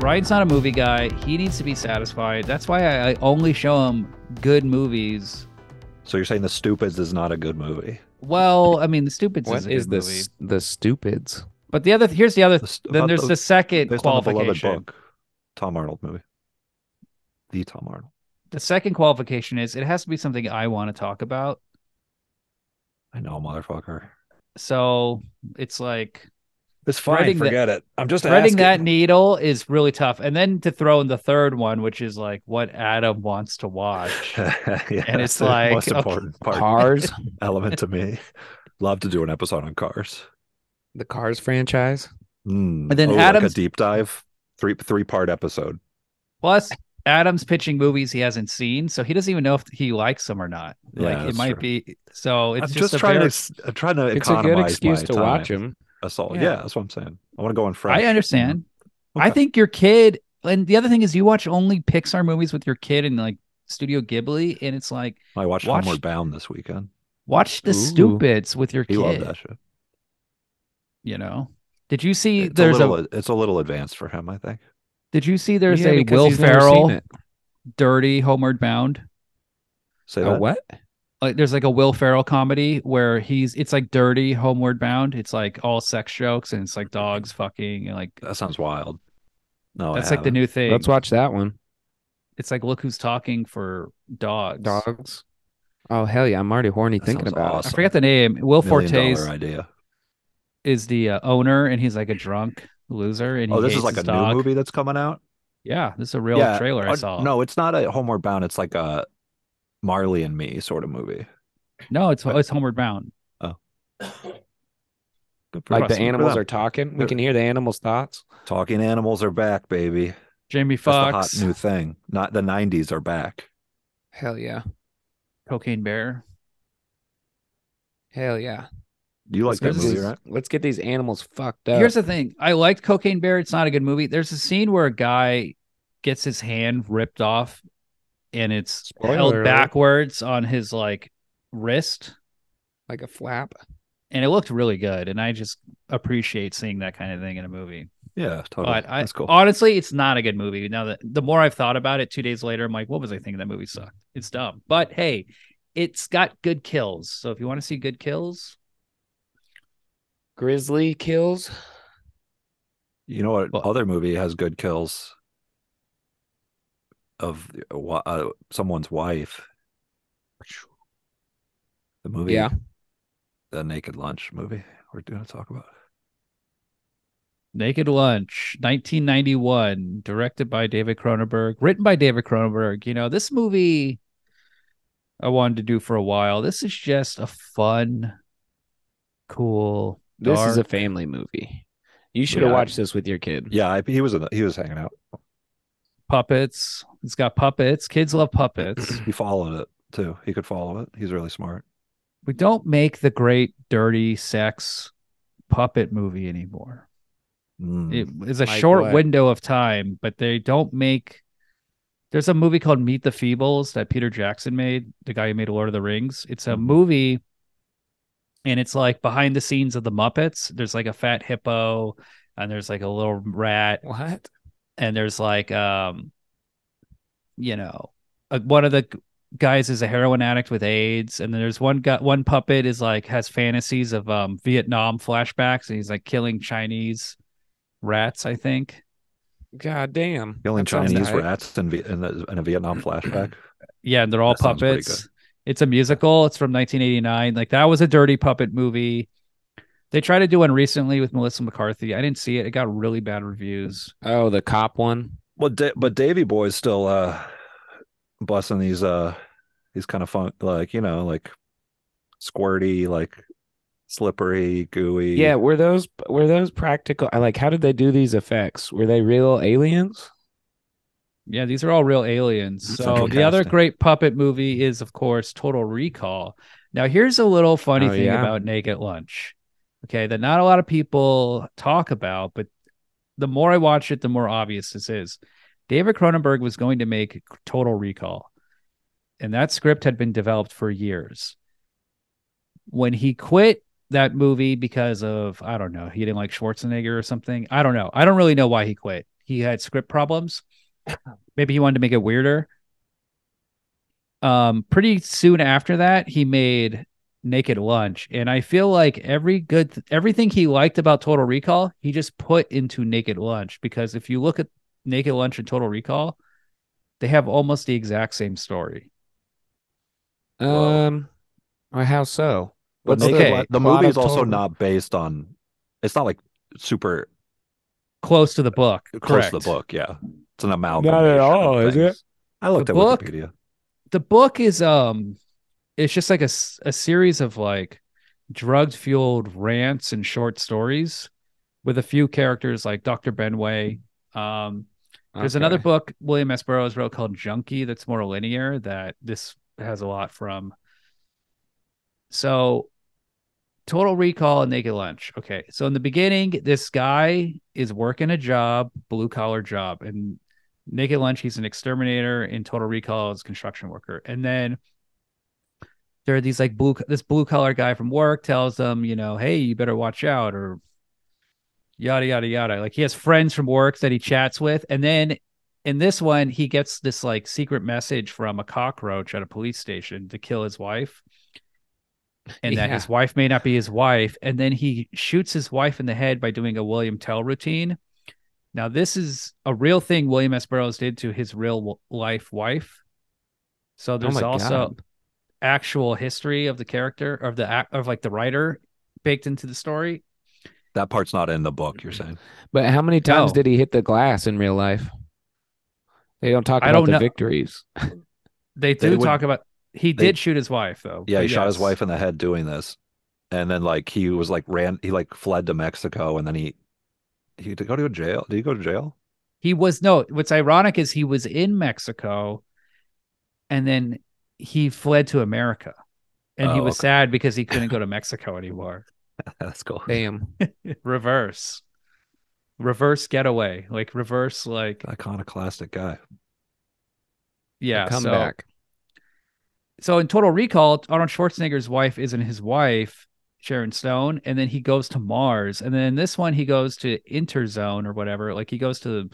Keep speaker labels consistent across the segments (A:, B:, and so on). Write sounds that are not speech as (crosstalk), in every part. A: Ryan's not a movie guy. He needs to be satisfied. That's why I, I only show him good movies.
B: So you're saying The Stupids is not a good movie?
A: Well, I mean, The Stupids
C: What
A: is a
C: is
A: good movie.
C: this? The stupids.
A: But the other here's the other.
B: The st-
A: Then
B: about
A: there's
B: the-
A: the second
B: Based on the beloved
A: qualification.
B: book, Tom Arnold movie. The Tom Arnold.
A: the second qualification is it has to be something I want to talk about.
B: I know, motherfucker.
A: So it's like
B: It's fine.
A: Threading the-
B: forget it. I'm just
A: threading
B: asking.
A: that needle is really tough. And then to throw in the third one, which is like what Adam wants to
B: (laughs)
A: watch.
B: yeah,
A: And it's
B: that's the
A: like,
B: most
A: okay.
B: important
A: (laughs)
B: part
C: Cars.
B: (laughs) element to me. Love to do an episode on cars.
C: the Cars franchise.
B: Mm.
A: And then
B: Oh, like a
A: Adam's-
B: deep dive, three three part episode.
A: Plus, Adam's pitching movies he hasn't seen, so he doesn't even know if he likes them or not.
B: Yeah,
A: like it
B: that's
A: might
B: true.
A: be. So it's
B: I'm
A: just,
B: just,
A: a
B: trying
A: very-
B: to s- I'm trying to
C: It's a
B: economize
C: good excuse
B: my
C: to
B: time.
C: watch them.
B: Assault.
C: Yeah.
B: Yeah. that's what I'm saying. I want to go on French.
A: I understand. I
B: Okay.
A: think your kid, and the other thing is, you watch only Pixar movies with your kid and like Studio Ghibli, and it's like
B: I watched
A: Watch-
B: Homeward Bound this weekend.
A: watch the
C: Ooh.
A: Stupids with your
B: He
A: kid.
B: loved that shit.
A: You know? Did you see?
B: It's a
A: there's
B: little
A: a.
B: it's a little advanced for him, I think.
A: Did you see? There's
C: Yeah,
A: a
C: because
A: Will
C: he's never seen
A: Ferrell
C: it.
A: dirty Homeward Bound.
B: Say
C: A
B: that.
C: what?
A: Like there's like a Will Ferrell comedy where he's it's like dirty Homeward Bound. It's like all sex jokes and it's like dogs fucking and like
B: That sounds wild. No, I
A: that's like the
B: haven't.
A: new thing.
C: Let's watch that one.
A: it's like look who's talking for dogs.
C: Dogs. Oh hell yeah! I'm already horny
B: That
C: thinking
B: sounds
C: about
A: I
B: awesome.
A: forget the name. Will
B: Million
A: Fortes
B: dollar idea.
A: is the uh, owner and he's like a drunk loser and he
B: Oh, this is
A: hates
B: like a
A: his dog.
B: new movie that's coming out.
A: Yeah, this is a real
B: Yeah,
A: trailer I
B: Uh,
A: saw.
B: No, it's not a Homeward Bound. It's like a Marley and Me sort of movie.
A: no, it's oh, it's Homeward Bound.
B: Good
C: it.
B: for
C: Like
B: us.
C: the
A: Awesome.
C: animals
B: Yeah.
C: are talking. We
B: They're-
C: can hear the animals' thoughts.
B: talking animals are back, baby.
A: Jamie
B: That's
A: Foxx,
B: the hot new thing. Not the '90s are back.
C: Hell yeah!
A: Cocaine Bear.
C: Hell yeah!
B: You like that
A: This
B: movie,
A: is-
B: right?
C: Let's get these animals fucked up.
A: Here's the thing. I liked Cocaine Bear. It's not a good movie. There's a scene where a guy gets his hand ripped off and it's
C: Spoiler
A: held
C: alert.
A: backwards on his like wrist.
C: like a flap.
A: And it looked really good. And I just appreciate seeing that kind of thing in a movie.
B: Yeah, totally.
A: But I,
B: That's cool.
A: honestly, it's not a good movie. Now that the more I've thought about it, two days later, I'm like, what was I thinking? That movie sucked. It's dumb. But hey, it's got good kills. So if you want to see good kills,
C: Grizzly kills.
B: You know what?
A: Well-
B: other movie has good kills of uh, wa- uh, someone's wife. The movie,
C: Yeah.
B: the Naked Lunch movie. We're going to talk about.
A: Naked Lunch, 1991, directed by David Cronenberg, written by David Cronenberg. You know, this movie I wanted to do for a while. This is just a fun, cool.
C: This is a
A: dark-
C: family movie. You should have
B: Yeah.
C: watched this with your kid.
B: Yeah, I, he was in the, he was hanging out.
A: puppets. It's got puppets. Kids love
C: (clears throat)
A: puppets.
B: He followed it too. He could follow it. He's really smart.
A: we don't make the great dirty sex puppet movie anymore.
B: Mm.
A: It is a
C: Like
A: short
C: what?
A: window of time, but they don't make. There's a movie called Meet the Feebles that Peter Jackson made, the guy who made Lord of the Rings. It's a
B: Mhm.
A: movie, and it's like behind the scenes of the Muppets. There's like a fat hippo, and there's like a little rat,
C: What?
A: and there's like um you know uh one of the g- guys is a heroin addict with aids and then there's one guy one puppet is like has fantasies of um vietnam flashbacks and he's like killing chinese rats i think
C: God damn.
B: Killing
C: That sounds
B: Chinese
C: tight.
B: rats in, Vi- in, the, in a Vietnam flashback.
A: yeah and they're all
B: That sounds pretty
A: puppets it's a musical it's from 1989 like that was a dirty puppet movie they tried to do one recently with melissa mccarthy i didn't see it it got really bad reviews
C: Oh, the cop one.
B: Well, da- but Davy Boy's still uh busting these uh these kind of fun like you know like squirty like slippery gooey
C: Yeah, were those were those practical? I Like, how did they do these effects? Were they real aliens?
A: Yeah, these are all real aliens.
B: That's
A: So
B: interesting.
A: the other great puppet movie is, of course, Total Recall. Now, here's a little funny
C: Oh,
A: thing
C: yeah.
A: about Naked Lunch. Okay, that not a lot of people talk about, but the more I watch it, the more obvious this is. David Cronenberg was going to make Total Recall, and that script had been developed for years. When he quit that movie because of I don't know, he didn't like Schwarzenegger or something. I don't know. I don't really know why he quit. he had script
C: (coughs)
A: problems. Maybe he wanted to make it weirder. Um, pretty soon after that, he made Naked Lunch, and I feel like every good everything he liked about Total Recall, he just put into Naked Lunch because if you look at Naked Lunch and Total Recall, they have almost the exact same story.
B: Whoa.
C: Um, well, how so?
B: But
C: What's
B: Naked
A: okay,
B: Lunch- the
C: plot
B: movie
C: of
B: is also
C: Total-
B: not based on. It's not like super
A: Close to the book.
B: close to
A: correct.
B: the book. Yeah, it's an amalgamation. of
C: all, is
B: things.
C: it?
B: I looked
A: The
B: at
A: book-
B: Wikipedia.
A: the book is um it's just like a, s- a series of like drugged fueled rants and short stories with a few characters like dr benway um there's another
C: Okay.
A: book william s burroughs wrote called junkie that's more linear that this has a lot from so total recall and naked lunch okay so in the beginning this guy is working a job blue collar job and Naked Lunch, he's an exterminator. In Total Recall, is a construction worker. And then there are these like blue, this blue collar guy from work tells them, you know, hey, you better watch out or yada, yada, yada. Like he has friends from work that he chats with. And then in this one, he gets this like secret message from a cockroach at a police station to kill his wife. And that
C: Yeah.
A: his wife may not be his wife. And then he shoots his wife in the head by doing a William Tell routine. Now, this is a real thing William S. Burroughs did to his real w- life wife. So there's
C: Oh my
A: also
C: God.
A: actual history of the character of the ac- of like the writer baked into the story.
B: That part's not in the book. You're saying
C: But how many times
A: No.
C: did he hit the glass in real life? They don't talk
A: I
C: about
A: don't
C: the
A: know.
C: victories.
A: They
B: They
A: do
B: would-
A: talk about he
B: they-
A: did shoot his wife though.
B: Yeah, he
A: but
B: shot his
A: yes.
B: wife in the head doing this, and then like he was like ran, he like fled to Mexico, and then he he had to go to a jail. Did he go to jail? (laughs)
A: He was no. What's ironic is he was in Mexico, and then he fled to America, and he
B: Oh,
A: was
B: okay.
A: sad because he
B: (laughs)
A: couldn't go to Mexico anymore. (laughs)
B: That's cool.
C: Damn.
A: reverse, reverse getaway, like reverse, like
B: Iconoclastic guy.
A: yeah.
C: Come
A: so-
C: back.
A: so in Total Recall, Arnold Schwarzenegger's wife isn't his wife, Sharon Stone, and then he goes to Mars, and then this one he goes to Interzone or whatever, like he goes to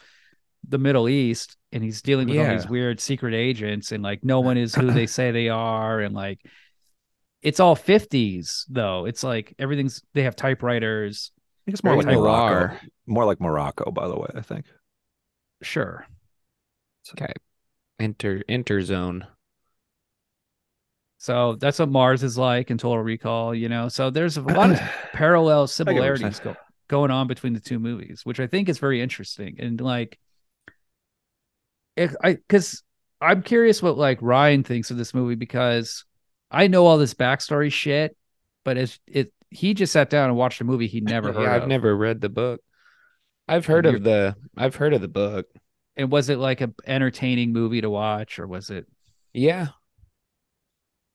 A: the Middle East, and he's dealing with all these
C: Yeah.
A: weird secret agents, and like no one is who they say they are, and like it's all fifties though. It's like everything's they have typewriters,
B: I think it's more
A: Very
B: like
A: type
B: Morocco.
C: R.
B: More like Morocco, by the way.
A: (clears throat)
B: I think.
A: sure.
C: Enter enter zone.
A: So that's what Mars is like in Total Recall, you know. So there's a lot of parallel similarities go, going on between the two movies, which I think is very interesting. And like, if I because I'm curious what like Ryan thinks of this movie because I know all this backstory shit, but it's it he just sat down and watched a movie
B: (laughs)
A: he never heard
C: yeah, I've
A: of.
C: never read the book. I've heard
A: You're-
C: of the I've heard of the book.
A: And was it like a entertaining movie to watch, or was it
C: Yeah.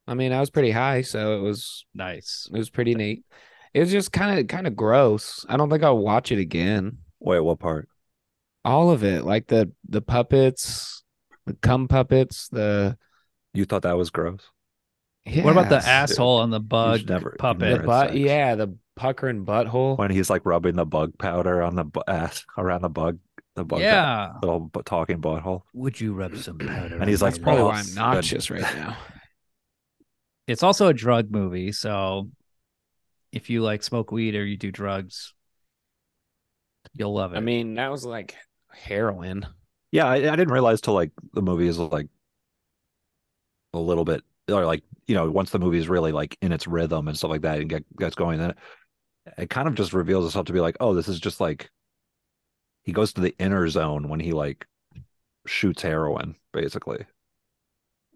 C: I mean, I was pretty high, so it was
A: nice?
C: it was pretty neat. It was just kind of kind of gross. I don't think I'll watch it again.
B: Wait, what part?
C: All of it, like the the puppets, the cum puppets, the
B: You thought that was gross?
A: What about the
C: Yes.
A: asshole on the bug
B: should never- you
A: Uh, puppet?
C: The
B: never-
C: butt,
B: sex?
C: yeah, the puckering butthole.
B: When he's like rubbing the bug powder on the bu- ass around the bug, the bug,
A: yeah.
B: little bu- talking butthole.
A: Would you rub some powder?
B: And he's
A: on
B: like,
A: my
C: Probably
B: Oh,
C: why I'm
B: good.
C: nauseous right now.
A: it's also a drug movie so if you like smoke weed or you do drugs you'll love it
C: I mean, that was like heroin.
B: Yeah, I, I didn't realize till like the movie is like a little bit or like you know once the movie is really like in its rhythm and stuff like that and get, gets going, then it, it kind of just reveals itself to be like, oh, this is just like he goes to the inner zone when he like shoots heroin, basically.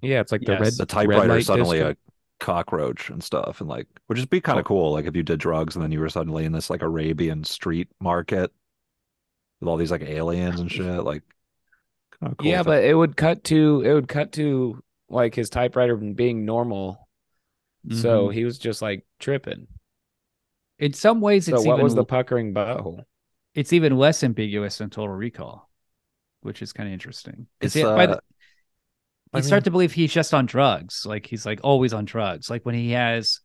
C: Yeah, it's like
A: the Yes. red-
B: The typewriter is suddenly a cockroach and stuff, and like would just be kind of cool, like if you did drugs and then you were suddenly in this like Arabian street market with all these like aliens and shit, like kind of cool.
C: yeah,
B: if it-
C: but it would cut to it would cut to like his typewriter being normal. So
A: Mhm.
C: he was just like tripping.
A: in some ways
C: So
A: it's
C: what
A: even
C: was the puckering butthole?
A: it's even less ambiguous than total recall which is kind of interesting 'Cause
B: It's,
A: yeah, by the-
B: uh, I
A: you start
B: mean-
A: to believe he's just on drugs like he's like always on drugs like when he has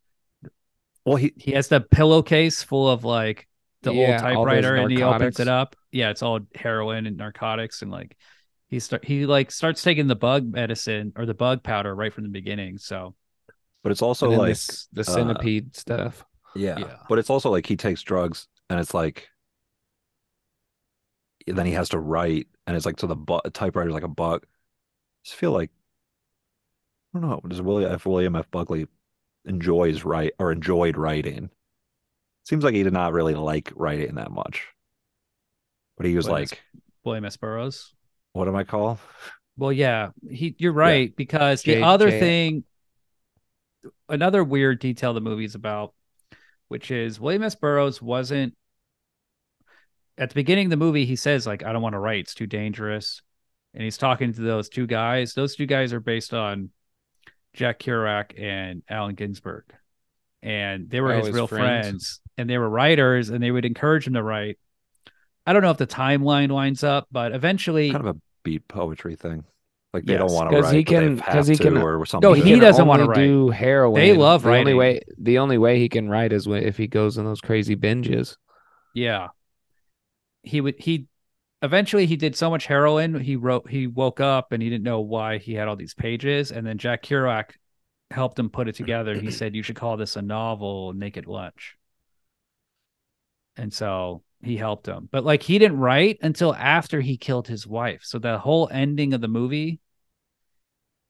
B: well, he
A: he has the pillowcase full of like the
C: Yeah,
A: old
C: all those
A: typewriter and he opens
C: narcotics.
A: it up. Yeah, it's all heroin and narcotics and like he start he like starts taking the bug medicine or the bug powder right from the beginning. So
B: But it's
C: So
B: also
C: like
B: like
C: this, the
B: uh,
C: centipede stuff.
B: yeah.
A: yeah.
B: But it's also like he takes drugs and it's like then he has to write and it's like so the bu- typewriter's like a buck. just feel like I don't know, does William if William F. Buckley enjoys write or enjoyed writing? Seems like he did not really like writing that much. But he was
A: Well,
B: like,
A: that's- William S. Burroughs.
B: what am I called?
A: Well, yeah, he you're right because
C: J-
A: the other
C: J-
A: thing, another weird detail the movie's about, which is William S. Burroughs wasn't at the beginning of the movie. He says like, "I don't want to write; it's too dangerous," and he's talking to those two guys. Those two guys are based on Jack Kerouac and Allen Ginsberg, and they were
C: Oh,
A: his,
C: his
A: real
C: friends.
A: friends, and they were writers, and they would encourage him to write. I don't know if the timeline lines up, but eventually
B: Kind of a beat poetry thing. Like they
A: Yes,
B: don't want to
C: 'cause
B: write,
C: he
B: but they
C: can-
B: have
C: 'cause he
B: to
C: can-
B: or something.
A: No,
B: like
A: he
B: that.
C: can
A: doesn't wanna
C: only do heroin.
A: They love
C: the Only
A: writing.
C: way, the only way he can write is wh- if he goes on those crazy binges.
A: Yeah. He would he eventually he did so much heroin, he wrote he woke up and he didn't know why he had all these pages. And then Jack Kerouac helped him
B: (clears throat)
A: put it together. He said, You should call this a novel naked lunch. And so he helped him. But like he didn't write until after he killed his wife. So the whole ending of the movie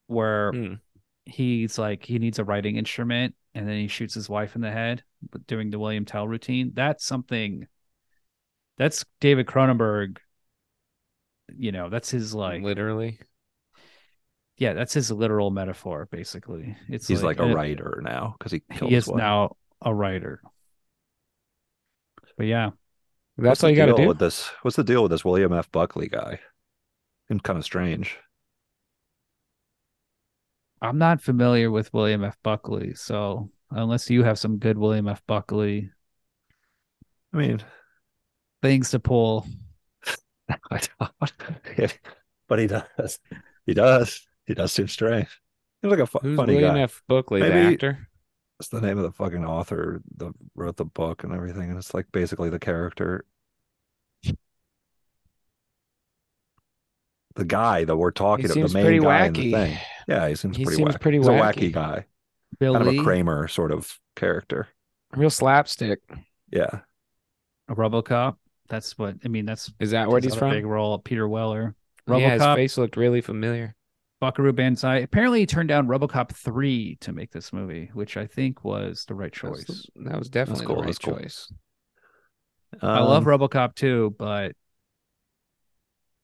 A: where
C: Hmm.
A: he's like he needs a writing instrument and then he shoots his wife in the head but doing the William Tell routine. That's something that's David Cronenberg. You know, that's his like
C: literally,
A: yeah, that's his literal metaphor, basically. It's
B: He's like, a
A: uh,
B: writer now because he killed
A: He
B: his
A: is
B: wife.
A: now a writer. But yeah,
C: that's
B: What's the
C: all you got to
B: deal
C: do.
B: With this, what's the deal with this William F. Buckley guy? Seems kind of strange.
A: I'm not familiar with William F. Buckley, so unless you have some good William F. Buckley
B: I
C: (laughs)
B: mean,
A: things to pull,
B: I don't. (laughs) but he does. He does. He does seem strange. He's like a fu-
C: Who's
B: funny
C: William
B: guy.
C: F. Buckley, the
B: Maybe-
C: actor?
B: That's the name of the fucking author that wrote the book and everything. And it's like basically the character. The guy that we're talking
C: He
B: about,
C: seems
B: the
C: pretty
B: main guy in the
C: wacky.
B: thing. Yeah, he seems
C: He
B: pretty
C: seems
B: wacky.
C: pretty
B: He's a
C: wacky.
B: wacky guy.
A: Billy,
B: Kind of a Kramer sort of character.
C: Real slapstick.
B: Yeah.
A: a RoboCop. That's what I mean. That's
C: Is that where
A: his
C: he's
A: other
C: from?
A: Big role, Peter Weller.
C: Yeah, his
A: RoboCop,
C: face looked really familiar.
A: Buckaroo Banzai. Apparently, he turned down RoboCop three to make this movie, which I think was the right
C: That was-
A: choice.
C: That was definitely
B: cool,
C: the right
B: that's cool.
C: choice.
A: I love
B: Um,
A: RoboCop too, but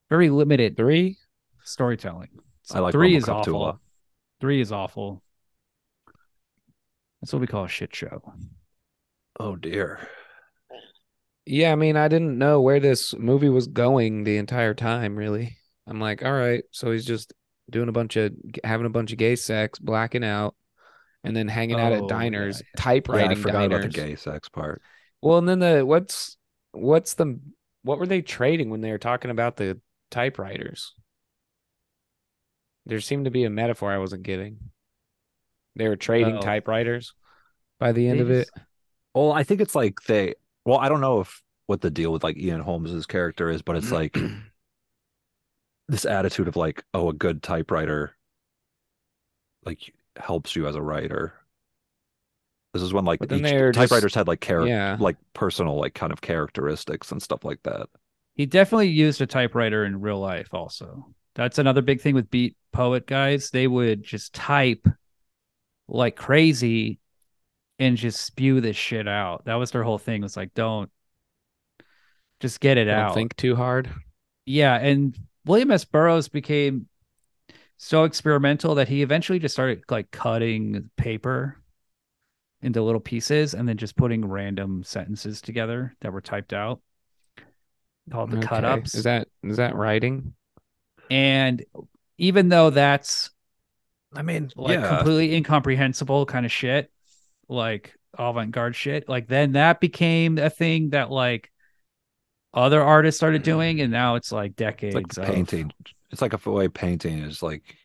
A: very limited
C: Three.
A: storytelling.
B: I like
A: three is
B: RoboCop 2 a
A: awful.
B: lot.
A: Three is awful. That's what we call a shit show.
B: Oh dear.
C: Yeah, I mean, I didn't know where this movie was going the entire time. Really, I'm like, all right, so he's just doing a bunch of having a bunch of gay sex, blacking out, and then hanging out
A: Oh, yeah,
C: at diners,
A: yeah.
C: typewriting
B: yeah, I forgot
C: diners.
B: about the gay sex part.
C: Well, and then the what's what's the what were they trading when they were talking about the typewriters? There seemed to be a metaphor I wasn't getting. They were trading
A: Oh.
C: typewriters by the end of
A: They
C: it.
A: just-
B: Well, I think it's like they. Well, I don't know if what the deal with like Ian Holmes's character is, but it's
C: (clears throat)
B: like this attitude of like, oh, a good typewriter like helps you as a writer. This is when like
C: But then
B: each
C: they were just-
B: typewriters had like character,
C: Yeah.
B: like personal like kind of characteristics and stuff like that.
A: He definitely used a typewriter in real life, also. That's another big thing with beat poet guys. They would just type like crazy and just spew this shit out. That was their whole thing. Was like, don't just get it
C: Don't
A: out.
C: think too hard.
A: Yeah, and William S. Burroughs became so experimental that he eventually just started like cutting paper into little pieces and then just putting random sentences together that were typed out called the cut
C: Okay.
A: ups.
C: Is that is that writing?
A: and even though that's
B: I mean,
A: like
B: yeah,
A: completely incomprehensible kind of shit, like avant-garde shit. Like then that became a thing that like other artists started doing, and now it's like decades
B: it's like
A: of-
B: painting. It's like a way painting is like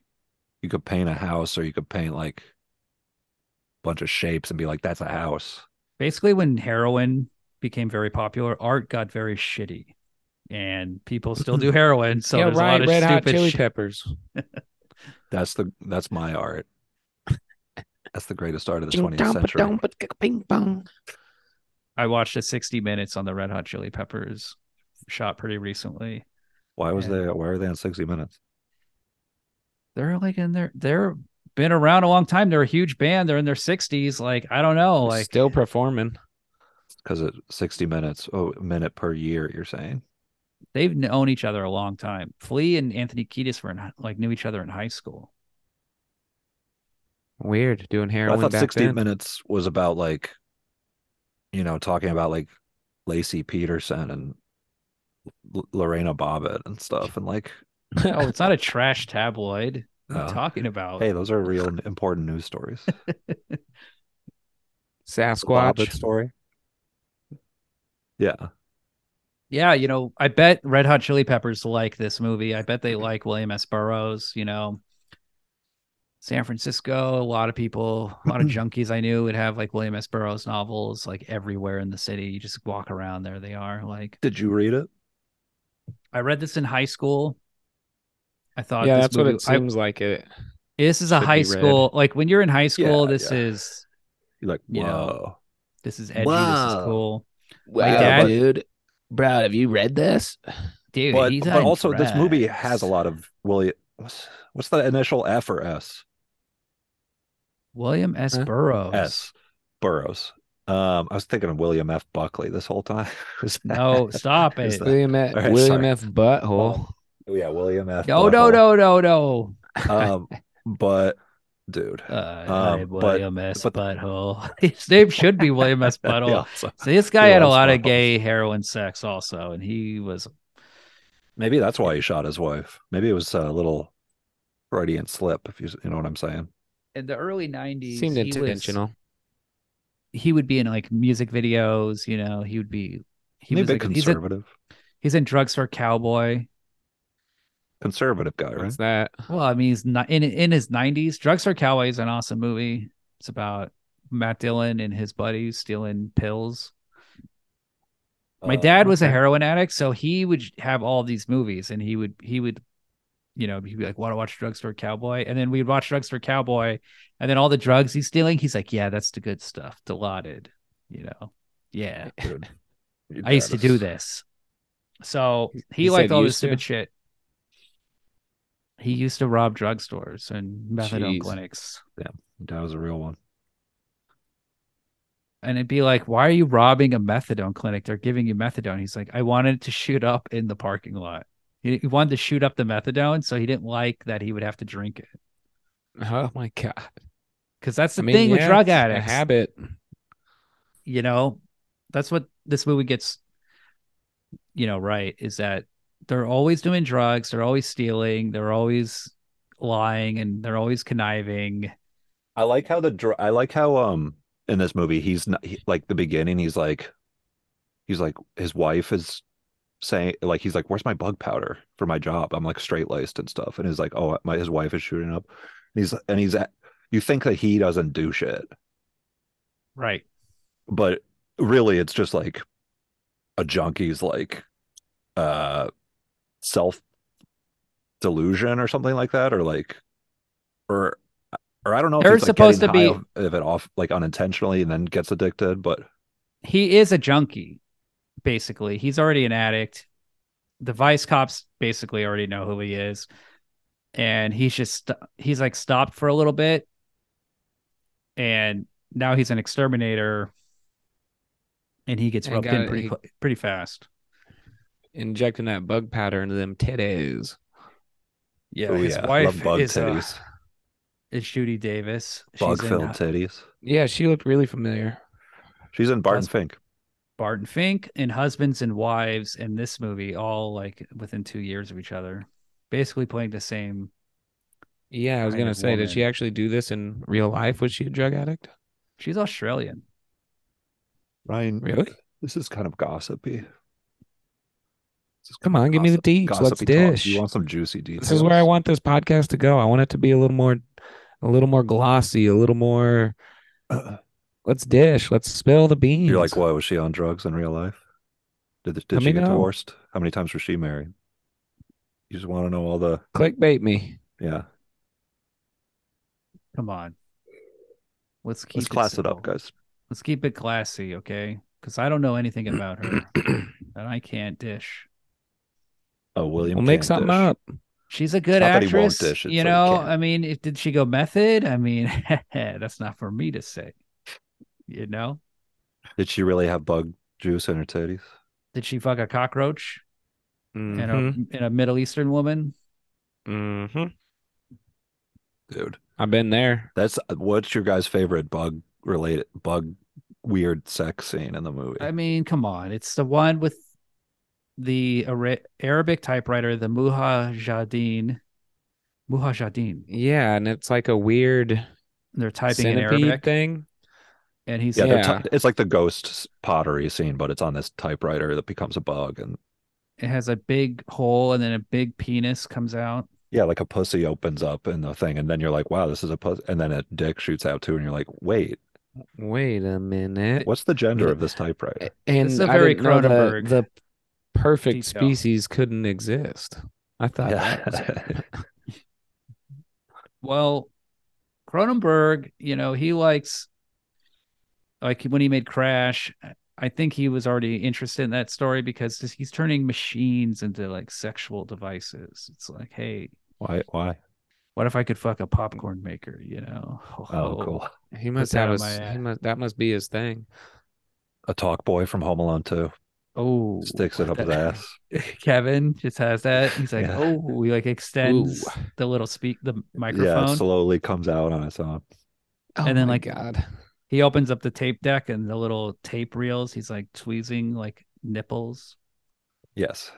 B: you could paint a house or you could paint like a bunch of shapes and be like, that's a house.
A: Basically, when heroin became very popular. Art got very shitty, and people still
C: (laughs)
A: do heroin. So
C: yeah,
A: there's a lot
C: right.
A: of
C: Red Hot
A: stupid
C: Chili
A: shit.
C: Peppers.
B: That's the that's my art. (laughs) That's the greatest art of the
C: Ding
B: twentieth
C: dong,
B: century.
C: ba-dong, ba-dick, Ping pong.
A: I watched a 60 minutes on the Red Hot Chili Peppers shot pretty recently.
B: Why was
A: Yeah.
B: they why are they on sixty minutes?
A: They're like in their they're been around a long time. They're a huge band. They're in their 60s. Like I don't know. Like
C: Still performing.
B: Because it sixty minutes, oh a minute per year, you're saying.
A: they've known each other a long time. Flea and Anthony Kiedis were in, like knew each other in high
C: (laughs)
A: school.
C: Weird doing
B: I
C: heroin
B: thought
C: back
B: sixty
C: then.
B: minutes was about like you know, talking about like Lacey Peterson and L- Lorena Bobbitt and stuff and like
A: Oh, it's not a trash tabloid. What are you
B: Oh.
A: talking about?
B: hey, those are real important
A: (laughs)
B: news stories. The Bobbitt
C: Sasquatch.
B: story. Yeah.
A: Yeah, you know, I bet Red Hot Chili Peppers like this movie. I bet
B: Mm-hmm.
A: they like William S. Burroughs, you know. San Francisco, a lot of people,
B: (clears throat)
A: a lot of junkies I knew would have like William S. Burroughs novels like everywhere in the city. You just walk around, there they are. Like
B: Did you read it?
A: I read this in high school. I thought
C: Yeah,
A: Uh, this
C: that's
A: movie,
C: what it
A: I-
C: seems like. It.
A: this is a
C: should be
A: high
C: read.
A: school. Like when you're in high school,
B: Yeah,
A: this
B: yeah.
A: is
B: You're like,
A: You
B: whoa.
A: know, this is edgy, this
B: Wow.
A: is cool.
C: Wow,
A: dad-
C: dude. Bro, have you read this?
A: Dude,
B: but
A: he's
B: but
A: on
B: also this movie
A: drugs.
B: has a lot of William. What's what's the initial F or S?
A: William S.
C: Huh?
A: Burroughs.
B: S. Burroughs. Um, I was thinking of William F. Buckley this whole time. (laughs) Was that-
A: No,
B: (laughs)
A: stop
B: Is
A: it.
B: that-
C: William, F.
B: All right,
C: William
B: sorry.
C: F. Butthole.
B: Oh, yeah, William F.
A: No, no,
B: Butthole.
A: no, no, no.
B: Um, but dude,
A: Uh,
B: Um,
A: hey,
B: but-
A: William S.
B: but-
A: Butthole. (laughs) His name should be William S. Butthole.
B: (laughs) Yeah, so
A: So this guy had a
B: was
A: lot of
B: Butthole.
A: gay heroin sex also, and he was
B: maybe that's why he shot his wife. Maybe it was a little Freudian slip, if you you know what I'm saying.
A: in the early nineties.
C: Seemed
A: he was-
C: intentional.
A: he would be in like music videos, you know. He would be. He
B: Maybe
A: was
B: a
A: like, he's in,
B: conservative,
A: he's in drugstore cowboy.
B: conservative guy, right?
C: What's that?
A: Well, I mean, he's not in in his nineties. Drugstore Cowboy is an awesome movie. It's about Matt Dillon and his buddies stealing pills. my
B: Uh,
A: dad
B: (laughs)
A: was a
C: Oh, okay.
A: heroin addict so he would have all these movies and he would he would you know he'd be like want to watch drugstore cowboy and then we'd watch drugstore cowboy and then all the drugs he's stealing he's like yeah that's the good stuff dilaudid you know yeah
B: dude, your
A: i used to
B: dad
A: do
B: is-
A: this so he,
C: he
A: liked
C: said
A: all this
C: used to?
A: stupid shit he used to rob drugstores and methadone
C: Jeez.
A: clinics
B: Your dad was a real one.
A: and it'd be like why are you robbing a methadone clinic they're giving you methadone he's like i wanted to shoot up in the parking lot he, he wanted to shoot up the methadone so he didn't like that he would have to drink it
C: Oh my god!
A: because that's the
C: I mean,
A: thing with
C: yeah,
A: drug
C: it's a
A: addicts
C: habit.
A: you know that's what this movie gets you know right is that they're always doing drugs they're always stealing they're always lying and they're always conniving
B: I like how the dr- I like how um in this movie he's not he, like the beginning he's like he's like his wife is saying like he's like where's my bug powder for my job I'm like straight laced and stuff and he's like oh my his wife is shooting up and he's and he's at, you think that he doesn't do shit
A: right
B: but really it's just like a junkie's like uh self delusion or something like that or like or or I don't know if
A: They're
B: he's, like,
A: supposed
B: getting
A: to be-
B: high of, of it off like unintentionally and then gets addicted but
A: he is a junkie basically he's already an addict the vice cops basically already know who he is and he's just st- he's like stopped for a little bit and now he's an exterminator and he gets
C: And
A: roped
C: got
A: in
C: it,
A: pretty
C: he-
A: cl- pretty fast
C: Injecting that bug powder into them titties.
A: yeah
B: oh,
A: his
B: yeah, love
A: wife
B: bug
A: is, uh,
B: titties
A: is Judy Davis
B: bug
A: She's in,
B: filled
A: uh,
B: titties
C: Yeah, she looked really familiar.
B: she's in Barton
A: That's-
B: Fink
A: Barton Fink and Husbands and Wives in this movie all like within 2 years of each other basically playing the same
C: Yeah, I was
A: Kind
C: gonna
A: of
C: say, did she
A: woman. actually
C: actually do this in real life? Was she a drug addict?
A: she's Australian
B: Ryan
C: Really?
B: this is kind of gossipy This is
C: Come on, give me the deets. Let's
B: gossipy talk.
C: dish.
B: you want some juicy details
C: This is where I want this
B: (laughs)
C: podcast to go. I want it to be a little more, a little more glossy, a little more Let's dish. Let's spill the beans.
B: You're like, why was she on drugs in real life? Did, did
C: Let
B: she
C: me
B: get
C: know.
B: divorced? How many times was she married? You just want to know all the
C: Clickbait me.
B: yeah.
A: Come on. Let's keep
B: Let's class it
A: simple.
B: up, guys.
A: Let's keep it classy, okay? Because I don't know anything about
B: (clears throat)
A: her, and I can't dish.
B: Oh, William.
C: We'll make
B: can
C: something
B: dish.
C: up.
A: She's a good
B: Not that he won't
A: actress,
B: dish, it's
A: you
B: that he
A: know.
B: can't.
A: I mean, if, did she go method? I mean, (laughs) that's not for me to say. You know,
B: Did she really have bug juice in her titties?
A: did she fuck a cockroach Mm-hmm.
C: hmm
B: Mm-hmm.
A: and a and a Middle Eastern woman?
C: hmm
A: Mm-hmm.
B: Dude,
C: I've been there.
B: that's what's your guy's favorite bug related bug weird sex scene in the movie?
A: I mean, come on, it's the one with the Ara- Arabic typewriter, the Mujahideen, Mujahideen.
C: Yeah, and it's like a weird
A: They're typing in
C: centipede
A: Arabic,
C: thing.
A: and he's
B: yeah, they're
C: yeah.
B: t- it's like the ghost s- pottery scene, but it's on this typewriter that becomes a bug, and
A: it has a big hole, and then a big penis comes out.
B: yeah, like a pussy opens up in the thing, and then you're like, wow, this is a pussy, and then a dick shoots out too, and you're like, wait,
C: Wait a minute.
B: what's the gender of this typewriter?
C: A- And
A: It's a
C: I
A: very
C: didn't know the-
A: Cronenberg
C: the, perfect
A: detail.
C: species couldn't exist. I thought
B: Yeah.
C: that was-
A: Well, Cronenberg, you know, he likes like when he made Crash. I think he was already interested in that story because he's turning machines into like sexual devices. It's like, hey,
B: (laughs) Why? Why?
A: what if I could fuck a popcorn maker? You know?
B: Oh, cool.
C: he must
A: that
C: have
A: on
C: a
A: my
C: s- he
A: ass.
C: must that must be his thing.
B: A talk boy from Home Alone too
A: Oh,
B: sticks it up his ass.
A: (laughs) Kevin just has that. He's like,
B: Yeah.
A: oh, we like extends the little speak, the
B: Yeah,
A: microphone.
B: it slowly comes out on its own.
C: Oh
A: And then,
C: my
A: like,
C: God.
A: he opens up the tape deck and the little tape reels. He's like tweezing like nipples.
B: Yes.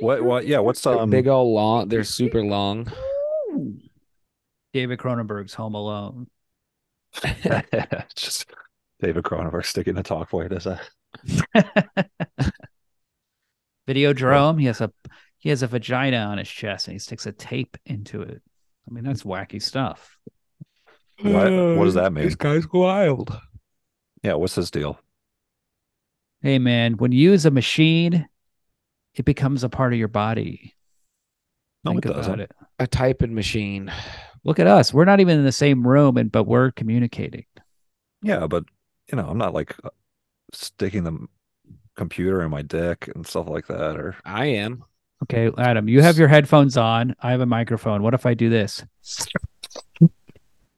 B: What? What? Yeah. What's
C: They're
B: um?
C: big old long they're super long.
A: David Cronenberg's Home Alone.
B: (laughs) just David Cronenberg sticking a talk boy in his ass.
A: Videodrome. He has a he has a vagina on his chest and he sticks a tape into it. I mean, that's wacky stuff.
B: What? What does that mean?
C: This guy's wild.
B: Yeah. What's his deal?
A: Hey man, when you use a machine, it becomes a part of your body.
B: No,
A: Think
B: it
A: about
B: doesn't.
A: it.
C: A typing machine.
A: Look at us. We're not even in the same room, and but we're communicating.
B: Yeah, but you know, I'm not like uh, sticking the m- computer in my dick and stuff like that. Or
C: I am.
A: Okay, Adam, you have your headphones on. I have a microphone. What if I do this?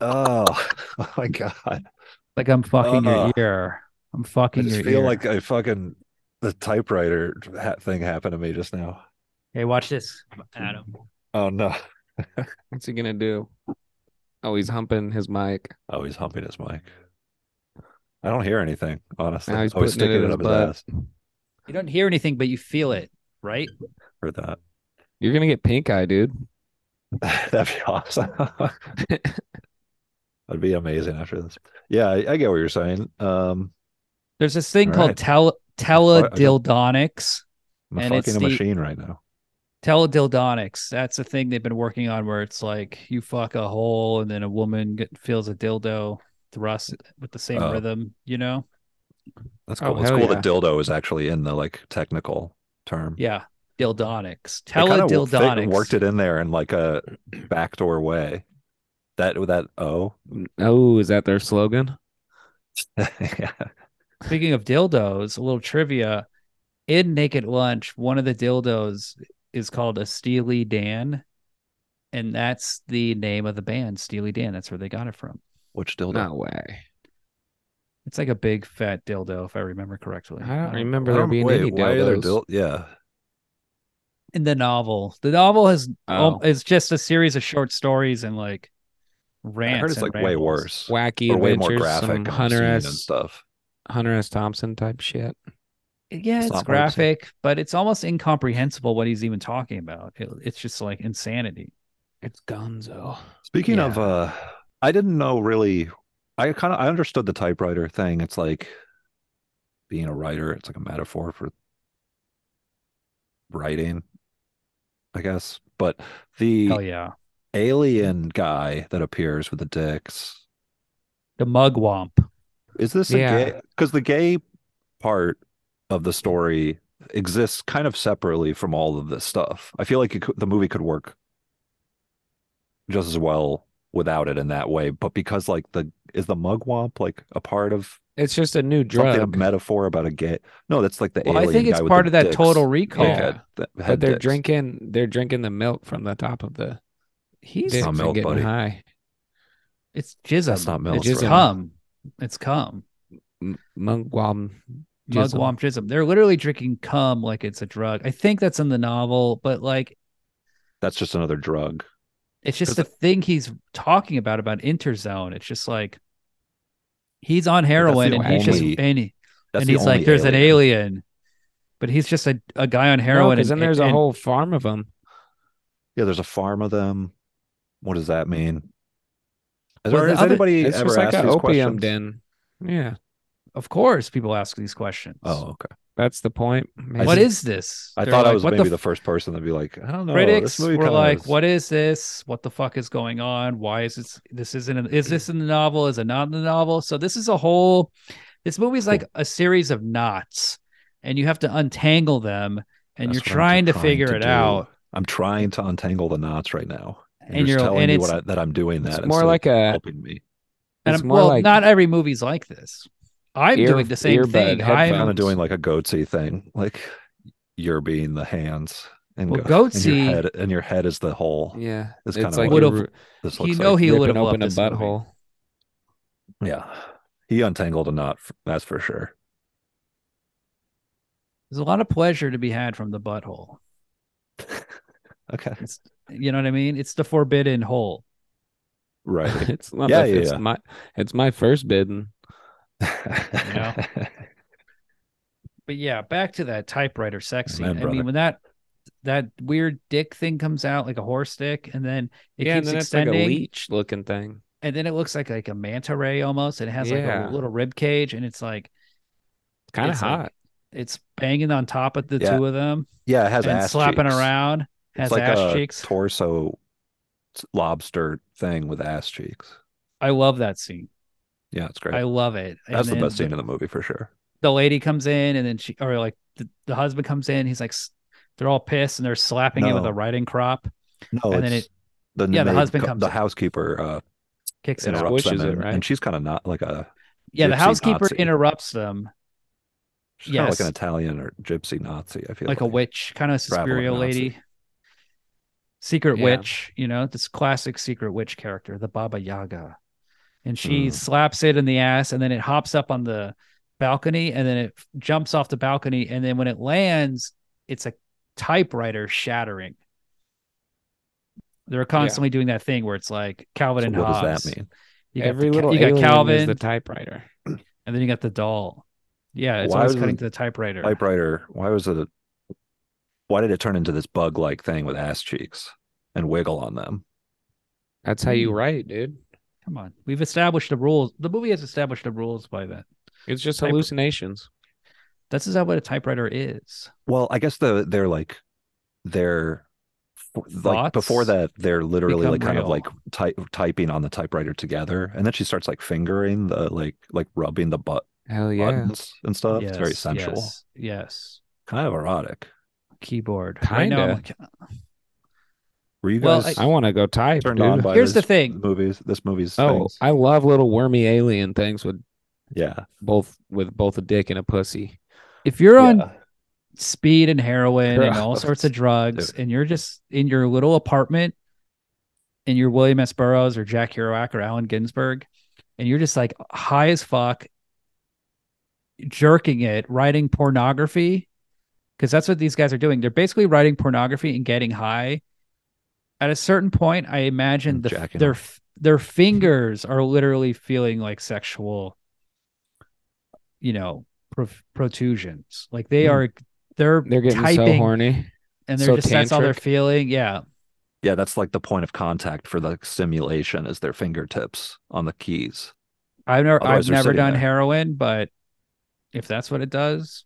B: oh, (laughs) oh my god,
A: Like I'm fucking
B: Uh,
A: your ear. I'm
B: I
A: fucking
B: just
A: your
B: feel
A: ear.
B: like I fucking the typewriter ha- thing happened to me just now.
A: hey, watch this, Adam.
B: Oh no!
C: What's he gonna do? Oh, he's humping his mic.
B: Oh, he's humping his mic. I don't hear anything, honestly.
C: Now he's
B: oh, he's
C: putting it
B: sticking
C: in
B: it,
C: his
B: up
C: butt.
B: his ass
A: You don't hear anything, but you feel it, right?
B: for that.
C: You're gonna get pink eye, dude.
B: (laughs) That'd be awesome. (laughs) That'd be amazing after this. Yeah, I, I get what you're saying. Um,
A: There's this thing
B: All
A: called
B: right.
A: tel-
B: I don't-
A: teledildonics.
B: I'm
A: And it's
B: fucking a
A: the-
B: machine right now.
A: Teledildonics. That's a thing they've been working on where it's like you fuck a hole and then a woman get, feels a dildo thrust with the same
B: Oh.
A: rhythm, you know?
B: That's
C: Oh,
B: cool. It's
C: hell
B: cool that dildo is actually in the like technical term.
A: Yeah. Dildonics.
B: They kinda wo- they
A: Teledildonics.
B: worked it in there in like a backdoor way. That with that O. (laughs)
C: Oh, is that their slogan?
B: yeah.
A: Speaking of dildos, a little trivia. In Naked Lunch, one of the dildos is called a Steely Dan. And that's the name of the band, Steely Dan. That's where they got it from.
B: Which dildo?
C: No way.
A: It's like a big fat dildo, if I remember correctly.
C: I don't
A: know.
B: I
C: remember there
B: don't-
C: being
B: Um, wait,
C: any
B: why are there
C: dildos.
B: dil- yeah.
A: in the novel. The novel has um,
C: Oh.
A: it's just a series of short stories and like rants.
B: I heard it's
A: and
B: like way
A: rambles.
B: worse.
C: Wacky
B: or way more
C: adventures,
B: graphic
C: some
B: and
C: Hunter
B: obscene and
C: S.
B: stuff.
C: Hunter S. Thompson type shit.
A: Yeah,
B: It's
A: it's,
B: not hard to-
A: graphic, but it's almost incomprehensible what he's even talking about. It, it's just like insanity.
C: It's Gonzo.
B: Speaking of uh I didn't know really I kind of I understood the typewriter thing. It's like being a writer, it's like a metaphor for writing, I guess. But the
A: Hell yeah,
B: alien guy that appears with the dicks,
A: the mugwump.
B: Is this a
C: Yeah.
B: gay? Because the gay part of the story exists kind of separately from all of this stuff. I feel like it could, the movie could work just as well without it in that way. But because like the is the mugwump like a part of
C: It's just a new
B: something a
C: drug.
B: metaphor about a gay? No, that's like the
A: Well, I
B: alien
A: think it's
B: guy with
A: part
B: the
A: of that
B: dicks.
A: total recall.
B: Big
C: Yeah.
B: head- that
C: But
B: had
C: they're
B: dicks.
C: drinking they're drinking the milk from the top of the
A: He's
C: dicks
B: not
C: and
B: milk,
C: getting
B: buddy.
C: high.
A: it's jism.
B: That's not milk,
A: It's
C: right?
A: cum. It's cum.
C: M- Mugwump. Jism.
A: Mugwump jism. They're literally drinking cum like it's a drug. I think that's in the novel, but like
B: That's just another drug.
A: it's just the thing he's talking about about interzone. It's just like he's on heroin
B: the
A: and he's just
B: only-
A: and, he-
B: That's
A: and
B: the
A: he's like,
B: only
A: "There's an alien," but he's just a, a guy on heroin.
C: Because
A: and
C: then there's a
A: and-
C: whole farm of them.
B: Yeah, there's a farm of them. What does that mean? Has,
A: Well,
B: there-
A: the
B: has
A: other-
B: anybody
C: It's
B: ever
C: just like
B: asked
C: an
B: these
C: opium
B: questions?
C: den. Yeah,
A: Of course, people ask these questions.
B: Oh, okay.
C: that's the point.
B: I
A: what
B: see.
A: is this?
B: I
A: They're
B: thought I
A: like,
B: was
A: "What
B: maybe the,
A: the
B: first person to be like, I don't know.
A: critics
B: this movie
A: were
B: kinda
A: like,
B: is-
A: "What is this? What the fuck is going on? Why is this? This isn't. in is this in the novel? Is it not in the novel?" So this is a whole. This movie's like a series of knots, and you have to untangle them, and
B: That's
A: you're
B: what I'm
A: trying to figure
B: to
A: it
B: do.
A: out.
B: I'm trying to untangle the knots right now. And,
A: And you're-
B: you're, just telling
A: and
B: me
A: it's-
B: what I, that I'm doing that.
C: It's
B: and
C: more
B: so
C: like
B: it's
C: a.
B: helping me.
A: And
C: It's
A: I'm,
C: more
A: well,
C: like
A: not every movie's like this. I'm
C: Ear-
A: doing the same
C: earbud
A: thing.
B: I'm kind
A: I'm
B: of
C: headphones.
B: doing like a goatsy thing. Like you're being the hands and, (laughs)
A: Well,
B: go- and
A: Goatsy-
B: your head and your head is the hole.
C: Yeah,
B: It's
C: it's,
B: kinda
C: like
B: like
C: you're
A: Would've-
C: ri-
B: This
A: you
B: looks
A: know
B: like.
A: he would
C: ripping
A: have
C: open
A: loved
C: a
A: this movie.
B: (laughs)
C: butthole. (laughs)
B: Yeah. He untangled a knot, f- that's for sure.
A: There's a lot of pleasure to be had from the butthole.
B: Okay.
A: It's you know what I mean. It's the forbidden hole.
B: Right. (laughs)
C: it's not
B: Yeah,
C: the-
B: yeah,
C: it's
B: yeah.
C: my it's my first bidden.
A: know? but yeah, back to that typewriter sex scene.
B: Amen,
A: I
B: brother.
A: mean, when that that weird dick thing comes out like a horse dick, and then it
C: yeah, and
A: keeps
C: then it's like a
A: extending,
C: leech looking thing.
A: and then it looks like like a manta ray almost. and It has
C: Yeah.
A: like a little rib cage, and it's like
C: It's kind of
A: It's like-
C: hot.
A: it's banging on top of the
B: Yeah.
A: two of them
B: yeah, it has
A: and
B: ass
A: slapping
B: cheeks.
A: around. Has
B: it's like
A: ass
B: a
A: cheeks.
B: torso s- lobster thing with ass cheeks.
A: I love that scene.
B: Yeah, it's great.
A: I love it. And
B: That's the
A: then
B: best scene in the movie for sure.
A: the lady comes in, and then she or like the, the husband comes in. He's like, s- they're all pissed, and they're slapping it with
B: No.
A: a riding crop.
B: No,
A: And then
B: it's
A: it-
B: the
A: yeah, the
B: maid
A: husband
B: co-
A: comes
B: the
A: in.
B: housekeeper uh,
A: Kicks it out.
B: interrupts them,
C: squishes it,
B: and,
C: right?
B: and she's kind of not like a
A: Yeah, the
B: gypsy
A: housekeeper
B: Nazi.
A: interrupts them
B: she's kinda like an
A: Yes.
B: Italian or gypsy Nazi. I feel
A: like
B: like,
A: a witch, kind of
B: Traveling
A: Suspiria
B: Nazi.
A: lady, secret
C: Yeah.
A: witch. You know, this classic secret witch character, the Baba Yaga, and
B: Hmm.
A: she slaps it in the ass, and then it hops up on the balcony, and then it f- jumps off the balcony, and then when it lands, it's a typewriter shattering. They're constantly doing that thing where it's like Calvin
B: So
A: and
B: what
A: Hobbes.
B: does that mean?
A: You got
C: Every
A: the, Ca-
C: little
A: you got
C: alien
A: Calvin,
C: is the typewriter.
A: and then you got the doll. Yeah, it's
B: Why
A: always
B: was
A: cutting
B: it
A: to the typewriter.
B: Typewriter. Why was it? A, why did it turn into this bug-like thing with ass cheeks and wiggle on them?
C: That's how
A: Mm.
C: you write, dude.
A: Come on. We've established the rules. The movie has established the rules by then.
C: It's just
A: Type-
C: hallucinations.
A: This is not what a typewriter is.
B: Well, I guess the they're like they're like before
A: Thoughts
B: that they're literally
A: become
B: like kind of
A: real.
B: like type typing on the typewriter together, and then she starts like fingering the like like rubbing the butt
C: Hell yeah.
B: buttons and stuff. it's very
A: Yes,
B: sensual,
A: Yes. yes.
B: kind of erotic.
A: Keyboard. I know. I'm like-
B: Were you
A: Well,
B: guys
C: I want to go type,
B: turned
C: dude.
B: on by
A: Here's the
B: this
A: thing.
B: Movies. This movie's.
C: oh,
B: things?
C: I love little wormy alien things with
B: yeah.
C: both with both a dick and a pussy.
A: If you're on
B: yeah.
A: speed and heroin
B: (laughs)
A: and all
B: Drugs.
A: sorts of drugs,
B: Dude.
A: and you're just in your little apartment and you're William S. Burroughs or Jack Kerouac or Allen Ginsberg, and you're just like high as fuck, jerking it, writing pornography, because that's what these guys are doing. They're basically writing pornography and getting high. At a certain point, I imagine
B: And
A: the, f-
B: jacking
A: their
B: off.
A: f- their fingers are literally feeling like sexual, you know, pro- protrusions. Like they
B: Hmm.
C: Mm.
A: are, they're
C: They're getting so
A: typing
C: horny.
A: and they're
C: so
A: just that's all they're
C: tantric.
A: feeling. Yeah,
B: Yeah, that's like the point of contact for the simulation is their fingertips on the keys.
A: I've never I've
B: Otherwise they're
A: never
B: sitting
A: done
B: there.
A: heroin, but if that's what it does,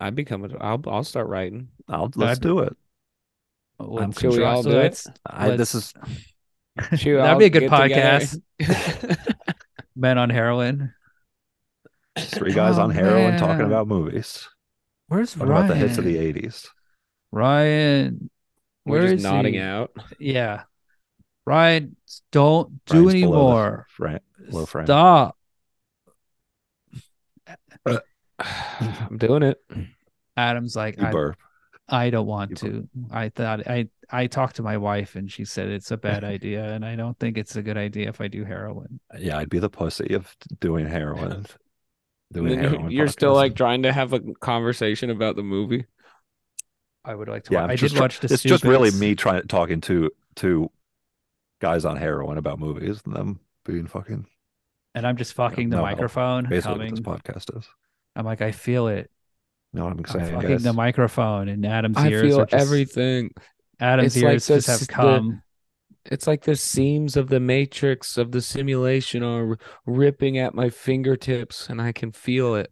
C: I become a. I'll I'll start writing.
B: I'll, let's
A: I'd-
B: do it.
A: well,
C: Should we all do it?
A: let's-
B: I, this is
A: (laughs)
C: Shoot,
A: That'd
C: I'll
A: be a good
C: get together.
A: podcast. men on heroin.
B: Three
A: (laughs)
B: guys
A: Oh,
B: on heroin
A: man.
B: talking about movies,
A: Where's
B: talking
A: Ryan?
B: about the hits of the '80s.
A: Ryan.
C: (laughs) We're
A: where
C: just
A: is
C: nodding
A: he?
C: out. (sighs)
A: Yeah. Ryan, don't do
B: Ryan's
A: any
B: below the-
A: more.
B: Right. below Frank.
A: Stop.
C: I'm doing it.
A: Adam's like,
B: You
A: I,
B: burp.
A: I don't want
B: You
A: to. I thought I I talked to my wife and she said it's a
B: (laughs)
A: bad idea and I don't think it's a good idea if I do heroin.
B: Yeah, I'd be the pussy of doing heroin. Doing heroin.
C: You're still
B: podcasts.
C: like trying to have a conversation about the movie.
A: I would like to.
B: Yeah,
A: watch,
B: I'm
A: I
B: just
A: did
B: try-
A: watch the.
B: it's just really
A: Stupid's.
B: me trying talking to to guys on heroin about movies and them being fucking
A: and I'm just fucking the
B: no help.
A: microphone
B: basically what this
A: coming.
B: podcast is.
A: I'm like, I feel it.
B: You know what I'm
A: I'm
B: saying?
A: fucking
B: guys?
A: the microphone, and Adam's
C: I
A: ears
C: feel
A: are just,
C: everything.
A: Adam's
C: it's like
A: ears just
C: this-
A: have
C: the-
A: come.
C: It's like the seams of the matrix of the simulation are r- ripping at my fingertips, and I can feel it.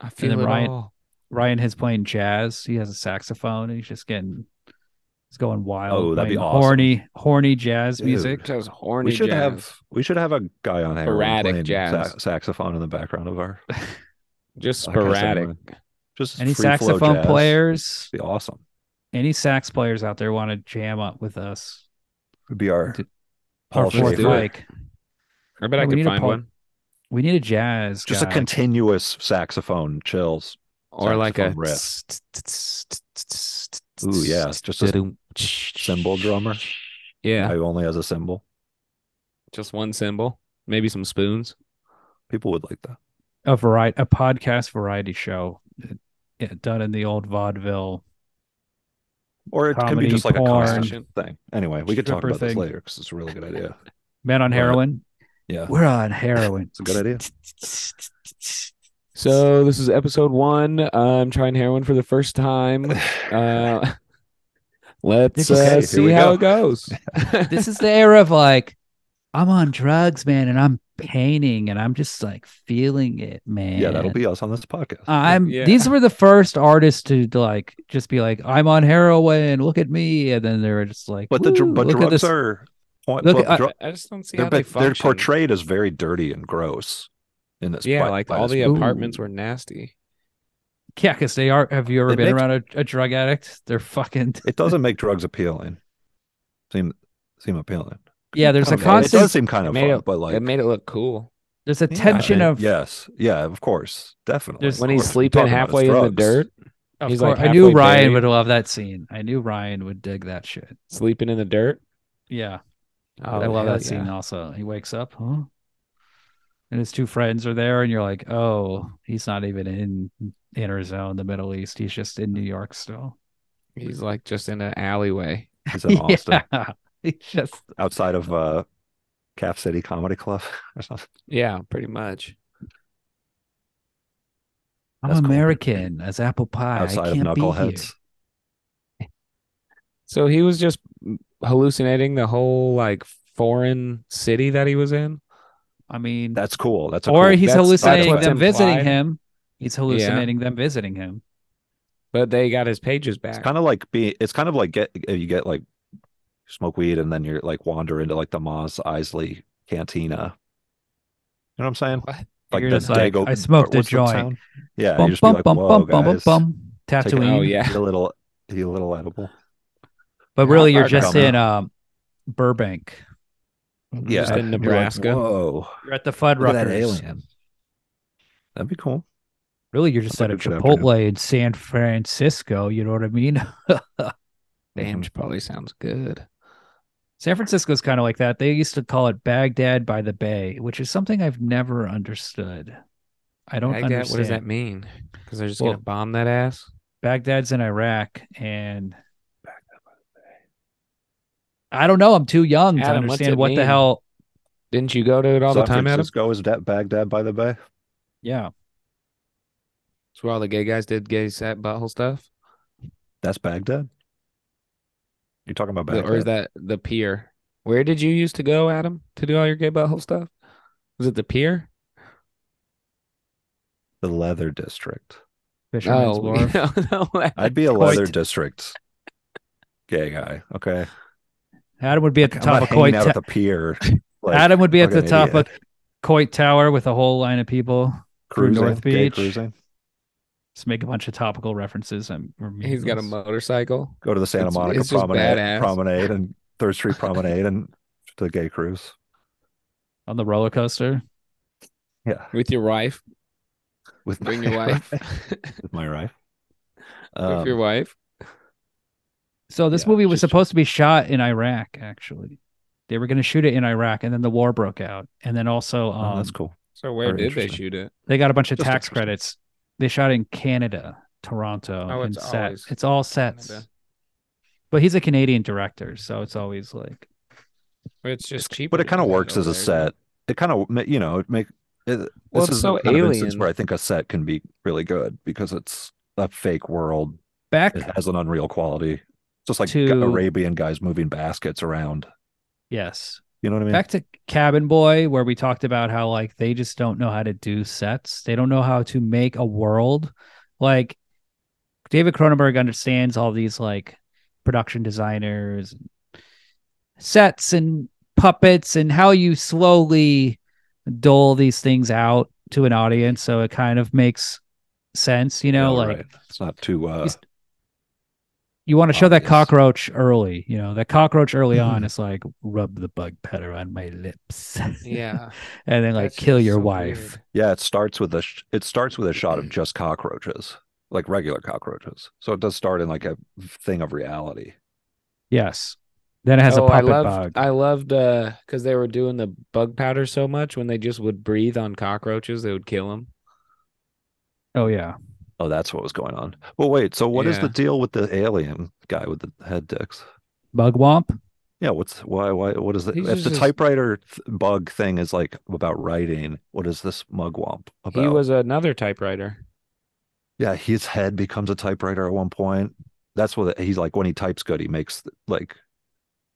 C: I feel
A: then
C: it
A: Ryan-
C: all.
A: Ryan has playing jazz. He has a saxophone, and he's just getting. He's going wild.
B: Oh, that'd be
A: playing
B: awesome.
A: Horny, horny jazz
B: Dude.
A: music.
C: Just horny.
B: we should
C: jazz.
B: have we should have a guy on heroin
C: Erratic
B: playing
C: jazz.
B: sa- saxophone in the background
A: (laughs)
B: of our
C: just
B: like I said,
C: sporadic.
B: just
A: Any
B: free flow
A: saxophone
B: jazz.
A: players?
B: It'd be awesome.
A: Any sax players out there want to jam up with us?
B: It'd be our
A: Dude,
B: Paul
A: Our fourth
C: let's do
B: Schaefer.
C: it.
A: mic.
C: I bet
A: Yeah,
C: I
A: we
C: could
A: need a
C: find
A: poll-
C: one,
A: We need a jazz.
B: Just a
A: guy.
B: continuous saxophone chills.
C: or like a.
B: saxophone Ooh, yeah, it's just a cymbal drummer.
C: Yeah,
B: guy who only has a cymbal.
C: just one symbol, maybe some spoons.
B: People would like that.
A: a variety a podcast variety show uh, yeah, done in the old vaudeville
B: Or it can
A: Comedy,
B: be just like
A: porn.
B: a constant thing. Anyway, we could talk
A: Stripper
B: about this
A: thing.
B: later because it's a really
A: (laughs)
B: good idea.
A: men on
B: Right.
A: heroin
B: Yeah.
A: we're on heroin
B: It's a
A: (laughs)
B: good idea.
C: So this is episode one. I'm trying heroin for the first time. (laughs) Uh, let's
A: Okay,
C: uh,
A: here
C: see
B: we
C: how
B: go.
C: it goes.
A: this is the era of like i'm on drugs man and i'm painting and i'm just like feeling it man
B: Yeah, that'll be us on this podcast.
A: i'm
C: Yeah.
A: these were the first artists to, to, like just be like i'm on heroin look at me and then they were just like
B: but the dr-
A: "Woo,
B: but
A: look at
B: drugs
A: this."
B: are point,
A: Look
B: but
A: at- uh,
B: dru-
C: I just don't see
B: they're,
C: how they
B: but they're
C: function.
B: portrayed as very dirty and gross in this.
C: yeah,
B: by-
C: like
B: by
C: all
B: this
C: the
A: movie.
C: apartments were nasty.
A: yeah because they are have you ever
B: It
A: been
B: makes-
A: around a, a drug addict they're fucking
B: it doesn't make drugs appealing. Seem seem appealing.
A: yeah there's a
B: It
C: Kind of made it.
B: does
A: constant
B: seem kind
C: It
B: of
C: made
B: fun,
C: it-
B: but like
C: it made it look cool.
A: there's a
B: yeah,
A: tension
B: and-
A: of
B: yes, yeah, of course, definitely.
A: There's-
B: of
C: When he's
B: course. We're
C: sleeping
B: talking about
C: halfway in the
B: drugs.
C: dirt,
A: Of
C: He's,
A: course,
C: like,
A: I knew
C: halfway
A: Ryan
C: buried.
A: would love that scene. I knew Ryan would dig that shit.
C: sleeping in the dirt.
A: Yeah,
C: Oh,
A: I love
C: hell
A: that
C: yeah.
A: scene. Also, he wakes up, huh? And his two friends are there, and you're like, oh, he's not even in inner zone, the Middle East. He's just in New York
B: (laughs)
A: still.
C: He's like just in an alleyway.
A: (laughs)
B: He's in Austin,
A: Yeah, he's just
B: outside of uh, Calf City Comedy Club (laughs) or something.
C: Yeah, pretty much.
A: I'm
B: That's cool.
A: American as apple pie. I
B: outside of
A: can't be here."
B: Knuckleheads.
C: So he was just hallucinating the whole like foreign city that he was in.
A: I mean,
B: That's cool. That's a
A: or
B: cool-
A: he's
B: that's-
A: hallucinating
B: that's-
C: what's
A: them visiting
C: implied.
A: him. He's hallucinating them visiting him.
C: But they got his pages
B: It's
C: back.
B: kind of like being. It's kind of like get you get like smoke weed and then you're like wander into like the Maz Isley Cantina. You know what I'm saying?
C: What?
B: Like
A: You're
B: the
A: just like,
B: Dago-
A: I smoked a
B: what's the
A: joint.
B: town? Yeah, you
A: Bum
B: just be
A: bum
B: like,
A: bum
B: whoa,
A: bum bum bum
B: guys,
A: bum.
B: take it
A: Tatooine.
C: Oh, yeah.
B: you a little, you a little edible.
A: But
C: How
A: really, you're
C: far
A: just
B: down?
A: in um, Burbank.
B: Yeah,
C: Just in
B: You're like,
C: Nebraska.
B: whoa,
A: You're at the
B: look at that
A: Fuddruckers.
B: alien. That'd be cool.
A: Really, you're just
B: That's
A: at
B: a
A: a
B: good afternoon.
A: Chipotle in San Francisco. You know what I mean? (laughs)
C: Damn,
B: Mhm.
C: probably sounds good.
A: San Francisco's kind of like that. They used to call it Baghdad by the Bay, which is something I've never understood. I don't
C: Baghdad,
A: understand.
C: what does that mean? Because they're just
A: Well-
C: gonna bomb that ass.
A: Baghdad's in Iraq, and I don't know. I'm too young to
C: Adam, what's
A: understand
C: it
A: what the
C: mean?
A: hell.
C: Didn't you go to it all the
B: San
C: time, Adam?
B: Francisco is that Baghdad by the Bay?
A: Yeah,
C: It's where all the gay guys did gay sat butthole stuff.
B: That's Baghdad. You're talking about
C: The-
B: Baghdad,
C: or is that the pier? Where did you used to go, Adam, to do all your gay butthole stuff? Was it the pier?
B: the leather district.
A: Fisherman's
C: Oh, (laughs)
A: Wharf.
C: no, no,
B: I'd be a
A: Coit.
B: leather district gay guy. Okay,
A: Adam would be at the
B: I'm
A: top
B: not
A: of Coit.
B: hanging out
A: Ta-
B: at the pier. (laughs) like,
A: Adam would be at the
B: fucking
A: top
B: idiot.
A: of Coit Tower with a whole line of people. Through North
B: Day
A: Beach.
B: cruising.
A: Just make a bunch of topical references. And or
C: He's got a
A: memes.
C: motorcycle.
B: Go to the Santa
C: It's-
B: Monica
C: it's just
B: promenade,
C: badass.
B: promenade and Third
C: (laughs)
B: Street Promenade and to the gay cruise.
A: on the roller coaster.
B: Yeah.
C: With your wife.
B: With (laughs)
C: Bring
B: my
C: your wife. (laughs)
B: With my wife.
C: With your
B: Um,
C: wife.
A: So this
B: Yeah,
A: movie was
B: just-
A: supposed to be shot in Iraq. Actually, they were going to shoot it in Iraq, and then the war broke out. And then also, um,
B: oh, that's cool.
C: So where
B: Very
C: did they
B: interesting.
C: shoot it?
A: they got a bunch of
B: Just
A: tax
B: interesting.
A: credits. They shot in Canada, Toronto,
C: Oh,
A: and
C: it's
A: sets.
C: always
A: It's all sets.
C: Canada.
A: But he's a Canadian director, so it's always like
C: It's just cheap.
B: But it kind of works as a set. It kind of, you know, it make it, this
C: Well, it's
B: is
C: so
B: the kind of instance
C: alien.
B: where I think a set can be really good because it's a fake world.
A: back.
B: It has an unreal quality. Just like
A: To-
B: Arabian guys moving baskets around.
A: Yes,
B: You know what I mean?
A: back to Cabin Boy, where we talked about how like they just don't know how to do sets. They don't know how to make a world. Like David Cronenberg understands all these like production designers, and sets, and puppets, and how you slowly dole these things out to an audience so it kind of makes sense. You know,
B: Yeah,
A: like
B: right. it's not too uh
A: He's- you want to show that
B: Obvious. Mm-hmm.
A: cockroach early. You know, that cockroach early on is like rub the bug powder on my lips. (laughs)
C: Yeah.
A: and then like
C: That's
A: kill
C: just
A: your
C: so
A: wife.
C: weird.
B: yeah it starts with a sh- it starts with a shot of just cockroaches like regular cockroaches so it does start in like a thing of reality
A: Yes. Then it has
C: Oh,
A: a puppet
C: I loved,
A: bug.
C: I loved uh because they were doing the bug powder so much when they just would breathe on cockroaches, they would kill them.
A: Oh yeah.
B: oh that's what was going on well wait so what is the
C: Yeah.
B: deal with the alien guy with the head dicks
A: Bug womp.
B: yeah what's why why what is it
C: He's
B: if the
C: just-
B: typewriter th- bug thing is like about writing what is this mugwump about
C: He was another typewriter.
B: yeah his head becomes a typewriter at one point that's what he's like when he types good he makes like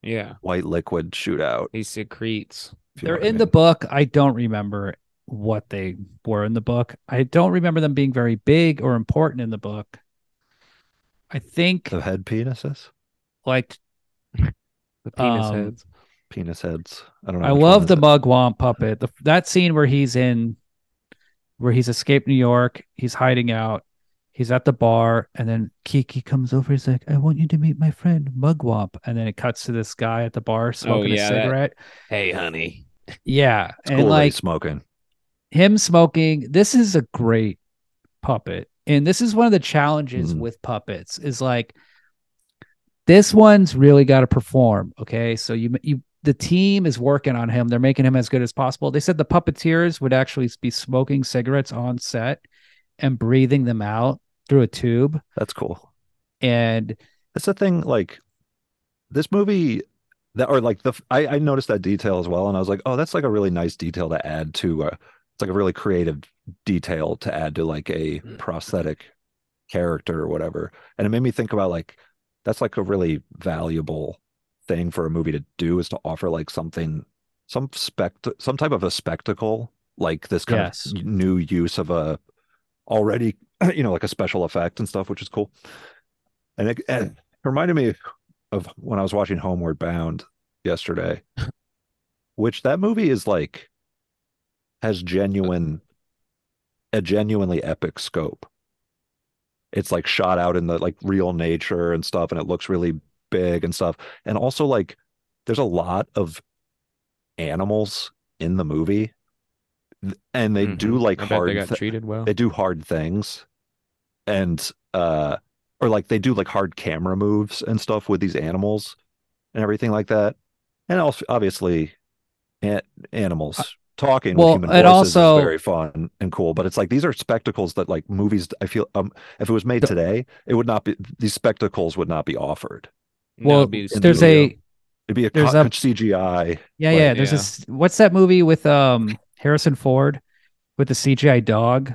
C: Yeah,
B: white liquid shoot out
C: he secretes.
B: if you know
A: They're
B: what I
A: in the
B: mean.
A: book. I don't remember what they were in the book. I don't remember them being very big or important in the book. I think
B: the head penises
A: like
C: The penis
A: Um,
C: heads.
B: penis heads. I don't know.
A: I
B: which one
A: love
B: is
A: the
B: it.
A: mugwump puppet. The, that scene where he's in, where he's escaped New York, he's hiding out, he's at the bar, and then Kiki comes over. He's like, "I want you to meet my friend Mugwump," and then it cuts to this guy at the bar smoking
C: Oh, yeah,
A: a
C: that-
A: cigarette.
C: Hey, honey.
A: Yeah,
B: It's
A: and
B: cool that
A: like
B: he's smoking.
A: him smoking. This is a great puppet, and this is one of the challenges
B: Mhm.
A: with puppets. Is like this one's really got to perform. Okay, so you you the team is working on him. They're making him as good as possible. They said the puppeteers would actually be smoking cigarettes on set and breathing them out through a tube.
B: That's cool.
A: And
B: That's the thing. Like this movie, that or like the I, I noticed that detail as well, and I was like, oh, that's like a really nice detail to add to. Uh, it's like a really creative detail to add to like a prosthetic character or whatever. And it made me think about like that's like a really valuable thing for a movie to do is to offer like something some spect some type of a spectacle like this kind
A: Yes.
B: of new use of a already (clears throat) you know like a special effect and stuff which is cool and it, and it reminded me of when i was watching homeward bound yesterday which that movie is like has genuine a genuinely epic scope it's like shot out in the like real nature and stuff and it looks really big and stuff and also like there's a lot of animals in the movie th- and they do
C: Mhm.
B: like
C: I bet
B: hard
C: They got
B: thi-
C: treated well.
B: they do hard things and uh or like they do like hard camera moves and stuff with these animals and everything like that and also obviously a- animals talking
A: Uh, well,
B: with human
A: and
B: voices
A: also-
B: is very fun and cool but it's like these are spectacles that like movies i feel um if it was made
A: The-
B: today it would not be these spectacles would not be offered
C: No,
A: well,
C: it'd be
B: in
A: there's
B: studio.
A: a
B: it'd be a
A: There's
B: cut
A: a-
B: cgi
A: Yeah,
B: Like-
A: yeah. There's this. What's that movie with um Harrison Ford with the CGI dog?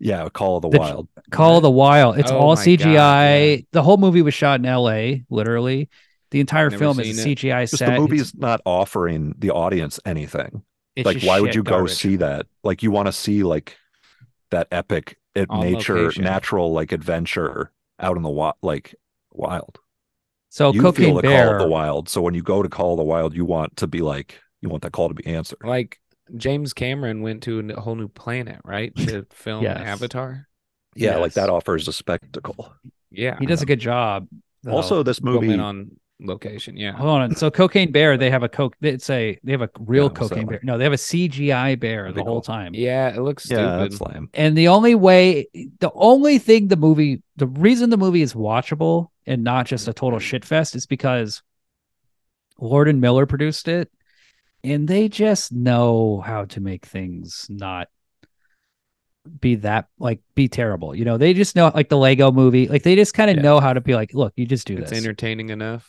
B: yeah call of the,
A: The-
B: wild
A: Call of the Wild. It's
C: Oh
A: all
C: my God,
A: CGI.
C: yeah.
A: The whole movie was shot in L.A. Literally, the entire
C: Never
A: film is a
C: seen it.
A: CGI
B: just
A: set.
B: the
A: It's-
B: movie's not offering the audience anything
A: it's
B: like
A: just
B: why would
A: shit
B: you go
A: garbage.
B: see that like you want to see like that epic at
C: On
B: nature
C: location.
B: natural like adventure out in the wild like wild
A: So
B: you feel
A: Cocaine
B: the call
A: Oh, Bear.
B: of the wild so when you go to call of the wild you want to be like you want that call to be answered
C: like James Cameron went to a whole new planet, right,
A: (laughs)
C: to film
A: Yes.
C: Avatar.
B: Yeah, like
A: Yes.
B: that offers a spectacle.
C: Yeah,
A: He does a good job. though.
B: Also, this movie
C: filming on location. Yeah,
A: hold on. So Cocaine Bear, they have a coke. It's a they have a real
B: Yeah, what's that
A: cocaine
B: one?
A: bear. No, they have a CGI bear the
B: Big
A: whole
B: old-
A: time.
C: yeah, it looks
B: yeah,
C: stupid.
B: that's lame.
A: And the only way, the only thing the movie, the reason the movie is watchable and not just a total shit fest is because Lord and Miller produced it and they just know how to make things not be that like be terrible. You know, they just know like the Lego movie, like they just kind of
B: Yeah.
A: know how to be like, look, you just do
C: it's
A: this.
C: entertaining enough.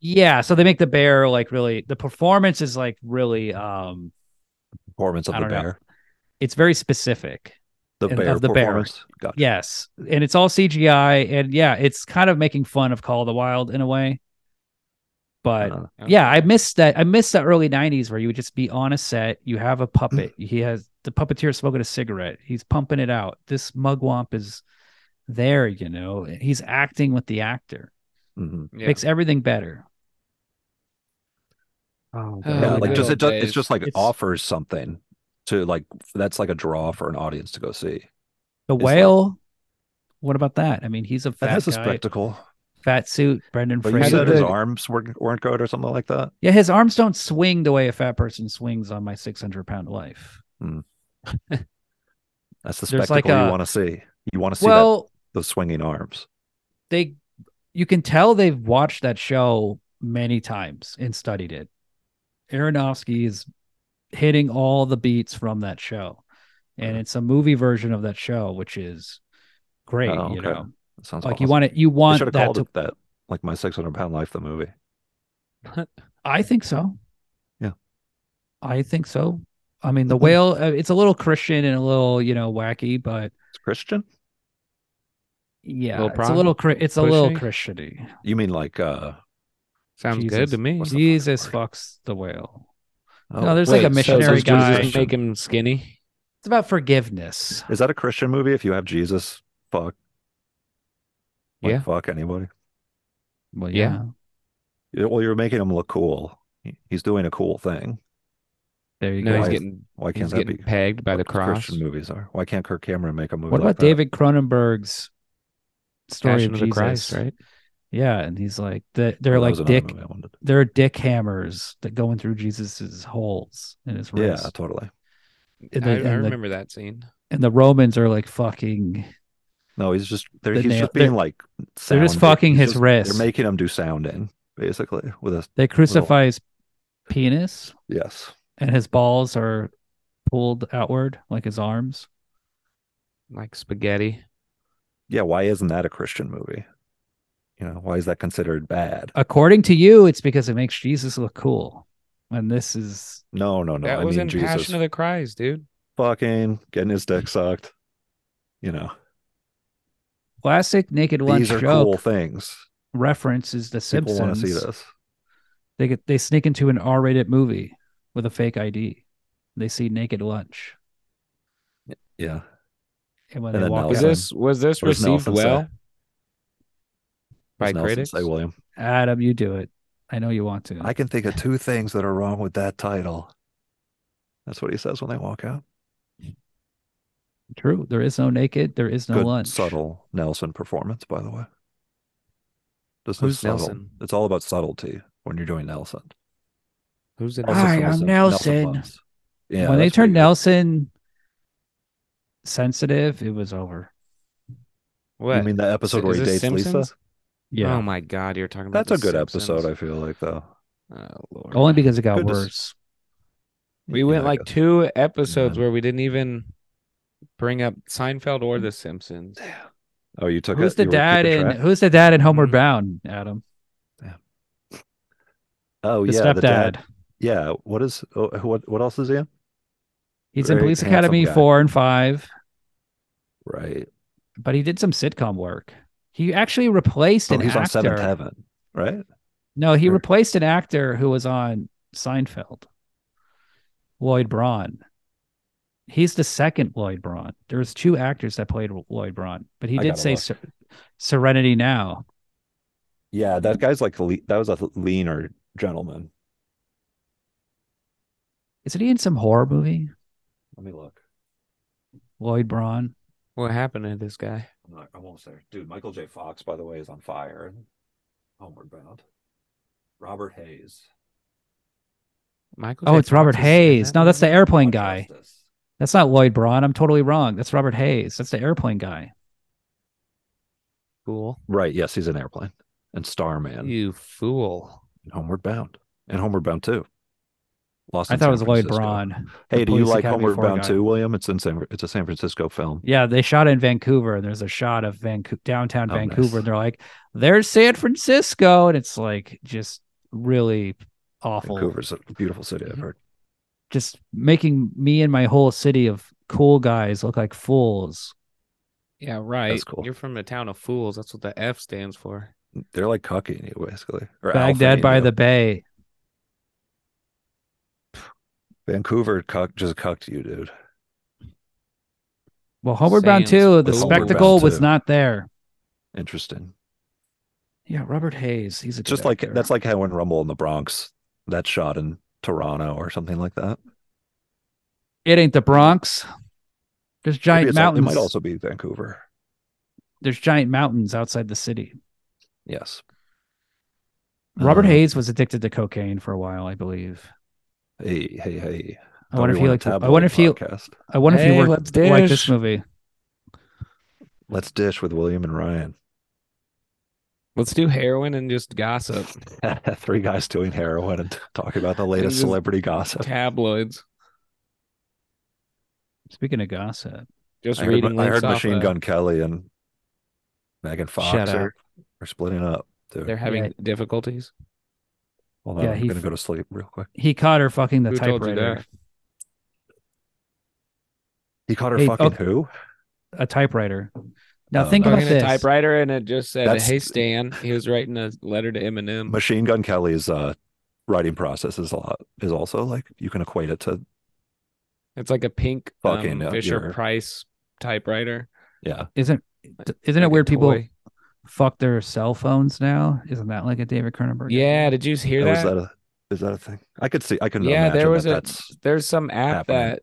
A: yeah. So they make the bear like really, the performance is like really, um,
B: Performance of
A: I
B: the
A: don't know.
B: bear.
A: it's very specific.
B: The
A: And
B: bear
A: of the bear.
B: performance. Gotcha.
A: Yes, and it's all CGI, and yeah, it's kind of making fun of Call of the Wild in a way. But
B: Uh,
A: yeah, I missed that. I missed the early '90s where you would just be on a set. You have a
B: (clears throat)
A: puppet. He has the puppeteer smoking a cigarette. He's pumping it out. This mugwump is there. You know, he's acting with the actor.
B: mhm.
C: Yeah.
A: Makes everything better. Oh,
C: God.
B: yeah,
C: we
B: like
C: did
B: just
C: all
B: it does,
C: days.
B: it's just like it
A: It's-
B: offers something to like that's like a draw for an audience to go see.
A: the
B: like-
A: whale. what about that? I mean, he's a
B: That
A: fat
B: has a
A: guy,
B: spectacle.
A: fat suit. Brendan
B: But you
A: Fraser.
B: said
C: did
B: his
C: the-
B: arms weren't, weren't good or something like that.
A: Yeah, his arms don't swing the way a fat person swings on my 600 pound life.
B: That's the
A: There's
B: spectacle
A: like a-
B: you want to see. You want to see that,
A: well,
B: those swinging arms.
A: they you can tell they've watched that show many times and studied it. Aronofsky is hitting all the beats from that show. And
B: Mhm.
A: it's a movie version of that show, which is great,
B: Oh,
A: you
B: okay.
A: know.
B: That sounds
A: Like
B: awesome.
A: you want it you
B: They
A: want
B: should have
A: that
B: called
A: to
B: it that, like my 600 pound life, the movie.
A: I think so.
B: Yeah.
A: I think so. I mean, the whale, uh, it's a little Christian and a little, you know, wacky, but
B: It's Christian.
A: yeah,
C: Little
A: it's a
C: prod-
A: little, Chri- it's a little
C: pushy?
A: Christiany.
B: You mean like uh?
C: Sounds
A: Jesus.
C: good to me.
B: What's the fucking
A: Jesus
B: word?
A: fucks the whale.
B: Oh,
A: No, there's like a
B: wait, so
A: missionary
B: does Jesus
A: guy.
B: Christian-
C: make him skinny?
A: It's about forgiveness.
B: Is that a Christian movie? If you have Jesus, fuck. Like,
C: Yeah.
B: Fuck anybody.
A: Well,
C: Yeah.
B: Yeah, Well, you're making him look cool. He- He's doing a cool thing.
A: There you
C: No,
A: go.
C: he's
B: Why-
C: getting
B: Why can't
C: he's
B: that
C: getting
B: be
C: pegged by
B: what
C: the cross.
B: Christian movies are? Why can't Kirk Cameron make a movie?
A: what
B: like
A: about
B: that?
A: David Cronenberg's story of
C: Passion of
A: Jesus?
C: the Christ, right?
A: Yeah, and he's like the, they're
B: Well, that was
A: like
B: another
A: dick.
B: movie I wanted.
A: They're dick hammers that going through Jesus's holes in his
B: Yeah,
A: wrist.
B: totally.
A: And, the,
C: I, I
A: and, the,
C: remember that scene.
A: and the Romans are like fucking.
B: No, he's just they're,
A: The
B: he's
A: nail-
B: just being
A: they're-
B: like
A: they're just
B: sound-
A: fucking
B: he's
A: his wrist.
B: They're making him do sounding basically with a
A: They crucify his penis,
B: yes.
A: and his balls are pulled outward like his arms.
C: Like spaghetti.
B: Yeah, why isn't that a Christian movie? You know, why is that considered bad?
A: According to you, it's because it makes Jesus look cool, and this is
B: No, no, no.
C: that
B: I
C: was
B: mean
C: in
B: Jesus
C: Passion of the Christ, dude.
B: fucking getting his dick sucked. You know,
A: classic naked lunch
B: these are
A: joke
B: cool things.
A: reference is the
B: People want
A: Simpsons.
B: to see this.
A: They get they sneak into an R-rated movie with a fake ID. They see naked lunch,
B: Yeah.
A: and when
B: And
A: they
B: then
A: walk
B: Nelson.
C: Was
A: out,
C: this was this
B: What does
C: received
B: Nelson say?
C: well
B: What
C: by
B: does Nelson
C: critics?
B: Say, William.
A: Adam, you do it. I know you want to.
B: I can
C: (laughs)
B: think of two things that are wrong with that title. That's what he says when they walk out.
A: True. There is no naked. There is no
B: Good
A: lunch.
B: subtle Nelson performance, by the way. Just
C: Who's
B: subtle.
C: Nelson?
B: It's all about subtlety when you're doing Nelson.
C: Who's in
A: Also Hi,
C: Nelson?
A: I'm
B: Nelson-
A: Nelson.
B: Bucks. Yeah,
A: when they
B: that's
A: turned
B: pretty good.
A: Nelson sensitive, it was over.
C: What?
B: You mean the episode
C: Is
B: where he
C: this
B: dates Lisa?
C: Simpsons?
A: Yeah,
C: Oh my god, you're talking about
B: That's a good episode. I feel like though.
C: episode. Oh lord.
A: only because it got
B: Goodness.
A: worse.
C: we
B: Yeah,
C: went
B: I
C: like
B: guess.
C: two episodes
B: Yeah. Mm.
C: where we didn't even bring up Seinfeld or the Simpsons.
B: Oh, you took.
A: Who's
B: it-
A: the
B: you were
A: dad
B: keeping
A: in
B: track? Hmm.
A: Who's the dad in Homeward
C: Mhm.
A: Bound? Adam,
B: Oh
A: the
B: yeah,
A: stepdad.
B: the dad. Yeah. What is? oh, What? What else is he in?
A: He's in
B: Great,
A: Police
B: handsome
A: Academy
B: guy.
A: four and five.
B: Right.
A: but he did some sitcom work. He actually replaced
B: Oh,
A: an
B: he's
A: actor.
B: on Seventh Heaven. Right.
A: No, he
B: Or-
A: replaced an actor who was on Seinfeld. Lloyd Braun. He's the second Lloyd Braun. There was two actors that played Lloyd Braun, but he
B: I
A: did
B: gotta
A: say
B: look.
A: Ser- Serenity Now.
B: Yeah, that guy's like le- that was a leaner gentleman.
A: Isn't he in some horror movie?
B: Let me look.
A: Lloyd Braun.
C: What happened to this guy?
B: I'm not, I'm almost there. Dude, Michael J. Fox, by the way, is on fire. Homeward Bound. Robert Hayes.
C: Michael.
A: Oh,
C: J.
A: it's Robert
C: Fox is in
A: Hayes.
C: that
A: No, that's the
C: movie?
A: airplane
B: Pound
A: guy.
B: Justice.
A: That's not Lloyd Braun. I'm totally wrong. That's Robert Hayes. That's the airplane guy.
C: Cool.
B: Right. Yes, he's an airplane. And Starman.
C: You fool.
B: And Homeward Bound. And Homeward Bound 2. Lost
A: I
B: in
A: thought
B: San
A: it was Lloyd
B: Francisco.
A: Braun.
B: Hey,
A: the
B: do you
A: Police
B: like
A: Academy
B: Homeward
A: foreign
B: Bound
A: guy.
B: 2, William? It's in San, it's a San Francisco film.
A: Yeah, they shot in Vancouver, and there's a shot of Vancouver, downtown
B: Oh,
A: Vancouver,
B: nice.
A: and they're like, "There's San Francisco," and it's like just really awful.
B: Vancouver's a beautiful city, I've heard.
A: Just making me and my whole city of cool guys look like fools.
C: Yeah, right.
B: cool.
C: You're from a town of fools. That's what the F stands for.
B: They're like cocky, basically. Or
A: Baghdad
B: Alphanino.
A: by the Bay.
B: Vancouver cuck, just cucked you, dude.
A: Well, Homeward Bound
C: Sans
A: Two, the
C: Homeward
B: Bound
A: spectacle was
B: 2.
A: not there.
B: Interesting.
A: Yeah, Robert Hayes. He's a
B: It's just
A: good
B: like
A: actor.
B: that's like how in Rumble in the Bronx, that shot in Toronto or something like that.
A: it ain't the Bronx. There's
B: Maybe
A: giant
B: it's al-
A: mountains.
B: It might also be Vancouver.
A: There's giant mountains outside the city.
B: Yes.
A: Robert
C: Uh-huh.
B: Uh,
A: Hayes was addicted to cocaine for a while, I believe.
B: Hey, hey, hey.
C: Oh,
A: I wonder if he liked.
B: likes.
A: I wonder if he.
B: Podcast.
A: I wonder if
C: Hey,
A: he
C: let's
A: worked like this
C: dish.
A: movie.
B: Let's dish with William and Ryan. (laughs)
C: Let's do heroin and just
B: (laughs)
C: gossip.
B: Three guys doing heroin and talking about the
C: This
B: latest
C: is-
B: celebrity gossip.
C: Tabloids.
A: Speaking of gossip,
C: Just
B: I heard,
C: reading.
B: I
C: links
B: heard
C: off
B: Machine
C: a-
B: Gun Kelly and Megan Fox
C: Shut
B: are, are splitting up. Dude,
C: They're having
A: Yeah.
C: difficulties.
B: Hold on,
A: Yeah,
B: I'm
A: he
B: gonna
A: f-
B: go to sleep real quick.
A: he caught her fucking the
C: Who told you
A: typewriter.
B: He caught her
A: Hey,
B: fucking
A: okay.
B: who?
A: A typewriter. Now
B: Oh,
A: think about
C: Fucking a
A: this.
C: typewriter, and it just said,
B: That's-
C: "Hey Stan." He was writing a letter to Eminem.
B: Machine Gun Kelly's uh, writing process is a lot is also like you can equate it to
C: It's like a pink
B: Fucking
C: um,
B: up
C: Fisher
B: your-
C: Price typewriter.
B: yeah.
A: Isn't isn't
C: like
A: it
C: a
A: weird people
C: toy.
A: fuck their cell phones now? Isn't that like a David Cronenberg?
C: Yeah, did you hear
B: Was
C: that?
B: that a Oh, is that a thing? I could see I can
C: yeah,
B: imagine
C: there was
B: that
C: a
B: that's
C: there's some app
B: happening.
C: that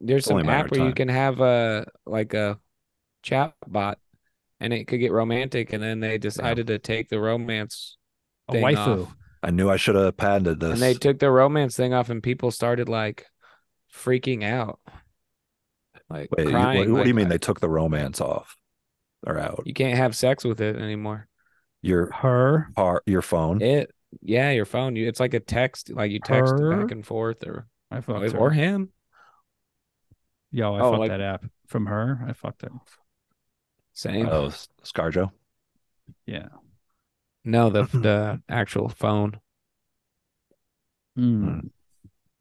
C: there's
B: It's only
C: some
B: a matter
C: app
B: of
C: where you
B: time.
C: can have a like a chat bot, and it could get romantic, and then they decided to take the romance
A: a
C: thing
A: waifu.
C: off.
B: I knew I should have patented this.
C: and they took the romance thing off, and people started like freaking out, like
B: Wait, you-
C: crying.
B: what, what do you
C: like,
B: mean they took the romance off or out?
C: You can't have sex with it anymore.
B: Your
A: Her.
B: par, your phone.
C: It, yeah, your phone. You, it's like a text. Like you text
A: Mm-hmm. Her?
C: back and forth, or
A: I fucked her.
C: or him.
A: Yo, I
C: Oh,
A: fucked
C: like-
A: that app from her. I fucked it.
C: Same.
B: Oh, S- ScarJo.
C: No,
A: (laughs)
C: the the actual phone. Hmm.
A: Mm.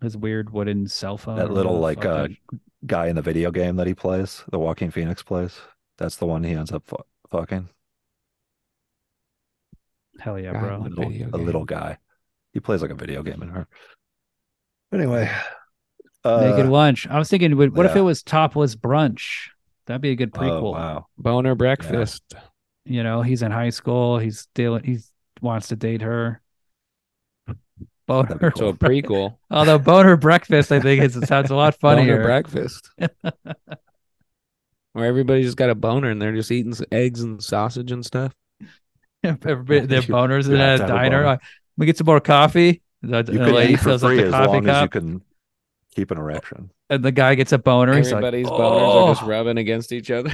A: His weird wooden cell phone.
B: That
A: or
B: little,
A: whatever the
B: like,
A: fuck
B: uh,
A: that-
B: Guy in the video game that he plays, the Walking Phoenix plays. That's the one he ends up fu- fucking.
A: hell yeah,
C: God,
B: A
A: bro.
C: the
B: little,
C: video
B: a
C: game.
B: little guy. He plays like a video game in her. Anyway, uh,
A: Naked lunch. I was thinking, what what if
B: yeah.
A: it was topless brunch? That'd be a good
B: oh,
A: prequel.
B: wow.
C: Boner breakfast.
A: you know he's in high school he's dealing he wants to date her boner
B: That'd be
C: So a prequel.
A: (laughs) although boner breakfast i think is it sounds a lot
B: (laughs)
C: Boner
A: funnier
C: breakfast. Where everybody just got a boner and they're just eating s- eggs and sausage and stuff.
A: (laughs) If everybody- their
B: (laughs) You-
A: boners
B: you
A: in
B: have
A: a
B: to have a
A: diner
B: boner.
A: like, we get some more coffee the,
B: You
A: the
B: can
A: lady
B: eat for
A: fills up
B: free
A: the
B: as
A: coffee
B: long as you
A: cup
B: can keep an erection.
A: and the guy gets a boner he's like,
C: Everybody's boners are just
A: "Oh,"
C: rubbing against each other.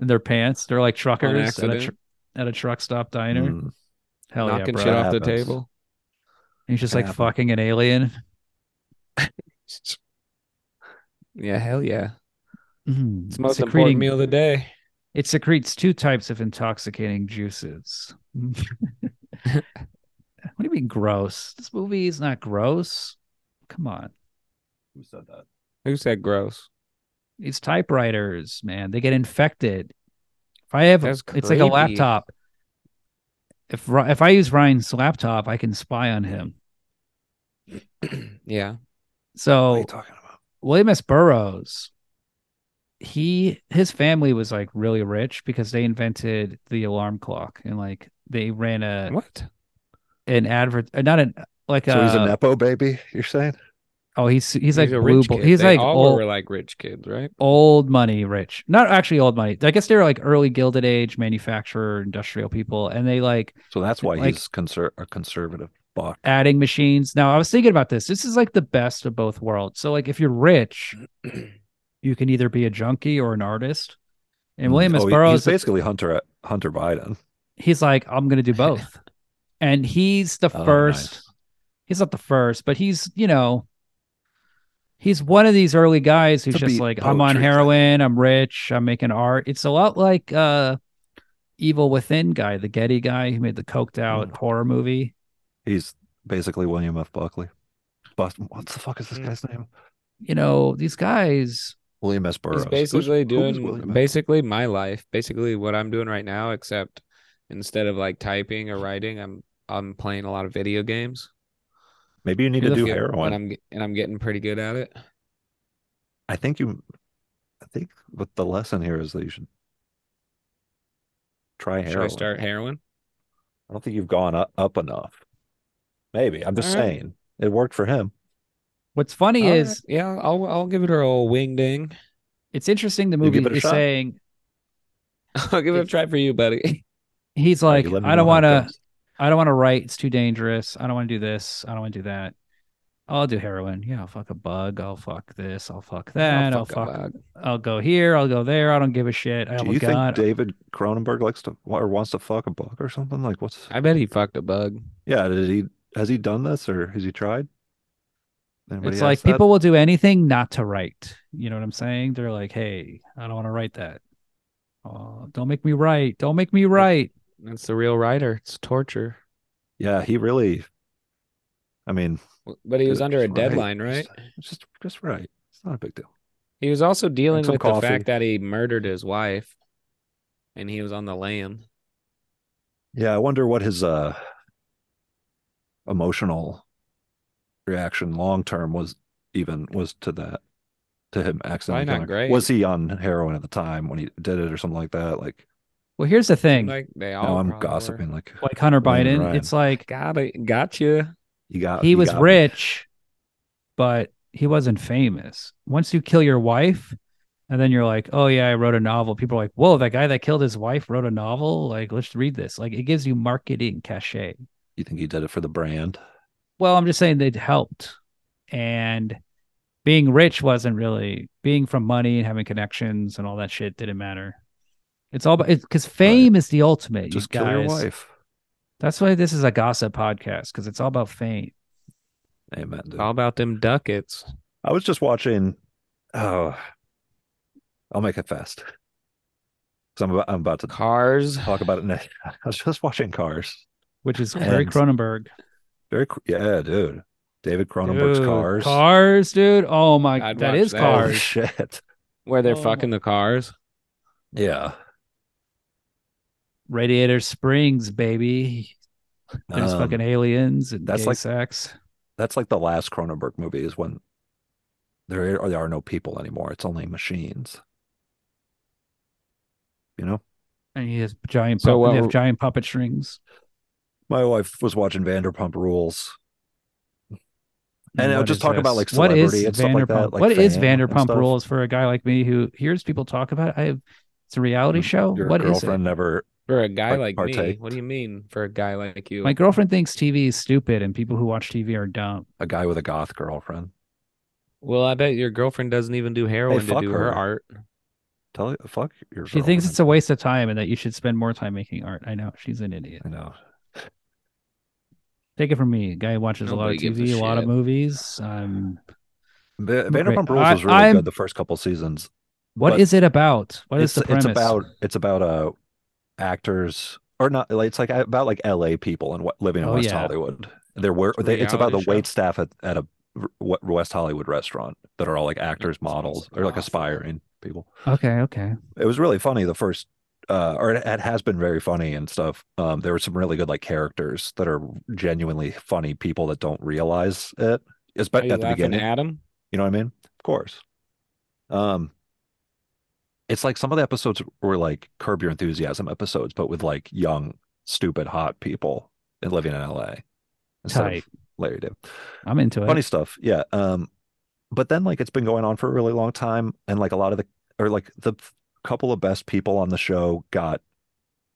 A: in their pants they're like truckers at a,
C: accident.
A: tr- at a truck stop diner
B: Mm.
A: (laughs) hell
C: knocking
A: yeah
C: shit
A: bro
C: off the
B: Happens.
C: table.
A: he's just
B: Can
A: like
B: happen.
A: fucking an alien
C: Yeah, hell yeah.
A: Mhm.
C: It's the most
A: secreting
C: important meal of the day.
A: It secretes two types of intoxicating
B: (laughs)
A: juices. what do you mean gross? This movie is not gross. Come on.
B: Who said that?
C: Who said gross? (clears throat)
A: These typewriters, man, they get infected. If I have
C: That's
A: it's like a
C: creepy.
A: laptop. If Ri- if I use Ryan's laptop, I can spy on him.
C: yeah.
B: What are
A: So
B: you talking about?
A: William S. Burroughs, he his family was like really rich because they invented the alarm clock and like they ran a
C: What?
A: an advert, uh, not an like
B: So he's a
A: a,
B: nepo baby. You're saying?
A: Oh, he's he's like
C: a
A: blue.
C: rich
A: Bull-
C: kid.
A: He's
C: They
A: like
C: all
A: old,
C: were like rich kids, right?
A: old money rich. Not actually old money. I guess they were like early Gilded Age manufacturer, industrial people, and they like
B: So that's why
A: Like-
B: he's conser- a conservative fuck.
A: adding machines. Now, I was thinking about this. This is like the best of both worlds. So, like, if you're
B: (clears throat)
A: rich, you can either be a junkie or an artist. And William S.
B: Oh, he-
A: Burroughs,
B: he's basically Hunter Hunter Biden.
A: he's like, I'm going to do
B: (laughs)
A: both. and he's the
B: Oh,
A: first,
B: nice.
A: he's not the first, but he's, you know, he's one of these early guys who's
B: To
A: just
B: be
A: like, I'm on
B: poetry.
A: heroin, I'm rich, I'm making art. It's a lot like uh Evil Within guy, the Getty guy who made the coked
B: Hmm.
A: out horror movie.
B: He's basically William F. Buckley. But what the fuck is this
C: Mm.
B: guy's name?
A: You know, these guys,
B: William S. Burroughs.
C: He's
B: Who's-
C: basically
B: who is
C: doing
B: William F.
C: basically my life, basically what I'm doing right now, except instead of like typing or writing, I'm I'm playing a lot of video games.
B: Maybe you need to
A: You're the
B: do
A: fu-
C: And
B: heroin.
C: I'm ge- and I'm getting pretty good at it.
B: I think you. I think what the lesson here is that you should try
C: Should I
B: heroin.
C: start heroin?
B: I don't think you've gone up, up enough. Maybe I'm just
C: All right.
B: saying it worked for him.
A: what's funny
C: All right,
A: is
C: Yeah, I'll I'll give it a old wing ding. (laughs)
A: it's interesting the
B: give
A: movie
B: it a
A: is
B: shot.
A: saying
C: I'll give it a try for you, buddy.
A: he's
B: All right,
A: like
B: you let me
A: i
B: know
A: don't
B: how it
A: want to
B: goes.
A: i don't want to write it's too dangerous i don't want to do this i don't want to do that i'll do heroin yeah i'll fuck a bug i'll fuck this i'll fuck that i'll
C: I'll
A: fuck,
C: fuck up.
A: i'll go here i'll go there i don't give a shit i have
B: Do
A: a
B: you
A: gun
B: think David Cronenberg likes to or wants to fuck a buck or something? Like what's?
C: I bet he fucked a bug.
B: Yeah, did he has he done this or has he tried? Anybody
A: it's like
B: asked that?
A: people will do anything not to write you know what i'm saying they're like hey i don't want to write that oh don't make me write don't make me write
C: That's the real writer. It's torture.
B: Yeah, he really. I mean,
C: W- But he was
B: Just
C: under a
B: right.
C: deadline, right?
B: it's just just right. It's not a big deal.
C: He was also dealing
B: some
C: with the
B: coffee.
C: fact that he murdered his wife, and he was on the lam.
B: Yeah, I wonder what his uh emotional reaction long term was even was to that to him accidentally.
C: not
B: killing her.
C: great.
B: Was he on heroin at the time when he did it or something like that? Like
A: well here's the thing like,
C: Like they all.
B: now I'm
C: Oh, probably were.
B: gossiping. Like
A: hunter
B: William
A: biden
B: Ryan.
A: it's like
C: Got it. Gotcha.
B: you got
A: he
B: Oh, you
A: was
B: got me.
A: rich, but he wasn't famous. Once you kill your wife, and then you're like, oh yeah, I wrote a novel. People are like, whoa, that guy that killed his wife wrote a novel. Like, let's read this. Like, it gives you marketing cachet.
B: You think he did it for the brand?
A: Well, I'm just saying they'd helped, and being rich wasn't really being from money and having connections and all that shit didn't matter. It's all about because fame is the ultimate. you
B: Just kill your
A: guys.
B: wife.
A: That's why this is a gossip podcast because it's all about fame.
B: Amen. dude.
C: All about them ducats.
B: I was just watching. Oh, I'll make it fast. So I'm about, I'm about to
C: Cars.
B: talk about it next. (laughs) I was just watching Cars.
A: Which is Barry
B: And-
A: Cronenberg.
B: Very, cr- yeah, dude. David Cronenberg's
A: Dude,
B: Cars.
A: Cars, dude. Oh my,
C: I'd
A: that
C: watch
A: is
C: that.
B: Holy
A: cars.
B: shit.
C: Where they're
A: Oh my-
C: fucking the cars.
B: Yeah.
A: Radiator Springs, baby. There's
B: Um,
A: fucking aliens and
B: that's
A: gay
B: like-
A: sex.
B: that's like the last Cronenberg movie is when there are, there are no people anymore. It's only machines. You know,
A: And he has giant.
C: So
A: puppet-
C: what
A: they have
C: were-
A: giant puppet strings.
B: my wife was watching Vanderpump Rules. And I'll
A: What
B: just
A: is
B: talk about,
A: this?
B: like,
A: what is
B: celebrity and stuff like
A: Vanderpump?
B: that, like
A: what is
B: fame and
A: Vanderpump
B: stuff.
A: Rules for a guy like me who hears people talk about? It? I have. It's a reality
B: Your-
A: show.
B: Your
A: Oh, What is it?
B: Mm, girlfriend never.
C: For a guy like
B: Like
C: me.
B: partake.
C: What do you mean for a guy like you?
A: My girlfriend thinks TV is stupid and people who watch TV are dumb.
B: A guy with a goth girlfriend.
C: well, I bet your girlfriend doesn't even do heroin to
B: fuck
C: do her,
B: her.
C: art.
B: Tell fuck your.
A: She thinks
B: girlfriend.
A: it's a waste of time and that you should spend more time making art. I know she's an idiot.
B: I know.
A: Take it from me, a guy who watches a lot of
C: Nobody gives a
A: TV, a, lot of
C: shit.
A: movies. Um,
B: Va-
A: Great.
B: Vanderpump
A: I-
B: Rules was really
A: I'm-
B: good the first couple seasons.
A: What is
B: But
A: it about? What is the
B: it's,
A: premise?
B: It's about it's about uh actors or not. Like, it's like uh, about like L.A. people and what living in
A: Oh,
B: West
A: yeah.
B: Hollywood. They're where
C: a
B: they, it's about the
C: reality show.
B: wait staff at at a r- w- West Hollywood restaurant that are all like actors,
C: sounds
B: models, or like
C: awful.
B: aspiring people.
A: Okay, okay.
B: it was really funny the first uh or it, it has been very funny and stuff um there were some really good like characters that are genuinely funny people that don't realize it
C: Are
B: especially
C: you
B: at the
C: laughing
B: beginning
C: at him?
B: you know what i mean of course um it's like some of the episodes were like curb your enthusiasm episodes but with like young stupid hot people and living in la instead
A: Tight.
B: of larry did
A: I'm into it.
B: funny stuff yeah um but then like it's been going on for a really long time and like a lot of the or like the f- couple of best people on the show got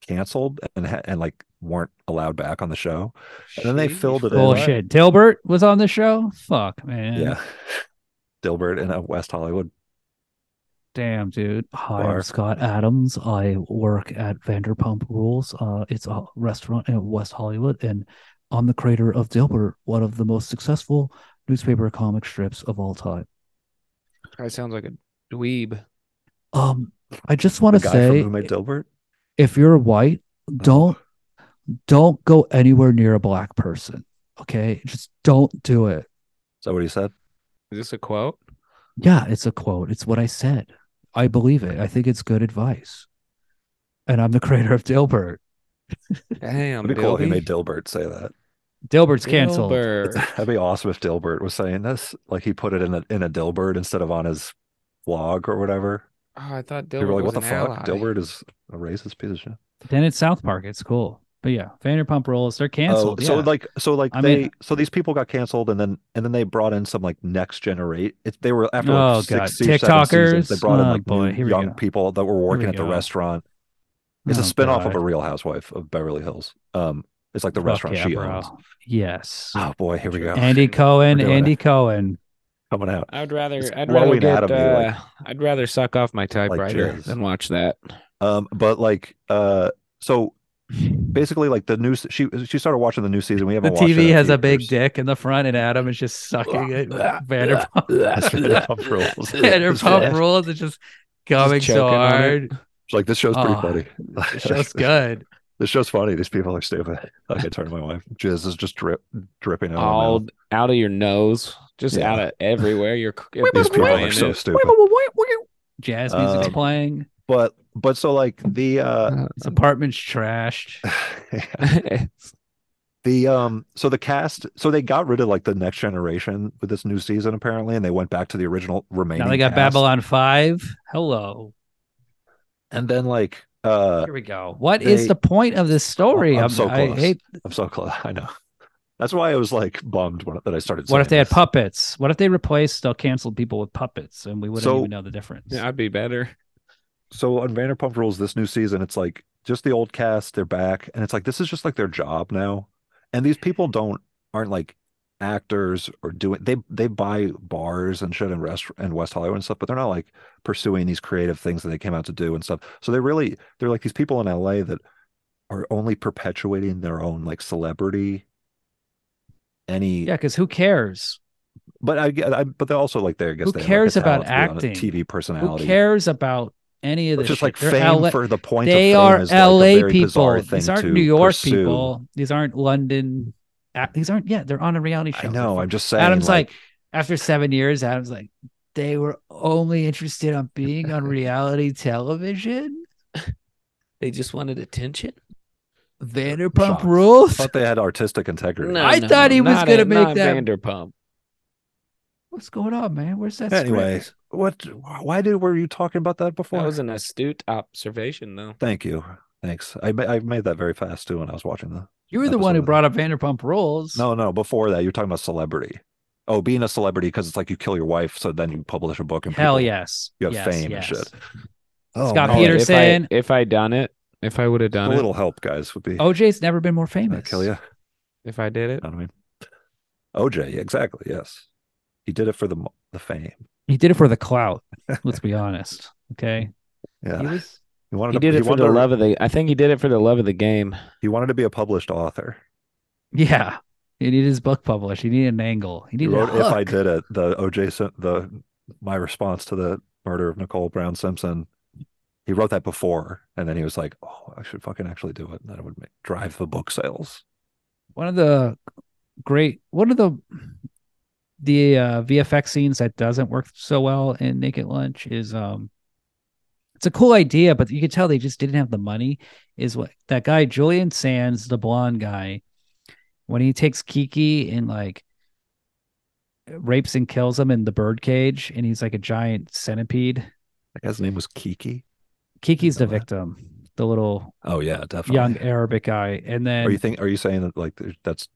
B: canceled and ha- and like weren't allowed back on the show and then they
C: Sheesh.
B: filled it in.
A: Bullshit. Dilbert was on the show. Fuck, man.
B: yeah (laughs) dilbert in a west hollywood
A: Damn, dude. Hi,
B: Bar.
A: I'm Scott Adams. I work at Vanderpump Rules. Uh, it's a restaurant in West Hollywood, and I'm the creator of Dilbert, one of the most successful newspaper comic strips of all time.
C: Guy sounds like a dweeb.
A: Um, I just want
B: the
A: to
B: guy
A: say,
B: from who made dilbert
A: if you're white, don't don't go anywhere near a black person. Okay, just don't do it.
B: is that what he said
C: Is this a quote?
A: Yeah, it's a quote. It's what I said. I believe it. I think it's good advice. And I'm the creator of Dilbert.
C: Damn,
B: That'd be cool if he
C: Dilby.
B: made Dilbert say that.
A: Dilbert's canceled.
C: Dilbert.
B: That'd be awesome if Dilbert was saying this. Like he put it in a in a Dilbert instead of on his vlog or whatever.
C: Oh, I thought
B: People
C: Dilbert
B: were like,
C: was
B: "What the
C: an
B: fuck?
C: ally.
B: Dilbert is a racist piece of shit."
A: Then it's South Park. It's cool. But yeah, Vanderpump Rules, they're canceled.
B: Oh, so
A: yeah.
B: like, so like
A: I
B: they,
A: mean-
B: so these people got canceled, and then and then they brought in some like next generation. It, they were after
A: Oh,
B: like six
A: God.
B: se- seven seasons, they
A: TikTokers?
B: brought in
A: Oh,
B: like
A: boy.
B: new
A: Here we
B: young
A: go.
B: people that were working
A: we
B: at the
A: go.
B: restaurant. It's a
A: Oh,
B: spin off
A: God.
B: of a Real Housewife of Beverly Hills. Um, it's like the
A: Fuck
B: restaurant
A: yeah,
B: she
A: bro.
B: owns.
A: Yes.
B: Oh boy, here we go,
A: Andy Cohen,
B: We're doing
A: Andy Cohen.
B: coming out.
C: I would rather.
B: It's
C: I'd rather
B: growing out
C: get.
B: of me,
C: uh,
B: like-
C: I'd rather suck off my typewriter
B: jizz.
C: than watch that.
B: Um, but like, uh, so basically, like the new se- she she started watching the new season. We
A: The
B: haven't watched it
A: TV
B: in
A: has a big
B: theaters.
A: dick in the front, and Adam is
B: (laughs)
A: just sucking it. Vanderpump, (laughs)
B: That's Vanderpump Rules. (laughs)
A: Vanderpump Rules is just coming
C: Just
A: so
C: choking on
A: hard.
B: She's like this show's pretty
A: Oh,
B: funny.
A: The
B: (laughs)
A: show's good.
B: This show's funny. These people are stupid. Like I turned to my wife. Jizz is just drip dripping out. of my
C: All
B: mouth.
C: out of your nose, just
B: Yeah.
C: out of everywhere. You're. you're
B: (laughs) These people
C: crying
B: are so
C: it.
B: stupid.
A: Jazz music's
B: Um,
A: playing.
B: But but so like the uh (laughs)
A: His
C: (laughs)
A: apartment's trashed.
B: the um so the cast so they got rid of like the next generation with this new season apparently and they went back to the original remaining
A: Now they got
B: cast.
A: Babylon 5. Hello.
B: and then like uh
A: Here we go. What is
B: They-
A: the point of this story?
B: I'm so
A: I
B: close.
A: hate
B: I'm so close (laughs) I know that's why I was like bummed when, that I started
A: What if they
B: saying
A: had
B: this.
A: puppets? What if they replaced the canceled people with puppets and we wouldn't
B: So-
A: even know the difference?
C: Yeah, I'd be better.
B: so on Vanderpump Rules this new season, it's like just the old cast, they're back, and it's like this is just like their job now. And these people don't aren't like actors or doing they they buy bars and shit in rest and West Hollywood and stuff, but they're not like pursuing these creative things that they came out to do and stuff. So they really they're like these people in LA that are only perpetuating their own like celebrity any
A: Yeah, because who cares?
B: but I, get- I but they're also like they I guess
A: Who
B: they have, like, a
A: cares about
B: talent to be on a
A: acting?
B: TV
A: Who
B: personality
A: cares about any of
B: it's
A: this?
B: just
A: shit? They're
B: like fame
A: LA
B: for the point of
A: they
B: fame
A: are
B: is like, a
A: LA
B: very
A: people.
B: bizarre thing
A: These aren't
B: to
A: New York
B: pursue.
A: people. These aren't London. act- These aren't. Yeah, they're on a reality show.
B: I know. I'm just saying.
A: Adam's like, after seven years, Adam's like, they were only interested on being on reality television.
C: They just wanted attention.
A: Vanderpump
B: Shots. I
A: Rules.
B: thought they had artistic integrity.
A: I thought he was
C: not
A: gonna
C: at-
A: make
C: not
A: that-
C: Vanderpump.
A: What's going on, man? Where's that?
B: Anyway,
A: script?
B: what? Why did were you talking about that before?
C: That was an astute observation, though.
B: Thank you. Thanks. I ma- I made that very fast too when I was watching the.
A: you were the one who
B: episode.
A: brought up Vanderpump Rules.
B: No, no. Before that, you're talking about celebrity. Oh, being a celebrity because it's like you kill your wife, so then you publish a book and
A: Hell
B: people-
A: yes.
B: you have
A: yes,
B: fame and
A: yes.
B: shit. Oh,
A: Scott
B: man.
C: All right, if I-
A: Peterson.
C: If I done it, if I would have
B: A
C: done it,
B: little help, guys, would be.
A: OJ's never been more
B: I'd
A: famous.
B: kill you.
C: if I did it,
B: know what I mean? OJ, exactly. Yes, he did it for the mo- the fame.
A: He did it for the
B: (laughs)
A: clout. Let's be honest. Okay.
B: Yeah,
A: He was
B: He wanted
C: he
B: to,
C: did
B: he
C: it for
B: wanted
C: the
B: to-
C: love of the. I think he did it for the love of the game.
B: He wanted to be a published author.
A: yeah. He needed his book published. He needed an angle. He
B: He
A: needed
B: wrote
A: a
B: "If I
A: hook.
B: Did It," the OJ, Sim- the my response to the murder of Nicole Brown Simpson. He wrote that before, and then he was like, "Oh, I should fucking actually do it." And that would make, drive the book sales.
A: one of the great one of the the uh, VFX scenes that doesn't work so well in Naked Lunch is um it's a cool idea, but you could tell they just didn't have the money. Is what that guy Julian Sands, the blonde guy, when he takes Kiki and like rapes and kills him in the birdcage, and he's like a giant centipede.
B: That guy's name was Kiki.
A: Kiki's the
B: Know that.
A: victim, the little
B: Oh yeah, definitely.
A: young Arabic guy, and then
B: Are Oh, you think? Are you saying that like there- that's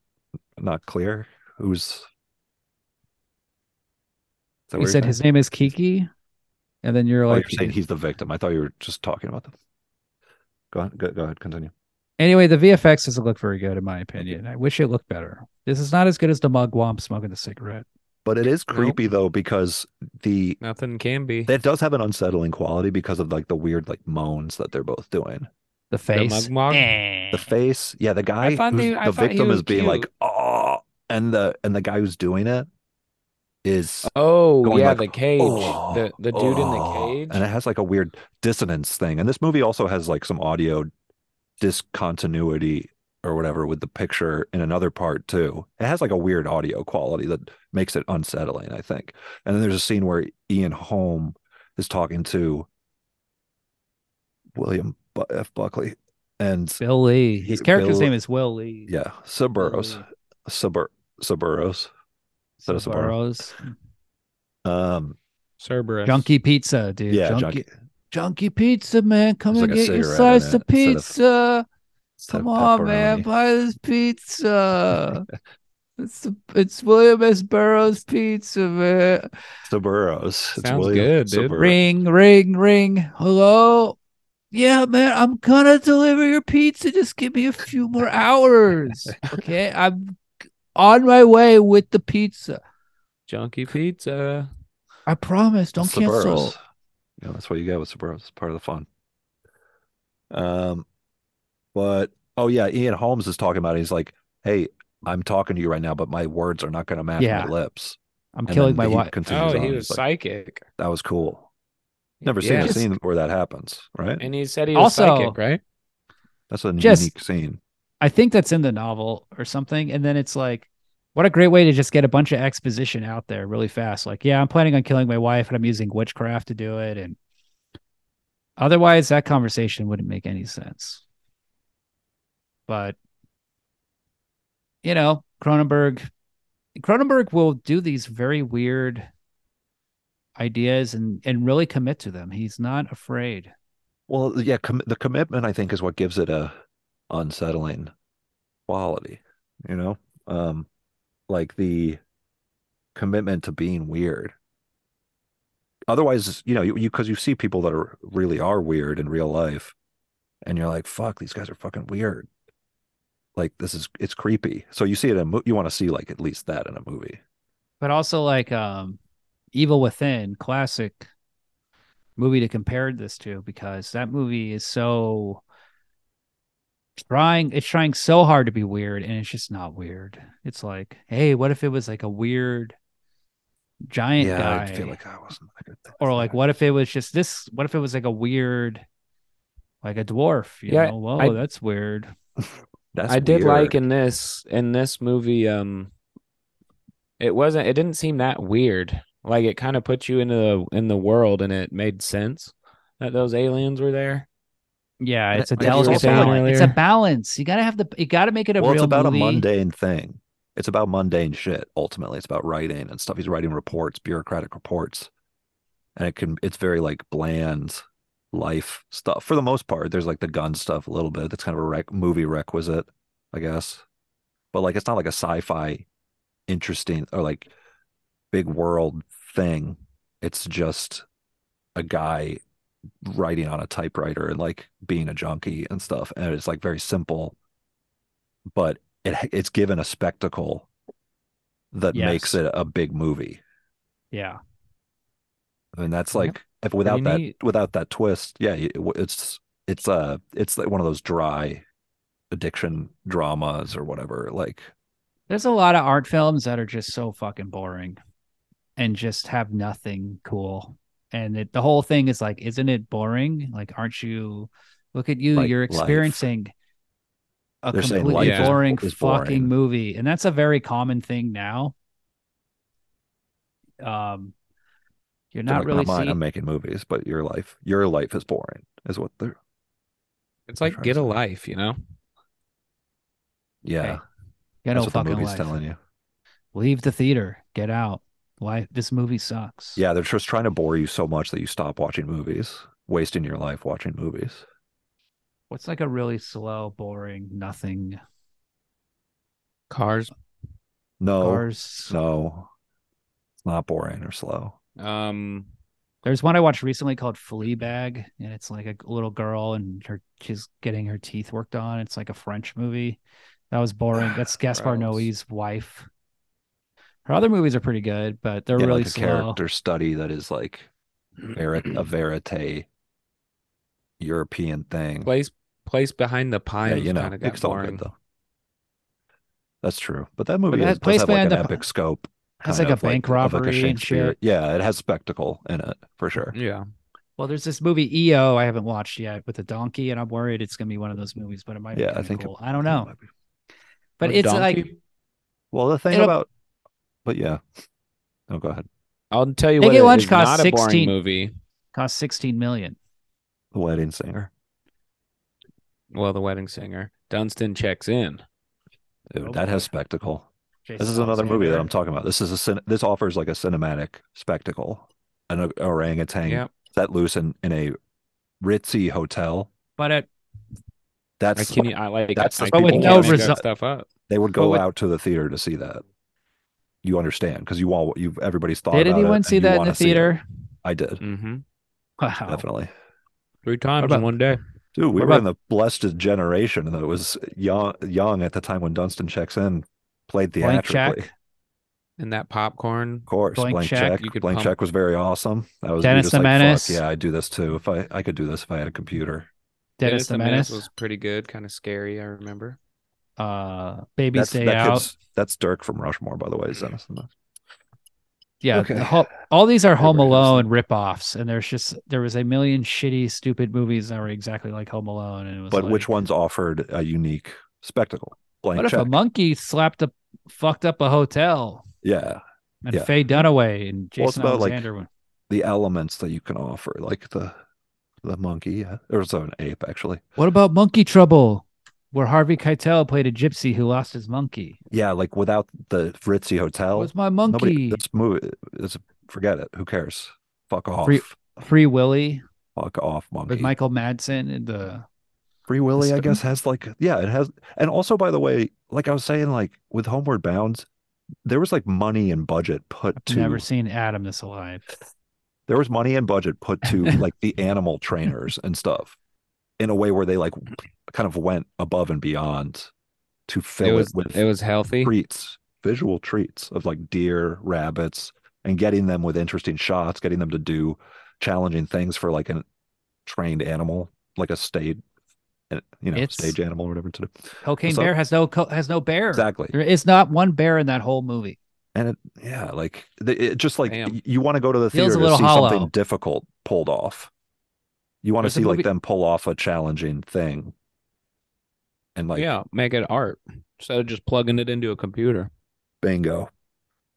B: not clear? Who's that what
A: you
B: you're
A: said
B: saying?
A: his name is Kiki, and then you're
B: Oh,
A: like,
B: you're saying he's the victim. I thought you were just talking about the. Go on. Go, go ahead. Continue.
A: anyway, the VFX doesn't look very good in my opinion. I wish it looked better. This is not as good as the mugwump smoking the cigarette.
B: But it is
C: Nope.
B: creepy though because the
C: Nothing can be.
B: that does have an unsettling quality because of like the weird like moans that they're both doing.
A: The
C: The
A: face.
C: mugwump?
B: The face, yeah, the guy
C: thought
B: who's-
C: they- I
B: the
C: thought he
B: victim
C: was
B: is being like,
C: cute.
B: oh, and the and the guy who's doing it is
C: Oh
B: going
C: yeah,
B: like,
C: the cage.
B: "Oh,
C: the the dude
B: oh,"
C: in the
B: and
C: cage.
B: it has like a weird dissonance thing. And this movie also has like some audio discontinuity or whatever with the picture in another part too. It has like a weird audio quality that makes it unsettling, I think. And then there's a scene where Ian Holm is talking to William Bu- F. Buckley, and
A: Bill Lee. His
B: Bill-
A: character's name is Will Lee.
B: yeah, Suburros, Subur Suburros. Is that a Suburro?
A: Burrows.
B: Um,
C: Cerberus.
A: Junkie pizza, dude.
B: yeah,
A: junkie,
B: junkie.
A: junkie pizza, man. Come
B: There's
A: and
B: like a
A: get your
B: cigarette in
A: slice
B: it
A: of
B: instead of-
A: pizza.
B: instead of
A: Come on, man.
B: pepperoni.
A: Buy this pizza.
B: (laughs)
A: it's it's William S. Burroughs Pizza, man.
B: Suburros. It's
C: Sounds
B: William
C: good, dude.
B: Suburros.
A: Ring, ring, ring. Hello. Yeah, man, I'm gonna deliver your pizza. Just give me a few more hours.
B: (laughs)
A: Okay. I'm on my way with the pizza.
C: Junkie pizza.
A: I promise. Don't
B: Suburros.
A: cancel.
B: Yeah, that's what you get with Suburros. It's part of the fun. Um, but oh yeah, Ian Holmes is talking about. It. He's like, "Hey, I'm talking to you right now, but my words are not going to match
A: Yeah.
B: my lips."
A: I'm
B: And
A: killing my
B: then he
A: wife.
B: continues
C: Oh,
B: on.
C: he
B: He's
C: was
B: like,
C: psychic.
B: that was cool. Never seen
C: Yeah.
B: a scene where that happens, right?
C: And he said he was
A: Also-
C: psychic, right?
B: That's a
A: Just-
B: unique scene.
A: I think that's in the novel or something. And then it's like, what a great way to just get a bunch of exposition out there really fast. Like, yeah, I'm planning on killing my wife and I'm using witchcraft to do it. And otherwise, that conversation wouldn't make any sense. But, you know, Cronenberg, Cronenberg will do these very weird ideas and, and really commit to them. He's not afraid.
B: Well, yeah, com- the commitment I think is what gives it a unsettling quality, you know? Um like the commitment to being weird. Otherwise, you know, you, you cuz you see people that are really are weird in real life and you're like, "Fuck, these guys are fucking weird." Like this is it's creepy. So you see it in a mo- you want to see like at least that in a movie.
A: but also like um evil within classic movie to compare this to because that movie is so trying it's trying so hard to be weird and it's just not weird it's like hey what if it was like a weird giant
B: yeah,
A: guy
B: I feel like that wasn't like a
A: or like what if it was just this what if it was like a weird like a dwarf you
C: Yeah,
A: know whoa
C: I-
A: that's weird
B: That's
C: I did like
B: weird.
C: in this in this movie. Um, it wasn't. It didn't seem that weird. Like it kind of put you into the in the world, and it made sense that those aliens were there.
A: yeah
B: Like
A: it's a
B: you were
A: delicate
B: saying
A: balance it's a
C: earlier.
A: balance you gotta have the you gotta make it a
B: well,
A: real
B: it's about
A: movie.
B: a mundane thing. It's about mundane shit. Ultimately, it's about writing and stuff. He's writing reports, bureaucratic reports, and it can. It's very like bland life stuff for the most part. There's like the gun stuff a little bit. That's kind of a rec- movie requisite, I guess. But like, it's not like a sci-fi interesting or like big world thing. It's just a guy writing on a typewriter and like being a junkie and stuff. And it's like very simple but it it's given a spectacle that makes
A: Yes.
B: it a big movie.
A: yeah
B: And that's
C: Yeah.
B: like if without that
C: neat.
B: without that twist, yeah, it, it's it's uh it's like one of those dry addiction dramas or whatever. Like
A: There's a lot of art films that are just so fucking boring and just have nothing cool. And it, the whole thing is like, isn't it boring? Like, aren't you, look at you,
B: Like
A: you're
B: life.
A: experiencing a
B: They're saying
A: completely
C: life is-
A: boring
B: is boring.
A: fucking movie. And that's a very common thing now. Um, you're
B: they're
A: not
B: like,
A: really
B: mine,
A: seeing,
B: I'm making movies, but your life your life is boring is what they're
C: It's like
B: Interesting.
C: get a life, you know.
B: yeah.
A: Hey, get
B: that's
A: no
B: what the
A: fucking
B: movie's
A: life.
B: telling you.
A: Leave the theater, get out. Why this movie sucks.
B: Yeah, they're just trying to bore you so much that you stop watching movies, wasting your life watching movies.
A: What's like a really slow, boring, nothing
C: Cars.
B: No,
A: cars?
B: no, not boring or slow.
C: Um,
A: There's one I watched recently called Fleabag, and it's like a little girl and her she's getting her teeth worked on. It's like a French movie. That was boring.
B: (sighs)
A: That's Gaspar
C: Gross.
A: Noé's wife. Her other movies are pretty good, but they're
B: yeah,
A: really
B: like a
A: slow.
B: character study that is like veri- (clears throat) a verite European thing.
C: place place behind the
B: yeah,
C: pines
B: you know,
C: kind of got
B: it's all
C: boring.
B: good though. That's true, but that movie
A: it has-
B: is, does have like
A: Placement
B: an
A: of-
B: epic scope.
A: Has
B: kind
A: like a
B: of,
A: bank
B: of,
A: robbery and
B: Shakespeare-
A: shit.
B: Yeah, it has spectacle in it for sure.
C: Yeah,
A: Well, there's this movie EO I haven't watched yet with a donkey, and I'm worried it's gonna be one of those movies, but it might. be
B: Yeah, I
A: I
B: think
A: think
B: it-
A: cool. I don't know,
B: Might be-
A: but
C: With
A: it's like
C: Donkey?
B: Well, the thing
A: It'll-
B: about, but yeah. Oh, go ahead.
C: I'll tell you
A: Naked
C: what. it
A: Lunch
C: is
A: costs
C: not a boring
A: 16
C: movie.
A: cost 16 million.
B: The Wedding Singer.
C: Well, The Wedding Singer. Dunstan checks in.
B: Dude,
A: Oh,
B: that has
A: boy.
B: spectacle.
A: Jason
B: This is another movie that
A: Alexander.
B: I'm talking about. This is a cin- this offers like a cinematic spectacle. An o- orangutan
C: Yep.
B: set loose in, in a ritzy hotel.
A: But uh, at
C: I
B: That's
C: can. you- I like.
B: that's
C: I
B: the- But with
C: can
B: no
C: make that
A: result-
C: stuff up.
B: they would go
A: but with-
B: out to the theater to see that. You understand because you all you everybody's thought.
A: did
B: about it
A: anyone
B: and
A: see
B: you
A: that in
B: wanna
A: the
B: see it.
A: theater?
B: I did
C: hmm
A: Wow.
B: definitely.
C: Three times
A: about-
C: in one day.
B: Dude, we
A: What
B: were in the blessed generation that was young young at the time when Dunstan checks in played
A: Blank
B: theatrically.
A: check.
C: And that popcorn.
B: Of course,
A: Blank
B: blank,
A: Check.
B: check.
C: You could
B: Blank
C: pump-
B: check was very awesome. That was
A: Dennis
B: just
A: the
B: like,
A: Menace.
B: Fuck, yeah, I do this too. If I I could do this if I had a computer.
A: Dennis, the Menace,
C: was pretty good. Kind of scary. I remember.
A: uh, Baby's
B: That's
A: Day
B: that
A: Out.
B: kid's- that's Dirk from Rushmore, by the way. Is Dennis the Menace.
A: Yeah,
B: okay.
A: the whole- all these are Home
B: Everybody knows
A: Alone ripoffs, and there's just there was a million shitty, stupid movies that were exactly like Home Alone, and it was.
B: But which
A: like,
B: ones offered a unique spectacle? Blank
A: What if
B: check.
A: a monkey slapped a fucked up a hotel
B: yeah,
A: and
B: Yeah.
A: Faye Dunaway and
B: Well, it's
A: Jason
B: about, like,
A: Alexander? went-
B: the elements that you can offer, like the the monkey, yeah. or so an ape actually.
A: what about Monkey Trouble, where Harvey Keitel played a gypsy who lost his monkey?
B: Yeah, like without the ritzy hotel,
A: Where's my monkey?
B: nobody. This movie, this, forget it. Who cares? Fuck off.
A: Free- Free Willy
B: Fuck off, monkey.
A: with Michael Madsen and the
B: Free Willy, I
A: Sp-
B: guess, has like yeah, it has. And also, by the way, like I was saying, like with Homeward Bound, there was like money and budget put
A: I've
B: to
A: never seen Adam this alive.
B: there was money and budget put
C: (laughs)
B: to like the animal trainers and stuff in a way where they like kind of went above and beyond to fill
C: It
B: it,
C: was.
B: with
C: It was healthy.
B: treats, visual treats of like deer, rabbits, and getting them with interesting shots, getting them to do challenging things for like a trained animal, like a stage, eh, you know,
A: It's-
B: stage animal or whatever to do.
A: Cocaine
B: So-
A: Bear has no co- has no bear.
B: Exactly.
A: There is not one bear in that whole movie.
B: And it, yeah, like the- it just like
C: Damn.
B: y- you want to go to the
A: Feels
B: theater
A: a
B: to
A: little
B: see
A: hollow.
B: something difficult pulled off. You want to
A: There's a
B: see
A: movie-
B: like them pull off a challenging thing. And like
C: yeah, make it art instead of just plugging it into a computer.
B: bingo,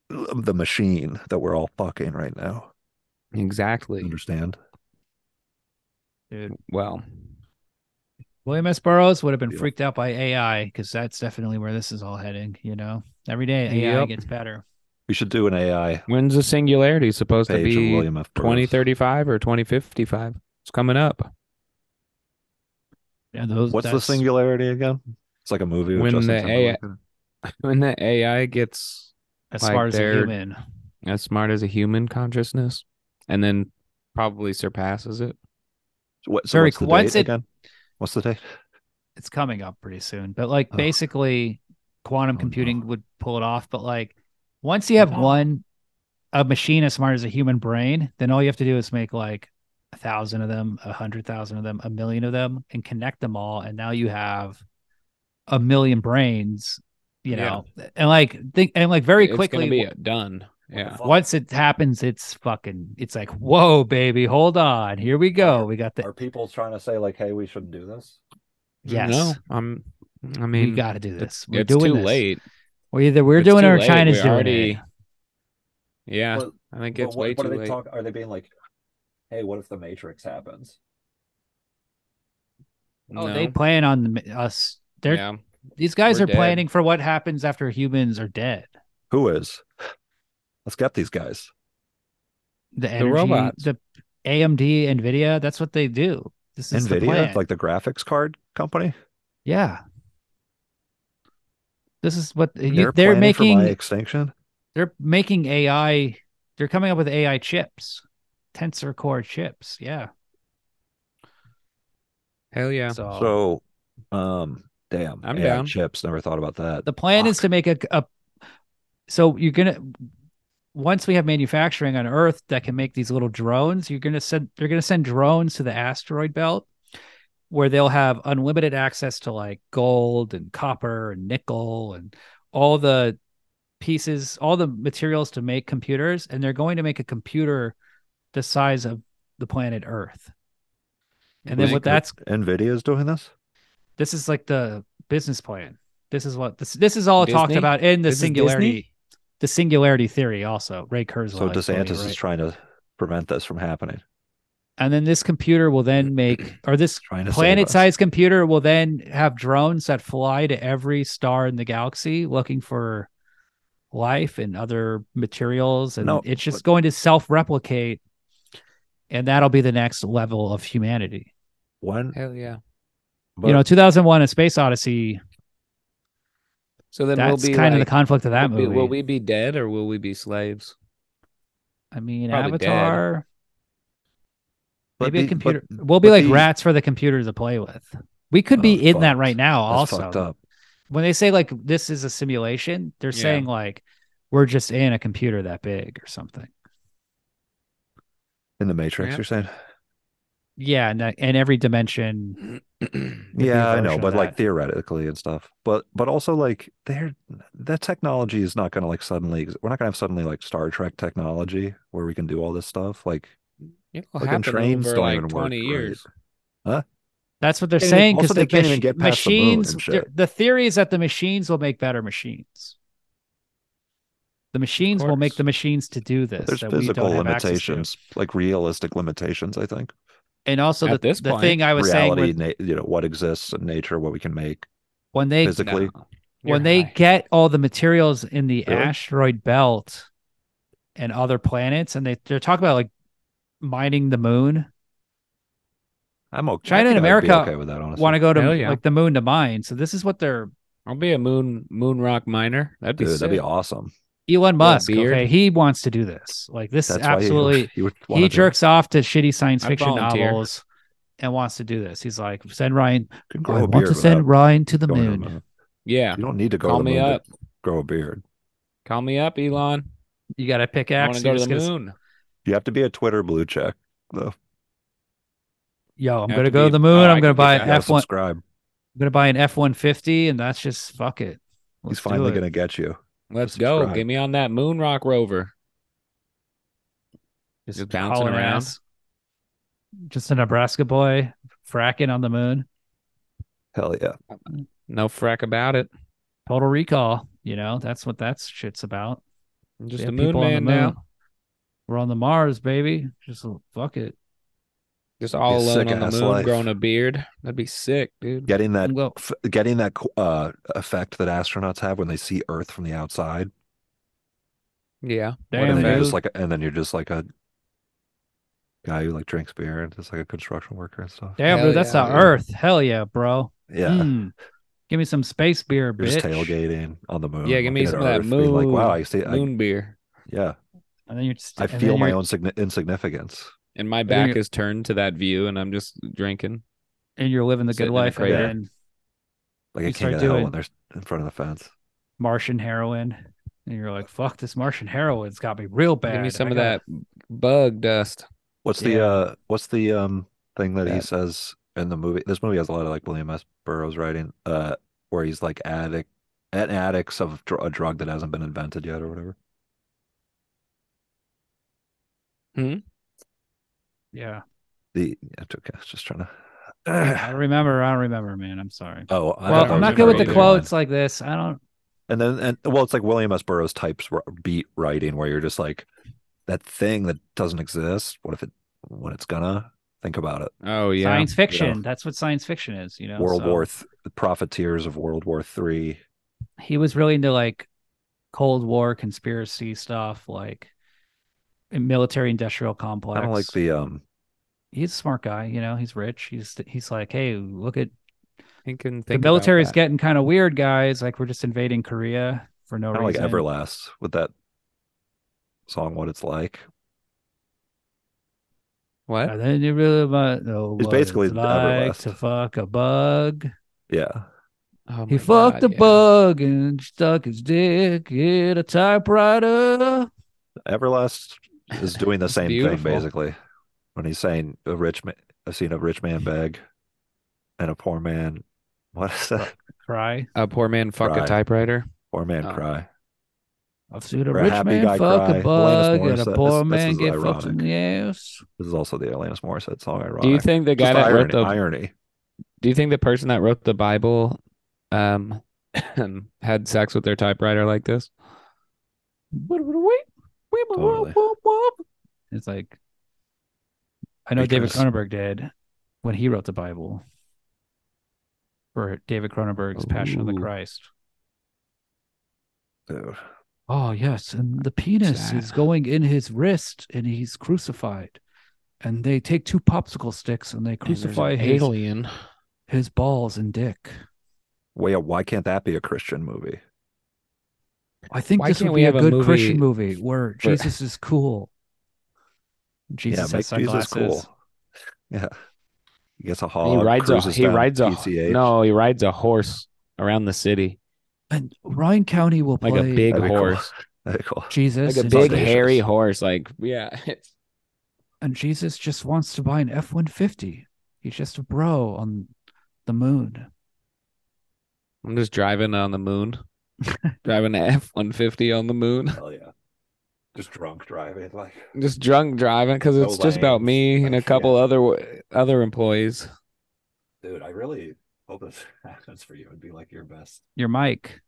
B: the machine that we're all fucking right now.
C: Exactly.
B: Understand?
A: Dude,
C: Mm-hmm. Well,
A: William S. Burroughs would have been
B: Yeah.
A: freaked out by AI because that's definitely where this is all heading. You know, every day AI
C: Yep.
A: gets better.
B: We should do an AI
C: when's the singularity supposed to
B: page of
C: be?
B: William F. Burroughs.
C: 2035 or 2055? It's coming up.
A: Yeah, those.
B: What's the
A: that's-
B: singularity again? It's like a movie with
C: When
B: Justin
C: the AI
B: Timberlake in it.
C: When the AI gets
A: As
C: like
A: far as a
C: they're-
A: human,
C: as smart as a human consciousness and then probably surpasses it.
B: So What, so
A: Very
B: what's the
A: cool. Once
B: date
A: it-
B: again? What's the date?
A: it's coming up pretty soon. But like,
B: Oh.
A: basically, quantum
B: Oh, no.
A: computing would pull it off. But like, once you have one, a machine as smart as a human brain, then all you have to do is make like a thousand of them, a hundred thousand of them, a million of them, and connect them all, and now you have a million brains. You
C: Yeah.
A: know, and like think and like very
C: It's gonna
A: quickly
C: be done. Yeah.
A: once it happens, it's fucking. It's like, whoa, baby, hold on. Here we go. We got the
B: Are people trying to say like, hey, we shouldn't do this?
A: yes.
C: No, I'm I
A: we
C: mean
A: got to do this. We're
C: it's
A: doing
C: too
A: this.
C: late.
A: We're either we're
C: It's
A: doing it
C: too
A: or
C: late.
A: China's
C: We're
A: doing
C: already-
A: it.
C: Yeah.
B: Well,
C: I think it's way too late.
B: Are they being like, hey, what if the Matrix happens?
A: Oh,
C: No.
A: they plan on the, us. They're
C: yeah.
A: these guys
C: We're
A: are
C: dead.
A: planning for what happens after humans are dead.
B: Who is? Let's get these guys.
A: The energy,
C: robots.
A: the AMD, Nvidia. That's what they do. This is the
B: Nvidia,
A: plan.
B: like the graphics card company.
A: yeah. This is what you-
B: They're,
A: they're
B: planning for my
A: making.
B: extinction.
A: They're making AI They're coming up with AI chips, tensor core chips. Yeah.
C: Hell yeah.
A: So,
B: So, um, damn,
C: I'm
B: AI
C: down.
B: chips. Never thought about that.
A: the plan is to make a, a so you're gonna once we have manufacturing on Earth that can make these little drones, you're gonna send they're gonna send drones to the asteroid belt where they'll have unlimited access to like gold and copper and nickel and all the pieces, all the materials to make computers, and they're going to make a computer the size of the planet Earth. And then
B: Who's-
A: what that's
B: Nvidia is doing this.
A: this is like the business plan. This is what this this is all talked
C: Disney?
A: about in the
C: This is
A: singularity.
C: Disney?
A: The singularity theory also. Ray Kurzweil.
B: So
A: I believe,
B: DeSantis
A: right?
B: is trying to prevent this from happening.
A: and then this computer will then
C: (clears throat)
A: make or this
B: Trying to save us.
A: planet-sized computer will then have drones that fly to every star in the galaxy looking for life and other materials and
B: No,
A: it's just going to self-replicate and that'll be the next level of humanity.
B: When
C: Hell yeah.
A: you
B: but-
A: know, 2001 a space odyssey,
C: So then
A: that's
C: we'll be
A: kind
C: like,
A: of the conflict of that
C: will
A: movie.
C: be- will we be dead or will we be slaves?
A: I mean,
C: Probably dead.
A: Avatar.
B: but
A: Maybe a
B: the- but
A: computer. we'll be
B: but
A: like
B: the-
A: rats for the computer to play with. We could
B: Oh,
A: be
B: that's
A: in that
B: fucked.
A: right now.
B: that's fucked
A: also,
B: up.
A: when they say like this is a simulation, they're
C: Yeah.
A: saying like we're just in a computer that big or something.
B: In the Matrix,
C: Yeah.
B: you're saying?
A: Yeah, and that, and every dimension.
B: (clears throat)
A: be a
B: Yeah, I know,
A: version of
B: but
A: that.
B: like theoretically and stuff. But but also like there, that technology is not going to like suddenly. ex- We're not going to have suddenly like Star Trek technology where we can do all this stuff. Like
C: It'll
B: Fucking
C: happen
B: trains
C: over
B: don't
C: like
B: even work
C: 20
B: great.
C: years.
A: That's what they're
B: Can't even-
A: saying.
B: also,
A: Because
B: they can't even
A: mach-
B: get past the moon and
A: machines. the,
B: shit.
A: the theory is that the machines will make better machines. The machines will make
C: course.
A: the machines to do this.
B: there's
A: that we
B: physical
A: don't have access to.
B: limitations, like realistic limitations. I think
A: And also,
C: At
A: the,
C: this
A: the
C: point,
A: thing I was saying
B: reality,
A: with-
B: na- you know, what exists in nature, what we can make
A: when they
B: physically.
C: No.
A: when
C: You're
A: they
C: high.
A: get all the materials in the
B: Really?
A: asteroid belt and other planets, and they they're talking about like mining the moon.
B: I'm okay. I
A: China and
B: think I'd be
A: America
B: okay with that. Honestly,
A: Want to go to
C: Hell yeah.
A: like the moon to mine? So this is what they're
C: I'll be a moon moon rock miner. That'd be
B: Dude, that'd be
C: sick.
B: awesome.
A: Elon Musk.
C: beard.
A: Okay, he wants to do this. Like this is
B: That's why you-
C: (laughs)
A: absolutely.
B: (laughs) you would wanna
A: He
B: do it.
A: jerks off to shitty science
C: I'd
A: fiction
C: volunteer.
A: novels and wants to do this. He's like, send Ryan.
B: Can grow
A: I
B: a
A: want to
B: beard
A: send
B: without
A: Ryan to the
B: going to the
A: moon.
B: moon.
C: Yeah.
B: You don't need to go
C: Call
B: to the
C: me
B: moon
C: up.
B: to grow a beard.
C: Call me up, Elon.
A: You got a
C: I
A: pickaxe.
C: want to
A: you're
C: go to
A: just
C: the
A: gonna s-
C: moon.
B: You have to be a Twitter blue check though.
A: Yo, I'm
C: Have
A: gonna
C: to
A: go to
C: be-
A: the moon.
C: oh, I
A: I'm gonna
C: can do
A: buy
C: that.
B: You gotta
A: an F1.
B: subscribe.
A: I'm gonna buy an F150, and that's just fuck it. Let's
B: He's
A: do
B: finally
A: it.
B: gonna get you.
C: Let's
B: Just
C: go.
B: subscribe.
C: Get me on that moon rock rover. Just, bouncing
A: hauling
C: around.
A: ass. Just a Nebraska boy fracking on the moon.
B: Hell yeah.
C: No frack about it.
A: Total recall. You know, that's what that shit's about.
C: I'm
A: They
C: just a
A: have
C: moon
A: people on the
C: man now.
A: moon. We're on the Mars, baby. Just fuck it.
C: Just all
B: a
C: alone on the
B: sick-ass
C: moon,
B: life.
C: growing a beard. That'd be sick, dude.
B: Getting that
A: Well-
B: f- getting that qu- uh effect that astronauts have when they see Earth from the outside.
C: Yeah.
B: and
A: Damn,
B: then you're
A: dude.
B: just like a- and then you're just like a guy who like drinks beer and is like a construction worker and stuff.
A: Damn,
C: Hell
A: dude. That's
C: yeah,
A: the
C: dude.
A: Earth. Hell yeah, bro.
B: Yeah.
A: Mm. Give me some space beer,
B: You're
A: bitch.
B: just tailgating on the moon.
C: Yeah, give me
B: looking at
C: some of that
B: Earth, being Like, wow,
C: moon-
B: I see. I,
C: Moon beer.
B: yeah,
A: And then you're just.
B: I
A: and then
B: feel my
A: you're-
B: own signi- insignificance.
C: And my
A: then
C: back
A: you're-
C: is turned to that view and I'm just drinking.
A: And you're living the good
C: sitting in a
A: life, and
C: crater.
A: then
B: Like
A: You
B: I
A: start
B: can't get out
A: doing-
B: when there's in front of the fence.
A: Martian heroin, and you're like, "Fuck this Martian heroin's got me real bad."
C: Give me some
A: I
C: of
A: gotta-
C: that bug dust.
B: What's
A: Yeah.
B: the uh what's the um thing that he
C: That-
B: says in the movie? This movie has a lot of like William S. Burroughs writing, uh, where he's like addict an addicts of dr- a drug that hasn't been invented yet or whatever.
A: (sighs) Yeah,
B: The it's okay, I was just (clears throat) trying
A: I
B: to.
A: don't remember. I don't remember, man. I'm sorry.
B: Oh, I
A: well,
B: thought that
A: I'm
B: was
A: not
B: a
A: good with the
B: Burroughs line.
A: quotes like this. I don't.
B: And then, and well, it's like William S. Burroughs types r- beat writing, where you're just like, that thing that doesn't exist. What if it, when it's gonna think about it?
C: Oh yeah.
A: science fiction. That's what science fiction is. You know,
B: World
A: so-
B: War, th- the profiteers of World War Three.
A: He was really into like Cold War conspiracy stuff, like military industrial complex.
B: I don't like the um.
A: He's a smart guy. You know, he's rich. He's he's like, hey, look at
C: He can
A: the
C: think about
A: military's
C: that.
A: getting kind of weird, guys. Like we're just invading Korea for no
B: I don't like
A: reason.
B: Everlast with that song "What It's Like."
C: What?
A: And then you really might know
B: It's
A: what
B: basically
A: it's like
B: Everlast.
A: to fuck a bug.
B: Yeah,
C: Oh
A: He
C: my
A: fucked
C: God,
A: a
C: yeah.
A: bug and stuck his dick in a typewriter.
B: Everlast
C: (laughs)
B: is doing the
C: It's
B: same thing
C: beautiful.
B: basically when he's saying a rich man. I've seen a rich man beg, and a poor man. What is
C: (laughs)
B: that?
A: Cry.
C: A poor man fuck
B: Right.
C: a typewriter.
B: Poor man
C: Oh.
B: cry.
A: I've seen a
B: Or a
A: rich
B: happy
A: man
B: guy
A: fuck
B: cry.
A: a
B: Alanis
A: bug and
B: Morissette.
A: a
B: This-
A: poor
B: this
A: man
B: is
A: get fucked in
B: ironic.
A: the ass.
B: This is also the Alanis Morissette song. Ironic.
C: Do you think the guy
B: Just
C: that
B: irony,
C: wrote the
B: irony?
C: Do you think the person that wrote the Bible um (laughs) had sex with their typewriter like this?
B: Totally.
A: It's like, I know David
B: Because-
A: Cronenberg did when he wrote the Bible for David Cronenberg's Passion of the
C: Ooh.
A: Christ.
B: Dude.
A: Oh, yes. And the penis is
C: Sad.
A: going in his wrist and he's crucified. And they take two popsicle sticks and they crucify his,
C: alien.
A: his balls and dick.
B: Wait, why can't that be a Christian movie?
A: I think
C: Why
A: this would
C: can't we
A: be a
C: have a
A: good
C: movie
A: Christian movie where
C: for-
A: Jesus is cool. Jesus
B: yeah,
A: has
B: make Jesus
A: sunglasses.
B: cool. (laughs) Yeah, he gets a
C: He
B: hog.
C: rides a
B: cruises
C: he
B: down
C: rides a
B: PCH. (laughs)
C: no he rides a horse around the city
A: And Ryan County will play
C: like a big
B: That'd be cool.
C: horse
B: That'd be cool.
A: Jesus.
C: like a
A: and-
C: big
B: audacious.
C: hairy horse like yeah (laughs) it's
A: and Jesus just wants to buy an F one fifty. He's just a bro on the moon.
C: I'm just driving on the moon driving an F one fifty on the moon (laughs)
B: Hell yeah, just drunk driving like.
C: just drunk driving because
B: No
C: it's just about
B: lanes.
C: me and
B: I
C: a couple other other employees
B: Dude, I really hope this (laughs) happens for you. It'd be like your best.
A: Your mic.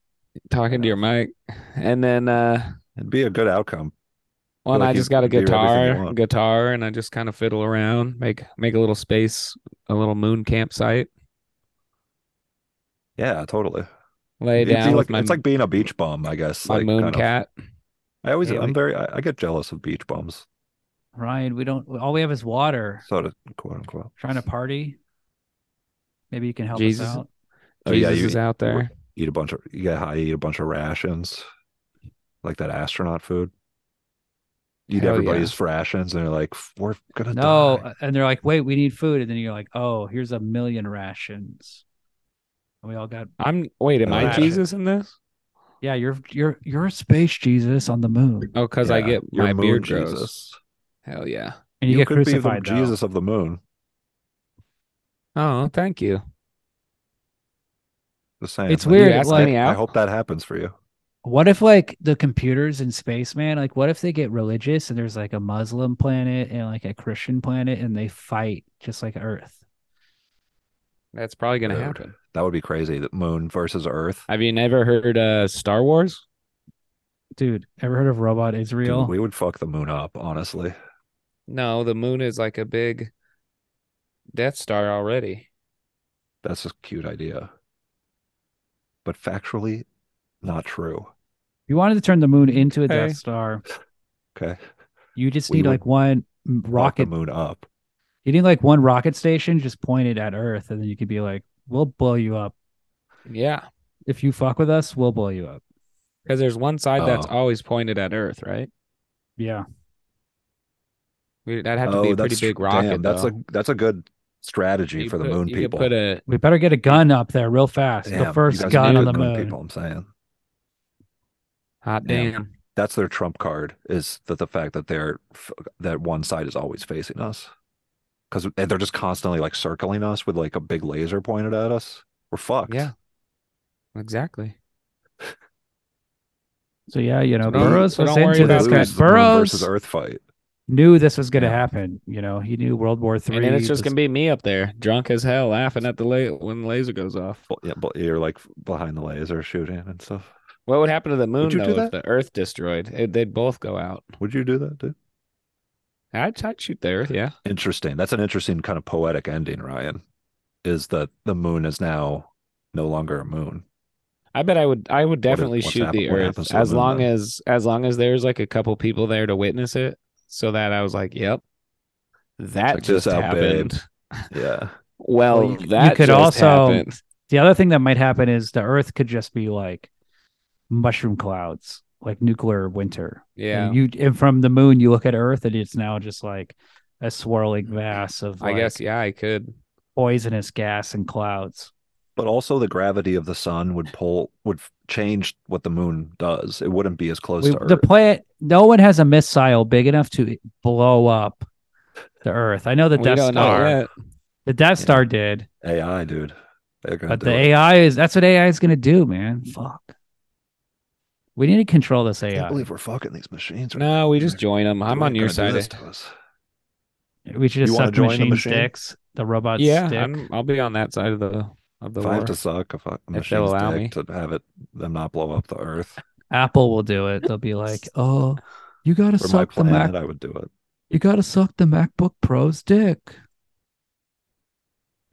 C: talking to your mic and then uh
B: It'd be a good outcome.
C: Well, and
B: like
C: I
B: you
C: just got a
B: can do everything you
C: guitar,
B: want.
C: guitar, and I just kind of fiddle around, make make a little space, a little moon campsite,
B: Yeah, totally.
C: lay
B: It'd be
C: down with
B: like-
C: my,
B: it's like being a beach bum, I guess.
C: my
B: like,
C: moon
B: kind of.
C: cat.
B: I always,
C: Haley.
B: I'm very, I, I get jealous of beach bums,
A: Ryan, we don't all we have is water.
B: sort of, quote unquote.
A: Trying to party. Maybe you can help
C: Jesus.
A: us out.
B: Oh, yeah,
C: Jesus
B: you-
C: is out there.
B: Eat a bunch of, yeah, I eat a bunch of rations, like that astronaut food. Eat
C: Hell uh,
B: everybody's rations, and they're like, we're gonna
A: No, uh,
B: die.
A: and they're like, wait, we need food. And then you're like, oh, here's a million rations. And we all got
C: I'm wait, am I
B: Alright.
C: Jesus in this?
A: Yeah, you're you're you're a space Jesus on the moon,
C: Oh, because I
B: Yeah,
C: get
B: your
C: my
B: moon
C: beard grows.
B: Jesus.
C: Hell yeah.
A: and you, get
B: could be the
A: crucified. though.
B: Jesus of the moon.
C: Oh, thank you.
B: The same.
A: It's
B: I-
C: You
A: weird.
C: ask
A: like,
C: me
B: I
C: out.
B: hope that happens for you.
A: what if like the computers in space, man? Like, what if they get religious and there's like a Muslim planet and like a Christian planet and they fight just like Earth?
C: That's probably gonna
B: Dude.
C: happen.
B: That would be crazy. The moon versus Earth.
C: Have you never heard uh Star Wars?
A: Dude, ever heard of Robot
B: Dude,
A: Israel?
B: we would fuck the moon up, honestly.
C: No, the moon is like a big Death Star already.
B: That's a cute idea. But factually, not true.
A: you wanted to turn the moon into a
C: Hey.
A: Death Star.
B: Okay.
A: You just
B: We
A: need
B: would
A: like one
B: Fuck the
A: rocket.
B: moon up.
A: You need like one rocket station just pointed at Earth, and then you could be like, "We'll blow you up
C: Yeah.
A: if you fuck with us. We'll blow you up."
C: Because there's one side that's
B: Oh.
C: always pointed at Earth, right?
A: Yeah,
C: We- That'd have to be a pretty
B: Oh, that's tr-
C: big
B: damn,
C: rocket.
B: that's a
C: though.
B: that's a good strategy
C: You
B: for the
C: put-
B: moon
C: you could
B: people.
C: Put a
A: we better get a gun up there real fast.
B: Damn,
A: the
B: you
A: first
B: guys
A: gun
B: are
A: on the
B: good moon
A: moon.
B: people, I'm saying.
C: hot
B: Damn.
C: damn.
B: That's their trump card is that the fact that they're f- that one side is always facing us. Cuz they're just constantly like circling us with like a big laser pointed at us. We're fucked.
C: Yeah, exactly.
A: So yeah, you know,
C: So don't-
A: Burrows
C: so
A: was
C: don't worry
A: into
B: We
A: this
C: about
A: guy.
B: lose the moon versus
A: Burrows
B: Earth fight.
A: knew this was going to
B: Yeah.
A: happen. You know, he knew World War Three.
C: and then it's just gonna be me up there, drunk as hell, laughing at the la- when the laser goes off.
B: Well, Yeah, but you're like behind the laser shooting and stuff.
C: What would happen to the moon
B: you do
C: though if
B: that?
C: the Earth destroyed? It, they'd both go out.
B: Would you do that, dude?
C: I'd, I'd shoot the Earth. Yeah,
B: Interesting. That's an interesting kind of poetic ending, Ryan. Is that the moon is now no longer a moon?
C: I bet I would. I would
B: if-
C: definitely
B: what's
C: shoot
B: happen-
C: the
B: what
C: Earth
B: happens to the
C: as
B: moon
C: long
B: then?
C: as as long as there's like a couple people there to witness it, so that I was like, "Yep, that
B: Check this
C: just
B: out, babe.
C: happened."
B: Yeah.
C: Well,
A: you- you
C: that
A: could
C: just
A: also-
C: happened.
A: the other thing that might happen is the Earth could just be like mushroom clouds, like nuclear winter.
C: Yeah.
A: And you and from the moon you look at Earth and it's now just like a swirling mass of
C: I
A: like,
C: guess yeah, I could.
A: poisonous gas and clouds.
B: But also the gravity of the sun would pull would f- change what the moon does. It wouldn't be as close
A: We-
B: to Earth.
A: the planet no one has a missile big enough to blow up the Earth. I know the
C: We
A: Death
C: don't know
A: Star.
C: yet.
A: The Death
B: Yeah.
A: Star did,
B: AI, dude. They're gonna
A: but
B: do
A: the
B: it.
A: AI is that's what AI is going to do, man. Fuck. We need to control this
B: I can't
A: AI.
B: believe we're fucking these machines. right
C: No, we
B: now.
C: just join them. I'm
B: They're
C: on your
B: gonna do
C: side.
B: this to us.
A: We should just
B: You
A: suck
B: wanna
A: the
B: join the
A: machine,
B: machine?
A: sticks, the robots
C: Yeah,
A: stick.
C: I'm, I'll be on that side of the of the
B: If I
C: war.
B: have to suck, if I, a
C: they'll
B: machine's
C: allow
B: dick to have it, them not blow up the Earth
A: Apple will do it. They'll be
B: (laughs)
A: like, "Oh, you gotta
B: for my
A: suck the Mac.
B: planet, I would do it.
A: You gotta suck the MacBook Pro's dick."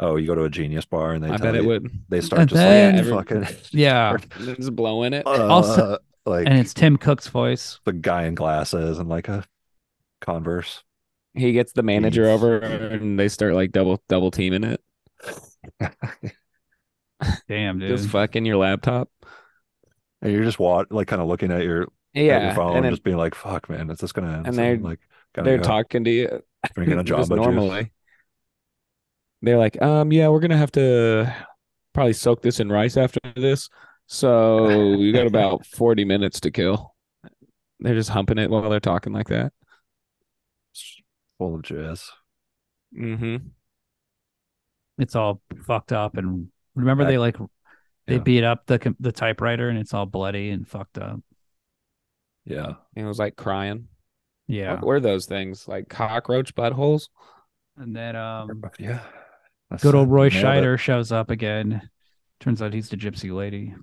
B: Oh, you go to a genius bar and they
C: I
B: tell
C: bet it
B: you, (laughs)
C: would.
B: they start
A: And
B: just
A: then-
B: like
C: Every-
B: fucking
C: (laughs)
A: Yeah,
C: Just blowing it.
B: uh,
A: Also-
B: (laughs) like
A: and it's Tim Cook's voice.
B: the guy in glasses and like a Converse.
C: he gets the manager
B: Jeez.
C: over, and they start like double double teaming it.
A: Damn, dude.
C: Just fucking your laptop.
B: And you're just wa- like kind of looking at your, at your
C: Yeah,
B: phone
C: and
B: and,
C: then
B: just being like, "Fuck, man, it's just gonna end."
C: And
B: soon."
C: they're-
B: like gotta
C: they're
B: go
C: talking to you (laughs)
B: drinking a Jamba
C: just
B: Juice.
C: normally. They're like, um, yeah, we're gonna have to probably soak this in rice after this, so
B: (laughs)
C: you got about forty minutes to kill. They're just humping it while they're talking like that.
B: full of jazz.
C: Mm-hmm.
A: it's all fucked up. And remember,
B: Back-
A: they like they
B: Yeah.
A: beat up the com- the typewriter, and it's all bloody and fucked up.
B: Yeah,
C: And it was like crying.
A: Yeah,
B: Oh,
C: What were those things? Like cockroach buttholes?
A: and then um,
B: yeah. That's
A: good old
B: it.
A: Roy
B: Nailed it.
A: Scheider shows up again. Turns out he's the gypsy lady.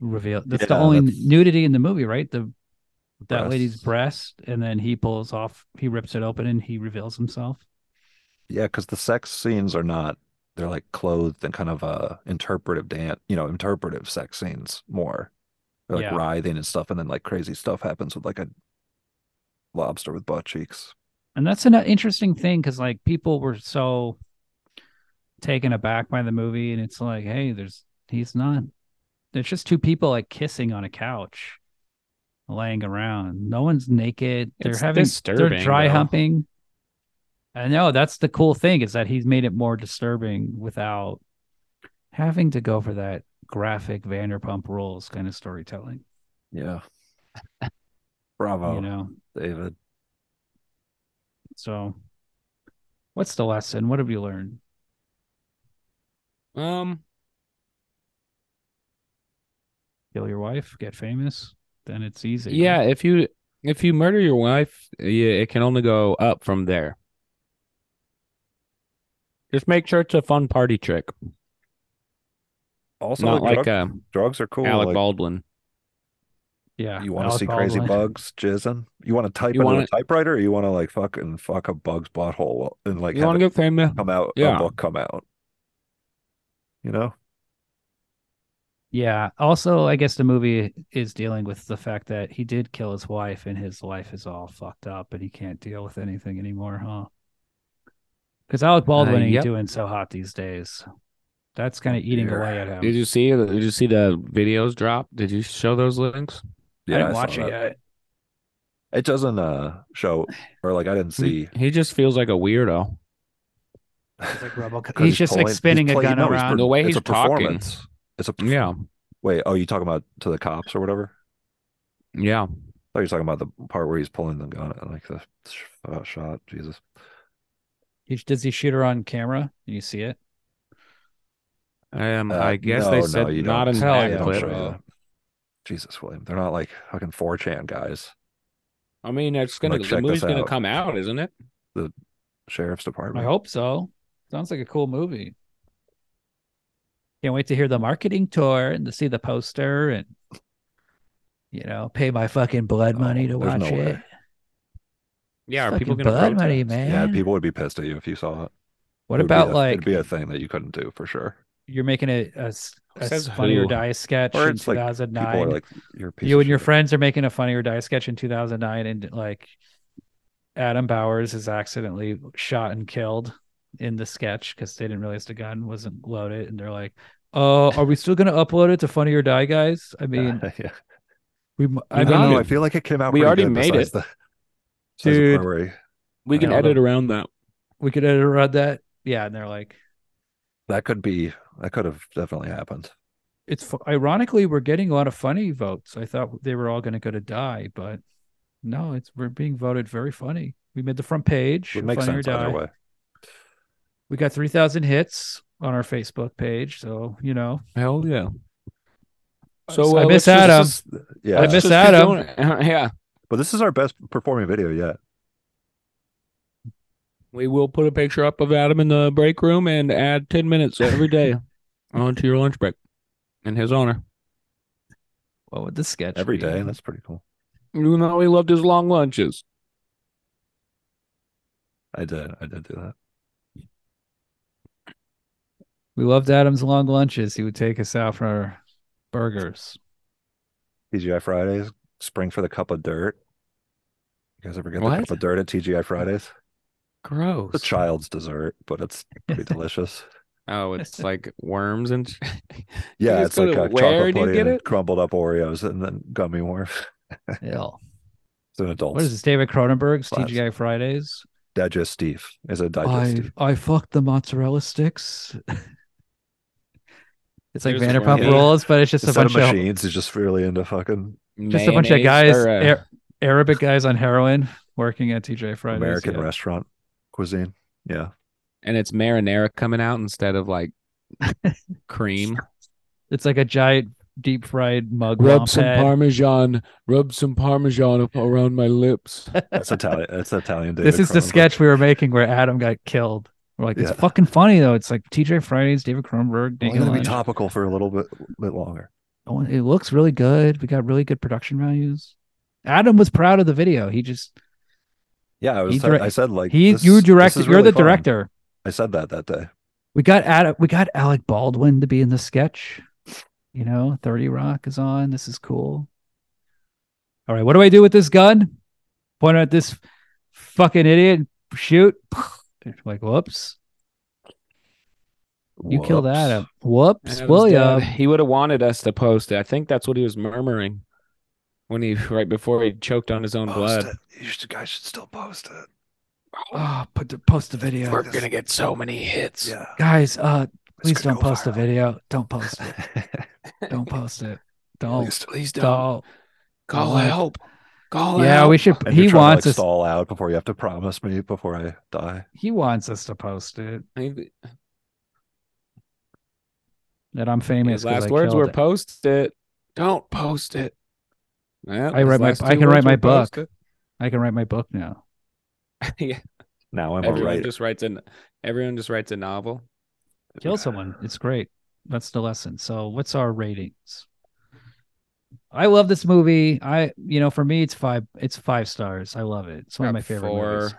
A: Reveal. That's the
B: Yeah,
A: only
B: that's-
A: nudity in the movie, right? The that
B: Breasts.
A: lady's breast, and then he pulls off, he rips it open, and he reveals himself.
B: Yeah, because the sex scenes are not, they're like clothed and kind of uh interpretive dance, you know, interpretive sex scenes more. They're like
A: Yeah.
B: writhing and stuff, and then like crazy stuff happens with like a lobster with butt cheeks.
A: And that's an uh, interesting thing because like people were so taken aback by the movie, and it's like, hey, there's he's not. There's just two people like kissing on a couch, laying around. No one's naked. They're
C: It's
A: having they're
C: disturbing,
A: dry
C: though.
A: humping. I know that's the cool thing is that he's made it more disturbing without having to go for that graphic Vanderpump Rules kind of storytelling.
B: Yeah. Bravo,
A: You know,
B: David.
A: So, what's the lesson? What have you learned?
C: Um,
A: Kill your wife, get famous, then it's easy. right?
C: yeah. If you if you murder your wife, yeah, it can only go up from there. Just make sure it's a fun party trick,
B: Also,
C: not
B: like
C: like uh,
B: drugs are cool.
C: Alec
B: like,
C: Baldwin.
A: Yeah.
B: you want to
A: Alec
B: see crazy
A: Baldwin.
B: bugs jizzing? You want to type
C: You
B: into a
C: wanna-
B: typewriter, or you want to like fucking fuck a bug's butthole and like
C: You
B: have
C: want
B: it
C: to get famous?
B: come out, a
C: Yeah.
B: book come out? You know?
A: Yeah. Also, I guess the movie is dealing with the fact that he did kill his wife and his life is all fucked up and he can't deal with anything anymore, huh? Because
B: Uh,
A: Alec Baldwin ain't
C: yep.
A: doing so hot these days. That's kind of eating
B: Dear.
A: away at him.
C: Did you see? uh, Did you see the videos drop? Did you show those links?
A: I
B: Yeah,
A: didn't
B: saw
A: watch it
B: that.
A: yet.
B: It doesn't uh show or like I didn't see.
C: He just feels like a weirdo.
A: It's like
B: (laughs)
A: Robocop.
B: 'Cause
A: He's, just
B: pulling-
A: like spinning a
B: play- you
A: gun
B: know he's
A: around.
B: per-
C: The way
B: it's
C: he's
B: a
C: talking.
B: performance. It's a perf-
C: Yeah,
B: Wait, oh, you talking about to the cops or whatever?
C: yeah.
B: I thought you were talking about the part where he's pulling the gun, like the sh- uh, shot. Jesus,
A: He- does he shoot her on camera? You see it?
C: Um,
A: Mm,
B: Uh,
C: I guess
B: no,
C: they
B: no,
C: said
B: you
C: not
B: don't.
C: in
A: Hell
C: that
A: yeah.
B: They don't
C: clip.
B: show you that. Jesus, William, they're not like fucking 4chan guys.
C: I mean, it's gonna
B: Like, check
C: the movie's
B: this
C: gonna
B: out.
C: come out, isn't it?
B: Sheriff's
A: I
B: Department.
A: hope so. Sounds like a cool movie. Can't wait to hear the marketing tour and to see the poster and you know, pay my fucking blood
B: Oh,
A: money to
B: there's
A: watch
B: no way.
A: it.
C: Yeah, are
A: Fucking
C: people gonna
A: blood money,
C: protest?
A: man.
B: Yeah, people would be pissed at you if you saw it.
A: What
B: It would be
A: about
B: a-
A: like
B: it'd be a thing that you couldn't do for sure.
A: you're making a, a, s- a
C: Says
A: funny or
C: who?
A: die sketch
B: Or
A: in
B: it's like people People
A: 2009?
B: are like, you're a piece
A: you
B: of
A: and your
B: shit.
A: friends are making a funny or die sketch in 2009 and like adam bowers is accidentally shot and killed in the sketch because they didn't realize the gun wasn't loaded and they're like Uh, are we still gonna upload it to Funny or Die, guys? I mean,
B: (laughs) yeah.
A: we. m- I
B: I don't
A: mean,
B: know. I feel like it came out.
D: We
B: pretty
D: already
B: good
D: made
B: besides
D: it.
B: the- besides the part
A: Dude.
B: where he-
D: We can
A: I don't
D: edit around that.
A: we could edit around that. Yeah, and they're like,
B: that could be. That could have definitely happened.
A: it's fu- ironically we're getting a lot of funny votes. I thought they were all gonna go to die, but no, it's we're being voted very funny. We made the front page.
B: It
A: of
B: makes
A: funny
B: sense
A: or die.
B: either way.
A: We got three thousand hits on our Facebook page, so you know.
D: Hell yeah. So
A: I
D: uh,
A: miss
D: let's just-
A: Adam.
D: just-
B: Yeah,
A: I miss
D: just keep
A: Adam.
D: going. (laughs) yeah.
B: but this is our best performing video yet.
D: We will put a picture up of Adam in the break room and add 10 minutes every (laughs) day onto your lunch break in his honor.
A: What would this sketch
B: Every
A: be?
B: day. That's pretty cool.
D: You know, he loved his long lunches.
B: I did. I did do that.
A: We loved Adam's long lunches. He would take us out for our burgers.
B: TGI Fridays. Spring for the cup of dirt. You guys ever get the
D: What?
B: cup of dirt at TGI Fridays? It's a
D: Gross.
B: child's dessert,
D: (laughs)
B: but it's pretty delicious.
A: (laughs)
C: Oh, it's like worms and sh-
B: Yeah,
D: just
B: it's
D: go
B: like
D: to
B: a
D: where
B: chocolate
D: do you
B: pudding,
D: get
B: and
D: it?
B: crumbled up Oreos, and then gummy worms. (laughs)
A: Ew.
B: It's an adult.
A: What is this, David Cronenberg's
B: Class.
A: TGI Fridays?
B: digestive? Is a
A: I,
B: digestive?
A: I fucked the mozzarella sticks. it's like
D: There's one
A: Vanderpump
B: here.
A: Rules, but it's just
B: Instead
A: a
B: of
A: bunch of,
B: machines, it's just really into fucking
A: just a bunch of
D: Mayonnaise
A: guys,
D: or, uh,
A: Ar- Arabic guys on heroin working at TGI Fridays.
B: American
A: yeah.
B: restaurant cuisine. Yeah,
C: and it's marinara coming out instead of
A: (laughs)
C: like cream.
A: It's like a giant deep fried mug.
D: rub some
A: pad.
D: Parmesan, rub some Parmesan up around my lips.
A: (laughs)
B: that's Italian. That's Italian.
A: this
B: David
A: is the
B: Cronenberg.
A: sketch we were making where Adam got killed. We're like, it's
B: Yeah.
A: fucking funny though. It's like TJ Fridays, David Cronenberg.
B: Well,
A: David
B: It's gonna be
A: Lynch.
B: topical for a little bit, bit longer.
A: Oh, It looks really good. We got really good production values. Adam was proud of the video. He just
B: Yeah, I was.
A: He
B: I-
A: direct-
B: I said like
A: he
B: this-
A: you
B: this
A: directed.
B: is
A: You're
B: really
A: the
B: fun.
A: director.
B: I said that that day.
A: We got Adam, we got Alec Baldwin to be in the sketch. You know, 30 Rock is on. This is cool. All right, what do I do with this gun? Point at this fucking idiot, shoot. Like, whoops, you killed
B: uh, Whoops.
A: Adam. Whoops,
D: Adam's
A: William.
D: dead.
C: He would have wanted us to post it. I think that's what he was murmuring when he right before he choked on his own
B: Post
C: blood.
B: it. You should, guys should still post it.
A: Oh, put the post the video.
B: We're gonna
C: get so many hits.
B: Yeah,
A: Guys, uh,
B: It's
A: please
B: gonna
A: don't
B: go
A: post the
B: viral.
A: video. Don't post
B: (laughs)
A: it. (laughs) Don't post it. Don't.
B: Please
D: Please
A: Don't.
D: Call
A: Don't.
D: help. Call
A: Yeah,
D: help.
A: we should.
B: And you're
A: He
B: trying to,
A: wants
B: like,
A: us.
B: stall out before you have to promise me before I die.
A: He wants us to post it.
C: Maybe-
A: That I'm famous.
C: His
A: 'cause
C: last
A: I
C: words
A: killed
C: were
A: it.
C: post it.
D: Don't post it.
C: Well,
A: I
C: his
A: write my-
C: last
A: I
C: two
A: can write
C: words
A: my
C: were post
A: book.
C: it.
A: I can write my book now.
C: yeah,
B: Now I'm a
C: everyone
B: writer.
C: just writes an everyone just writes a novel.
A: Kill someone. It's great. That's the lesson. So, what's our ratings? I love this movie. I, you know, for me, it's five. It's five stars. I love it. It's one of
C: Got
A: my favorite
C: four
A: movies.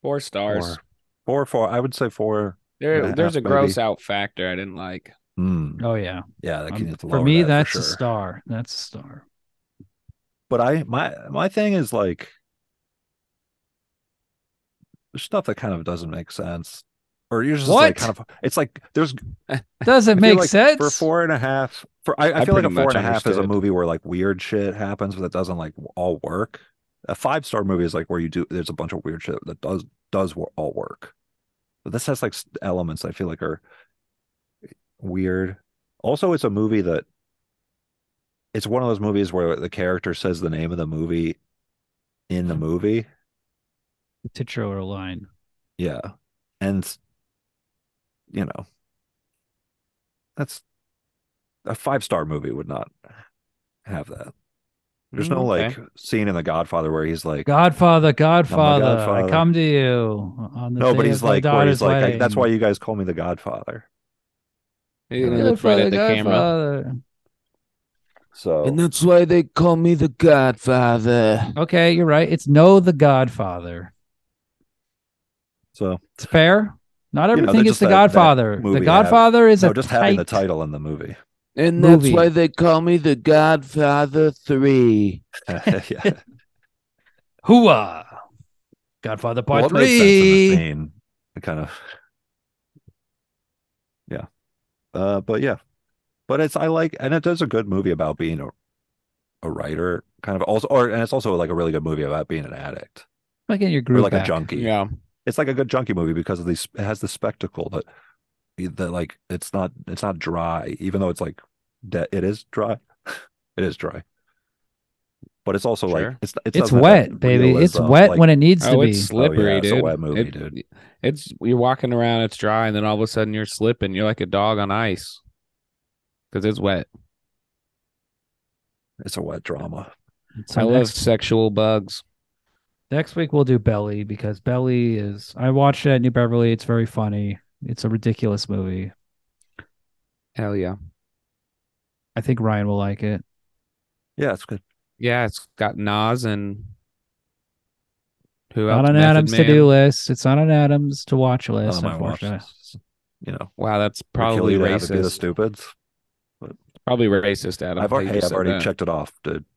C: Four stars.
B: Four, four, four. I would say four. and a
C: There,
B: half,
C: there's a
B: maybe.
C: gross out factor I didn't like.
B: Mm,
A: Oh yeah.
B: yeah, that
A: Um,
B: can get
A: for me, that's
B: sure.
A: a star. That's a
B: (laughs)
A: star.
B: But I, my, my thing is like there's stuff that kind of doesn't make sense, or you're just
A: What?
B: like kind of. It's like there's
A: Doesn't
B: I feel
A: make
B: like
A: sense.
B: for four and a half. For I, I,
C: I
B: feel like a
C: pretty
B: four
C: much
B: and a half is a
C: understood.
B: movie where like weird shit happens, but it doesn't like all work. A five star movie is like where you do there's a bunch of weird shit that does does wo- all work. But this has like s- elements I feel like are weird. Also, it's a movie that it's one of those movies where the character says the name of the movie in the movie.
A: The titular line.
B: Yeah. And you know, that's a five star movie would not have that. There's no
C: Mm,
B: like scene in The Godfather where he's like,
A: Godfather, Godfather,
B: Godfather.
A: I come to you on the
B: no,
A: day
B: but he's
A: of my
B: like, where he's
A: daughter's
B: like, I, that's why
A: wedding.
B: you guys call me The Godfather.
C: He
B: Yeah.
C: looked right at the
A: Godfather,
C: camera.
A: Godfather.
B: So
D: that's why they call me the Godfather.
A: Okay, you're right. It's no, the Godfather.
B: so
A: It's fair. Not
B: You know,
A: everything
B: they're
A: is The
B: just that- that
A: Godfather.
B: movie
A: the
B: had-
A: Godfather is
B: no,
A: a
B: just having the
A: tight-
B: title in the movie. (laughs)
D: And
A: Movie.
D: they call me the Godfather 3.
A: (laughs)
B: yeah.
A: Hooah! Godfather Part
B: Well, it made sense in the
A: Three.
B: scene. It kind of Yeah. Uh, but yeah, but it's I like, and it does a good movie about being a a writer, kind of also, or and it's also like a really good movie about being an addict
A: Like in your
B: or
A: group,
B: like a
A: back.
B: junkie.
C: Yeah.
B: It's like a good junkie movie because of these. It has the spectacle that that like it's not it's not dry, even though it's like de- it is dry. (laughs) it is dry. But it's also like
C: Sure.
B: it's
A: It's
B: doesn't have that
A: wet, baby. It's
B: realism,
A: wet
B: like-
A: when it needs to
C: Oh,
A: be.
C: it's slippery,
B: it's a
C: dude.
B: wet movie,
C: It-
B: dude.
C: It's you're walking around, it's dry, and then all of a sudden you're slipping. You're like a dog on ice because it's wet.
B: it's a wet drama.
A: So
C: I love
A: next,
C: sexual bugs.
A: next week we'll do Belly because Belly is. I watched it at New Beverly. It's very funny. It's a ridiculous movie.
C: Hell yeah.
A: I think Ryan will like it.
B: Yeah, it's good.
C: Yeah, it's got Nas and who else?
A: not on
C: Method
A: Adam's
C: Man.
A: to do list. It's not on Adam's to watch list.
B: Oh, my watch.
A: unfortunately.
B: You know,
C: Wow, that's
B: probably
C: probably
B: to have it be the
C: racist.
B: stupids.
C: Probably racist, Adam.
B: I've
C: that you
B: already, hey,
C: just
B: I've
C: said
B: already
C: that.
B: checked it off, dude.